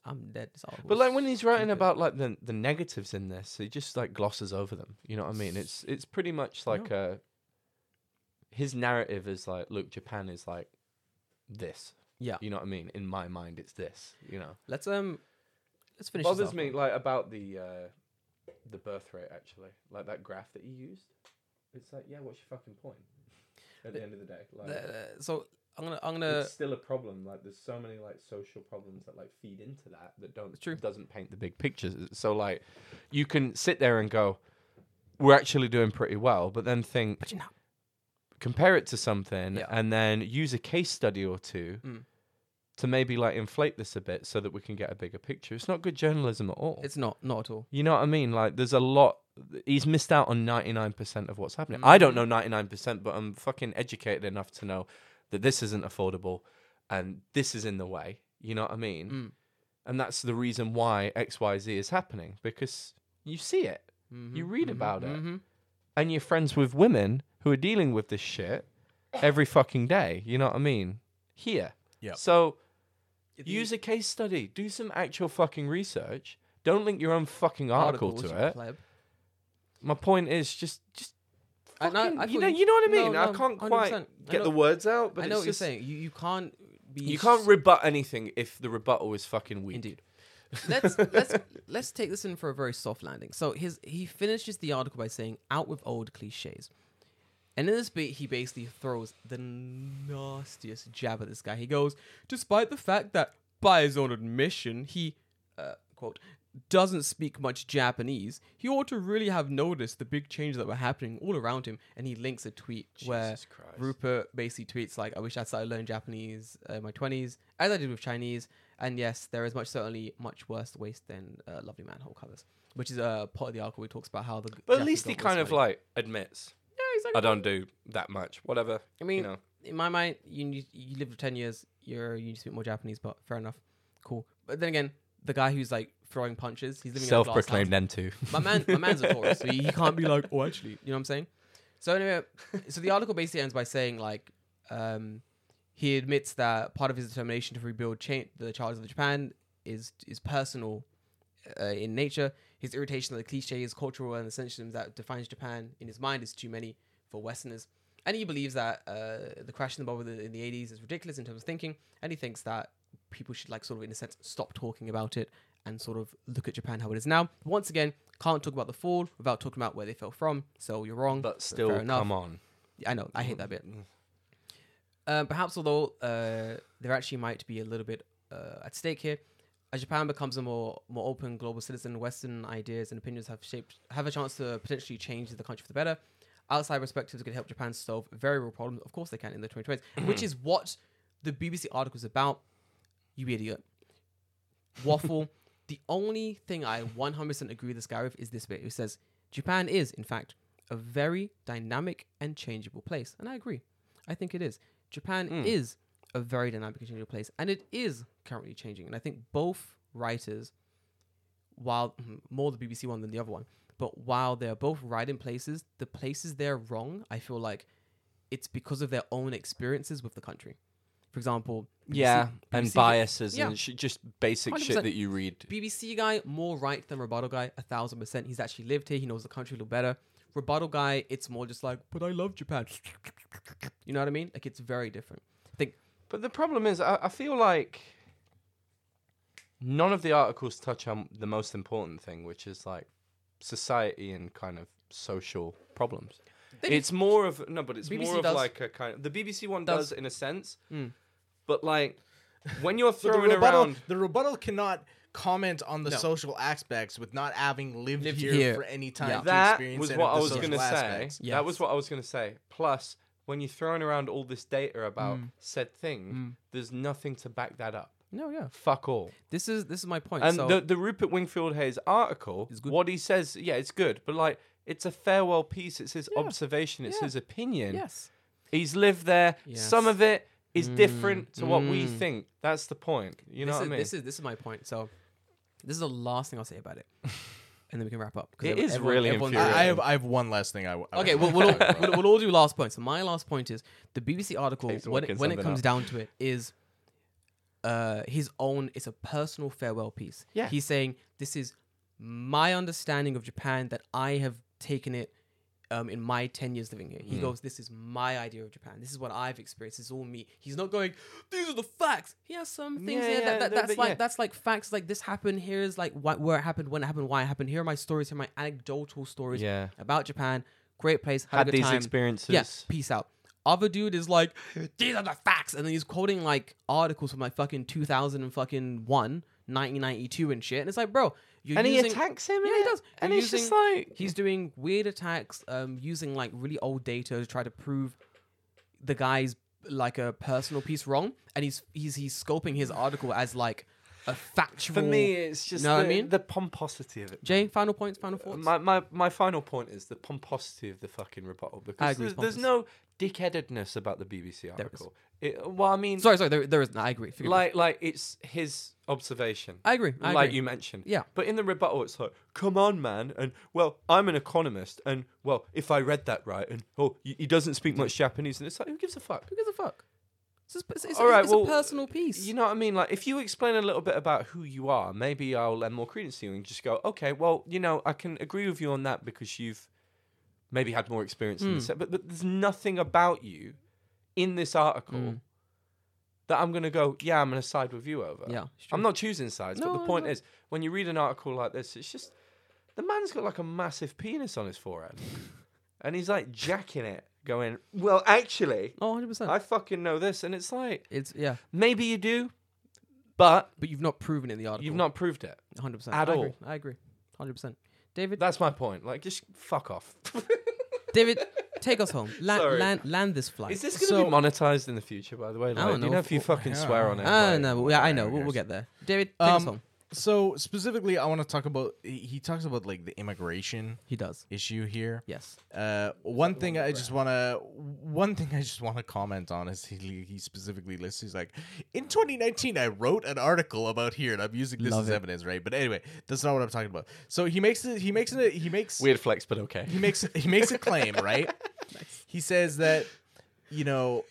I'm dead. This article
But
is
like when he's writing
stupid.
about like the the negatives in this, he just like glosses over them. You know what I mean? It's it's pretty much like uh his narrative is like, look, Japan is like this.
Yeah.
You know what I mean? In my mind, it's this. You know,
let's um let's finish. this
bothers
up.
me like about the uh the birth rate actually, like that graph that he used. It's like, yeah, what's your fucking point? At the end of the day, like.
Uh, so I'm gonna I'm gonna
it's still a problem. Like there's so many like social problems that like feed into that that don't
true.
doesn't paint the big picture. So like you can sit there and go, we're actually doing pretty well, but then think
but you know
compare it to something
Yeah.
and then use a case study or two
Mm.
to maybe like inflate this a bit so that we can get a bigger picture. It's not good journalism at all.
it's not not at all.
You know what I mean? Like, there's a lot. He's missed out on 99% of what's happening. I don't know 99%, but I'm fucking educated enough to know that this isn't affordable and this is in the way. You know what I mean?
Mm.
And that's the reason why XYZ is happening because you see it, you read about it,
hmm
and you're friends with women who are dealing with this shit every fucking day. You know what I mean? Here.
Yep.
So use a case study, do some actual fucking research. Don't link your own fucking article
Articles,
to it.
pleb.
My point is just just
I- no,
fucking-
I
you
thought
know
you-
you know what I
no,
mean.
no,
I can't
100%.
quite
I
get
know-
the words out, but
I
it's
know what
just,
you're saying. You you can't be
You can't
s-
rebut anything if the rebuttal is fucking weak.
Indeed. let's let's let's take this in for a very soft landing. So his he finishes the article by saying, "Out with old cliches," and in this bit he basically throws the nastiest jab at this guy. He goes, "Despite the fact that, by his own admission, he uh, quote doesn't speak much Japanese, he ought to really have noticed the big changes that were happening all around him." And he links a tweet where
Jesus Christ.
Rupert basically tweets like, "I wish I started learning Japanese uh, in my twenties, as I did with Chinese." And yes, there is much certainly much worse waste than uh, lovely manhole covers, which is a uh, part of the article. He talks about how the
But at
Japanese
least he
don't
kind
waste
of
money.
like admits
yeah, he's like,
I don't do that much. Whatever.
I mean,
you know.
in my mind, you need, you lived for ten years. You're you need to speak more Japanese, but fair enough, cool. But then again, the guy who's like throwing punches, he's living in a glass house.
then too.
my man, my man's a Taurus, so he can't be like, oh, actually, you know what I'm saying? So anyway, so the article basically ends by saying like, um, he admits that part of his determination to rebuild cha- the charges of Japan is is personal uh, in nature. His irritation at the cliches, cultural, and essentialism that defines Japan in his mind is too many for Westerners. And he believes that uh, the crash in the bubble in the 80s is ridiculous in terms of thinking. And he thinks that people should, like, sort of, in a sense, stop talking about it and sort of look at Japan how it is now. Once again, can't talk about the fall without talking about where they fell from. So you're wrong.
But still, come on.
I know. I hate that bit. Um, perhaps, although uh, there actually might be a little bit uh, at stake here, as Japan becomes a more more open global citizen, Western ideas and opinions have shaped have a chance to potentially change the country for the better. Outside perspectives could help Japan solve very real problems. Of course, they can in the 2020s, which is what the BBC article is about. You idiot, waffle. the only thing I 100% agree with this guy with is this bit. It says Japan is, in fact, a very dynamic and changeable place, and I agree. I think it is. Japan
Hmm.
is a very dynamic and changing place, and it is currently changing. And I think both writers, while mm, more the BBC one than the other one, but while they're both right in places, the places they're wrong, I feel like it's because of their own experiences with the country. For example, BBC
Yeah, and
BBC
biases
yeah.
and sh- just basic shit
100%.
that you read.
BBC guy, more right than Rebuttal guy, a thousand percent. He's actually lived here. He knows the country a little better. Rebuttal guy, it's more just like, but I love Japan. You know what I mean? Like it's very different. I think
But the problem is, I, I feel like none of the articles touch on the most important thing, which is like society and kind of social problems.
They-
it's more of no, but it's
BBC
more of
does.
like a kind of the BBC one does, Hmm.
Does.
in a sense,
Mm.
but like when you're
But the
throwing
rebuttal,
around
the rebuttal cannot comment on the
No.
social aspects with not having lived,
Lived
here,
here.
for any time.
Yeah.
to
that
experience
was
any
what
of
I
the
was gonna
social
say.
aspects.
Yes.
That was what I was gonna say. Plus, when you're throwing around all this data about
Mm.
said thing, there's nothing to back that up.
no, yeah.
Fuck all.
This is this is my point.
And
so
the, the Rupert Wingfield Hayes article,
It's good.
what he says, yeah, it's good, but like it's a farewell piece. It's his observation. It's
Yeah.
his opinion.
yes,
He's lived there. Some
Yes.
of it is
Mm.
different to what we
Mm.
think. That's the point. You know
this
what
is,
I mean?
this is this is my point. So this is the last thing I'll say about it, and then we can wrap up. 'cause
It
ev-
is really
I,
infuriating.
I have I have one last thing I. w- I
Okay,
would
we'll,
like to
we'll,
talk
all-
about.
we'll, we'll all do last points. So my last point is the BBC article,
Takes
when
working
it, when it
something
comes
out.
down to it, is uh, his own, it's a personal farewell piece.
Yeah.
He's saying, this is my understanding of Japan that I have taken it um, in my 10 years living here. He
Mm.
goes, this is my idea of Japan. This is what I've experienced. This is all me. He's not going, these are the facts. He has some things
Yeah,
here
yeah,
that, that,
no,
that's
but
like,
yeah.
that's like facts. Like this happened. Here is like wh- where it happened, when it happened, why it happened. Here are my stories. Here are my anecdotal stories
Yeah.
about Japan. Great place. Had,
Had
a good
these
time.
experiences.
Yeah, peace out. Other dude is like, these are the facts, and then he's quoting like articles from like fucking 2000 and fucking one, 1992 and shit. And it's like, bro, you're
And
using,
he attacks him.
Yeah,
innit?
he does.
And
You're
he's just
using-
like,
He's doing weird attacks, um, using like really old data to try to prove the guy's like a personal piece wrong, and he's he's he's scoping his article as like a factual.
for me, it's just
know
the,
what I mean?
the pomposity of it.
Jay, final points, final thoughts.
My, my my final point is the pomposity of the fucking rebuttal because
agree,
there's,
it's
there's no
pompous.
dickheadedness about the BBC
is.
article. It, well, I mean,
sorry, sorry, there, there is. I agree. forgive me.
like like it's his observation.
I agree. I
like
agree.
you mentioned.
Yeah.
But in the rebuttal, it's like, come on, man, and well, I'm an economist, and well, if I read that right, and oh, he he doesn't speak much Japanese, and it's like, who gives a fuck?
Who gives a fuck? It's, just- it's- it's-
All right,
it's
well,
a personal piece.
You know what I mean? Like, if you explain a little bit about who you are, maybe I'll lend more credence to you and just go, okay, well, you know, I can agree with you on that because you've maybe had more experience
Hmm.
in this, but, but there's nothing about you in this article
Hmm.
that I'm going to go, yeah, I'm going to side with you over.
Yeah, it's
I'm
true.
not choosing sides, but
No,
the
no,
point
no.
is, when you read an article like this, it's just the man's got like a massive penis on his forehead and he's like jacking it, going, well, actually,
Oh, 100%.
I fucking know this. And it's like,
it's, yeah.
Maybe you do, but
But you've not proven it in the article.
you've not proved it.
100%.
at
I
all.
Agree. I agree. 100%. David,
That's my point. Like, just fuck off.
David, take us home. La-
Sorry.
land, land this flight.
Is this going to be monetized in the future, by the way? Like,
don't
do you
know.
know if you fucking
yeah.
swear on it?
Ah,
Like,
no, well, yeah, I know. We'll, we'll get there. David, take us
Um,
home.
So specifically, I want to talk about. He he talks about like the immigration
He does.
issue here.
Yes.
Uh, one thing I just want to one thing I just want to comment on is he, he specifically lists he's like in 2019 I wrote an article about here and I'm using this
Love
as
it.
evidence right but anyway that's not what I'm talking about so he makes it he makes it he makes
Weird flex, but okay.
he makes he makes a claim, right? He says that you know,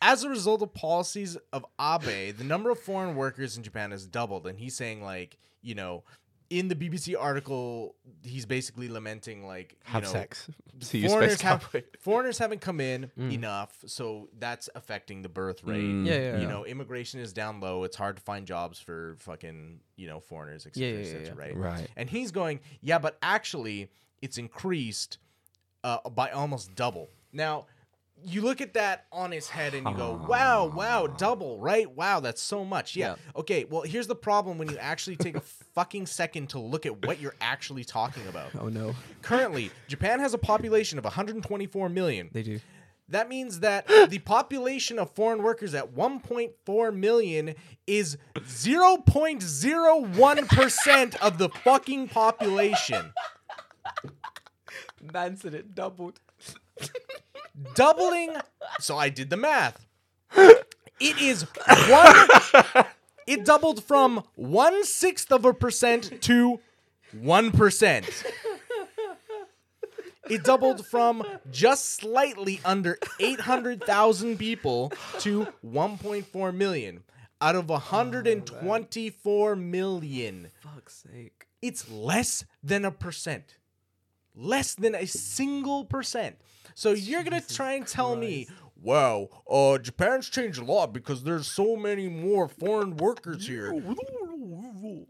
as a result of policies of Abe, the number of foreign workers in Japan has doubled, and he's saying like you know. In the BBC article, he's basically lamenting like you
Have
know,
sex. See you,
Foreigners,
Space
have,
Cowboy.
foreigners haven't come in
Mm.
enough, so that's affecting the birth rate.
Yeah, yeah,
you
yeah.
know, immigration is down low. It's hard to find jobs for fucking you know foreigners, etc.
Yeah, yeah,
etc.
yeah, yeah.
Right,
Right.
And he's going, yeah, but actually, it's increased uh, by almost double. Now, you look at that on his head and you go, wow, wow, double, right? Wow, that's so much. Yeah. Okay, well, here's the problem when you actually take a fucking second to look at what you're actually talking about.
Oh no,
Currently, Japan has a population of 124 million.
they do.
That means that the population of foreign workers at 1.4 million is 0.01% of the fucking population.
Man said it doubled.
doubling. So I did the math. It is one. It doubled from one sixth of a percent to one percent. It doubled from just slightly under 800,000 people to 1.4 million out of 124 million.
Fuck's sake.
It's less than a percent. Less than a single percent. So you're gonna try and tell me, wow, uh, Japan's changed a lot because there's so many more foreign workers here.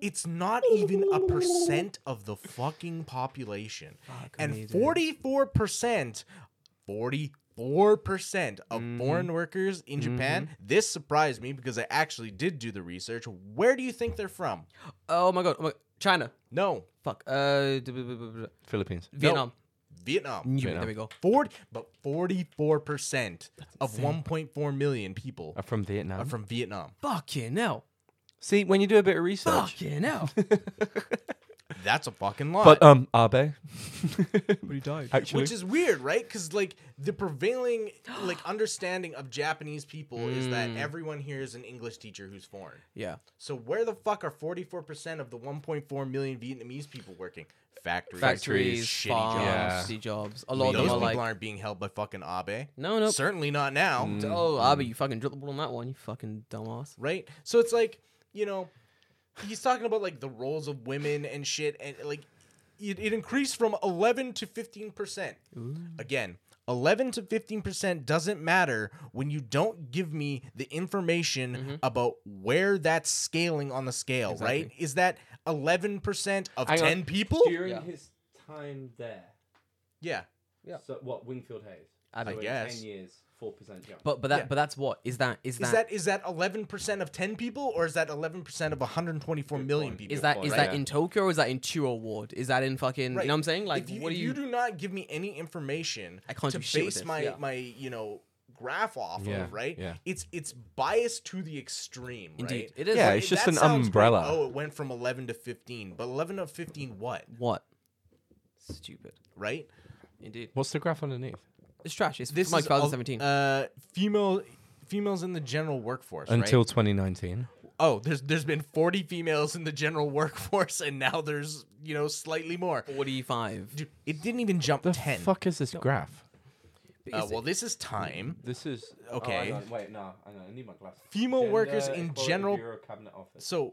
It's not even a percent of the fucking population.
me,
and
dude.
forty-four percent, forty-four percent of
Mm-hmm.
foreign workers in Japan. This surprised me because I actually did do the research. Where do you think they're from?
Oh my god. Oh my China.
No,
Fuck. Uh, d- b- b- b- b-
Philippines.
Vietnam.
Vietnam.
Knew it. There we go.
40 but 44% of 1.4 million people
Are from Vietnam.
are from Vietnam.
Fucking hell.
See, when you do a bit of research.
Fucking hell.
That's a fucking lot.
But um, Abe.
but he died.
Actually,
which is weird, right? Cuz like the prevailing like understanding of Japanese people is that everyone here is an English teacher who's foreign.
Yeah.
So where the fuck are 44% of the 1.4 million Vietnamese people working? Factories,
Factories,
shitty
farms,
jobs.
Yeah.
shitty jobs. A lot of
Those
them are
people
like,
aren't being held by fucking Abe.
no, no.
Certainly not now.
Oh, Abby, you fucking dropped the ball on that one. You fucking dumbass.
right? So it's like, you know, he's talking about like the roles of women and shit, and like it, it increased from 11 to 15%. Again, 11 to 15% doesn't matter when you don't give me the information
Mm-hmm.
about where that's scaling on the scale, right? Is that 11% of
Hang on.
10 people?
During
Yeah.
his time there,
Yeah.
Yeah.
so what Wingfield Hayes?
I
So
don't-
in
guess.
ten years, four percent jump.
But but that
Yeah.
but that's what is that is that
Is that is that 11% of 10 people or is that 11% of 124 million
point.
people?
is that
Right,
is that
yeah.
in Tokyo or is that in Chuo Ward? Is that in fucking
Right.
you know what I'm saying? Like
if you,
what do
if
you,
do not give me any information
I can't
to
do shit
base
with this,
my
yeah.
my you know graph off
Yeah,
of right
yeah.
it's it's biased to the extreme
Indeed.
right?
It is
Yeah,
like-
it's just
that
an
sounds great.
umbrella.
oh it went from 11 to 15 but 11 to 15 what
what? Stupid.
right
Indeed.
what's the graph underneath?
It's trash. It's
this
from like
is a-
2017.
uh female females in the general workforce
Until
right?
2019.
oh there's there's been 40 females in the general workforce and now there's you know slightly more
45.
Dude, it didn't even jump
The
10
fuck is this graph?
uh, well this is time
This is
Oh, hang
okay
on, wait, no, hang on, I need my glasses.
Female workers in
Equality
general-
Bureau Cabinet Office.
So,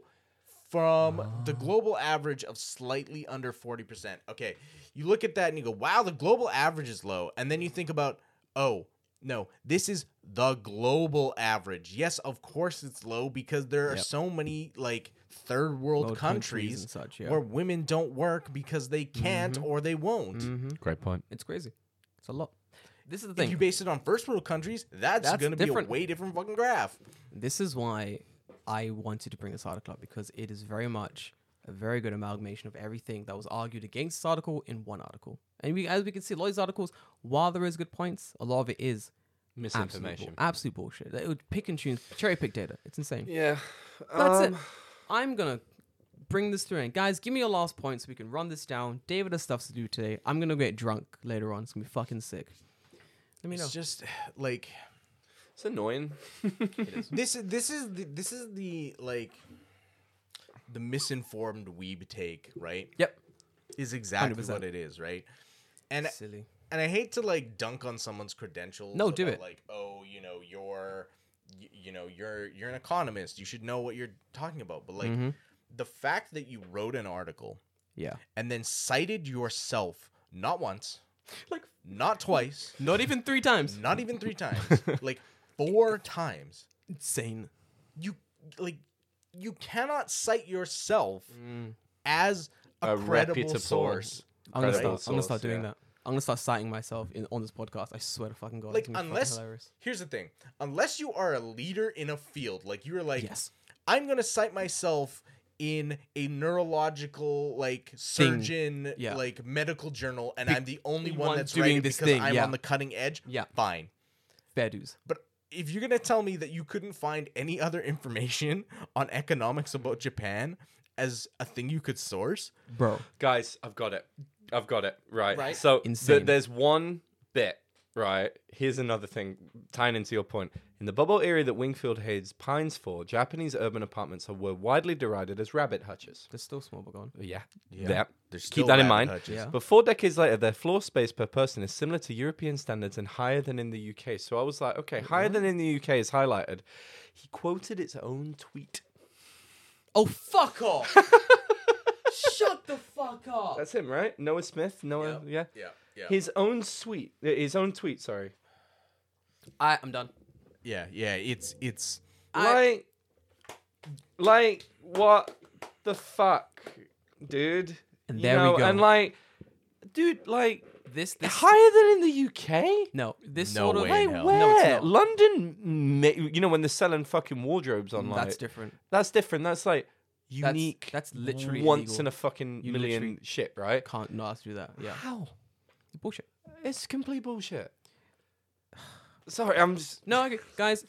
from the
Oh.
global average of slightly under 40%. Okay, you look at that and you go, wow, the global average is low. And then you think about, oh, no, this is the global average. Yes, of course it's low because there are so many, like, third world
Low
countries,
and such, yeah. Mm-hmm.
where women don't work because they can't or they won't.
great point.
It's crazy. It's a lot. This is the
If
thing.
you base it on first world countries, that's,
That's
going to be a
different.
way different fucking graph.
this is why I wanted to bring this article up because it is very much a very good amalgamation of everything that was argued against this article in one article. And we, as we can see, a lot of these articles, while there is good points, a lot of it is absolute, bull-
Misinformation.
absolute bullshit. It would pick and choose, cherry pick data. It's insane.
Yeah.
um,
That's it. I'm gonna bring this through. And guys, give me your last point so we can run this down. David has stuff to do today. I'm gonna get drunk later on. It's gonna be fucking sick. Let me know.
It's just like
It's annoying.
this is this is the, this is the like the misinformed weeb take, right?
Yep.
Is exactly
100%.
what it is, right? And
Silly.
and I hate to like dunk on someone's credentials.
No, do
about,
it.
Like, oh, you know, you're y- you know, you're you're an economist. You should know what you're talking about. But like
Mm-hmm.
the fact that you wrote an article
Yeah.
and then cited yourself not once,
Like
not twice,
not even three times.
not even three times, like four times
Insane.
you like you cannot cite yourself as a,
A
credible
reputable-
source.
I'm gonna
Credible
start. I'm gonna
source,
start doing
yeah.
that. I'm gonna start citing myself in on this podcast. I swear to fucking god.
Like
it's gonna be fucking
unless
hilarious.
here's the thing, unless you are a leader in a field, like you're like
yes,
I'm gonna cite myself in a neurological like surgeon
Yeah.
like medical journal and
Be-
I'm the only
the
one,
one
that's
doing
doing
this
because
thing,
I'm
yeah.
on the cutting edge.
Yeah.
Fine.
fair dues.
But if you're gonna tell me that you couldn't find any other information on economics about Japan as a thing you could source,
bro.
guys, I've got it. I've got it. Right.
Right?
So th-
Insane.
there's one bit. Right. Here's another thing tying into your point. In the bubble area that Wingfield Hayes pines for, Japanese urban apartments are- were widely derided as rabbit hutches.
There's still small, but gone.
Yeah.
Yeah.
That-
There's
Keep that in mind.
Yeah.
But four decades later, their floor space per person is similar to European standards and higher than in the UK. So I was like, okay, higher than in the UK is highlighted. He quoted its own tweet.
Oh fuck off! Shut the fuck up!
That's him, right? Noah Smith. Noah. Yeah.
Yeah. Yeah.
His own tweet. His own tweet. Sorry.
I I'm done.
yeah. Yeah. It's it's
I-
like, like what the fuck, dude?
And
You
there we go.
And like, dude, like
This this
higher than in the UK.
no this
No
sort of
way
Wait,
in hell.
Where?
No, it's not.
London, ma- you know, when they're selling fucking wardrobes online.
Mm, That's different.
That's different. That's like
That's-
unique.
that's literally
once
illegal.
in a fucking
You
million
literally-
shit, right?
Can't not ask you that. Yeah,
How?
bullshit.
It's complete bullshit. Sorry, I'm just.
No, okay. guys,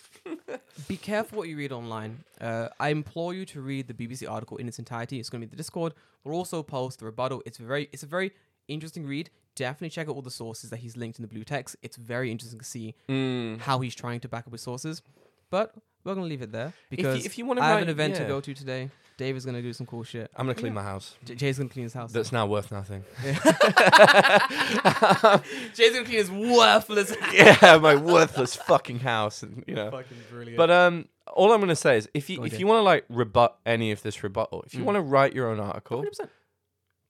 be careful what you read online. Uh, I implore you to read the BBC article in its entirety. It's going to be in the Discord. We'll also post the rebuttal. It's very, it's a very interesting read. Definitely check out all the sources that he's linked in the blue text. It's very interesting to see
Hmm.
how he's trying to back up his sources. But we're going to leave it there because
if you wanna
I have
write-
an event
yeah.
to go to today. Dave is going to do some cool shit.
I'm gonna clean my house.
J- Jay's going to clean his house.
That's now worth nothing.
Jay's going to clean his worthless house.
yeah, my worthless fucking house, and you know.
Fucking brilliant.
But um, all I'm gonna say is, if you
Go on,
if
Jay.
you want to like rebut any of this rebuttal, if you want to write your own article,
100%.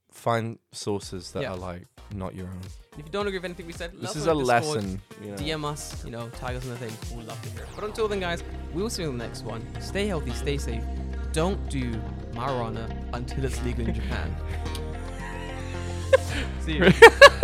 find sources that
Yeah.
are like not your own.
If you don't agree with anything we said, let
This
us
is
know
a
in the Discord.
lesson. You know.
DM us, you know, tag us in the thing. We'll love to hear it. But until then, guys, we will see you in the next one. Stay healthy, stay safe. Don't do marijuana until it's legal in Japan. see you.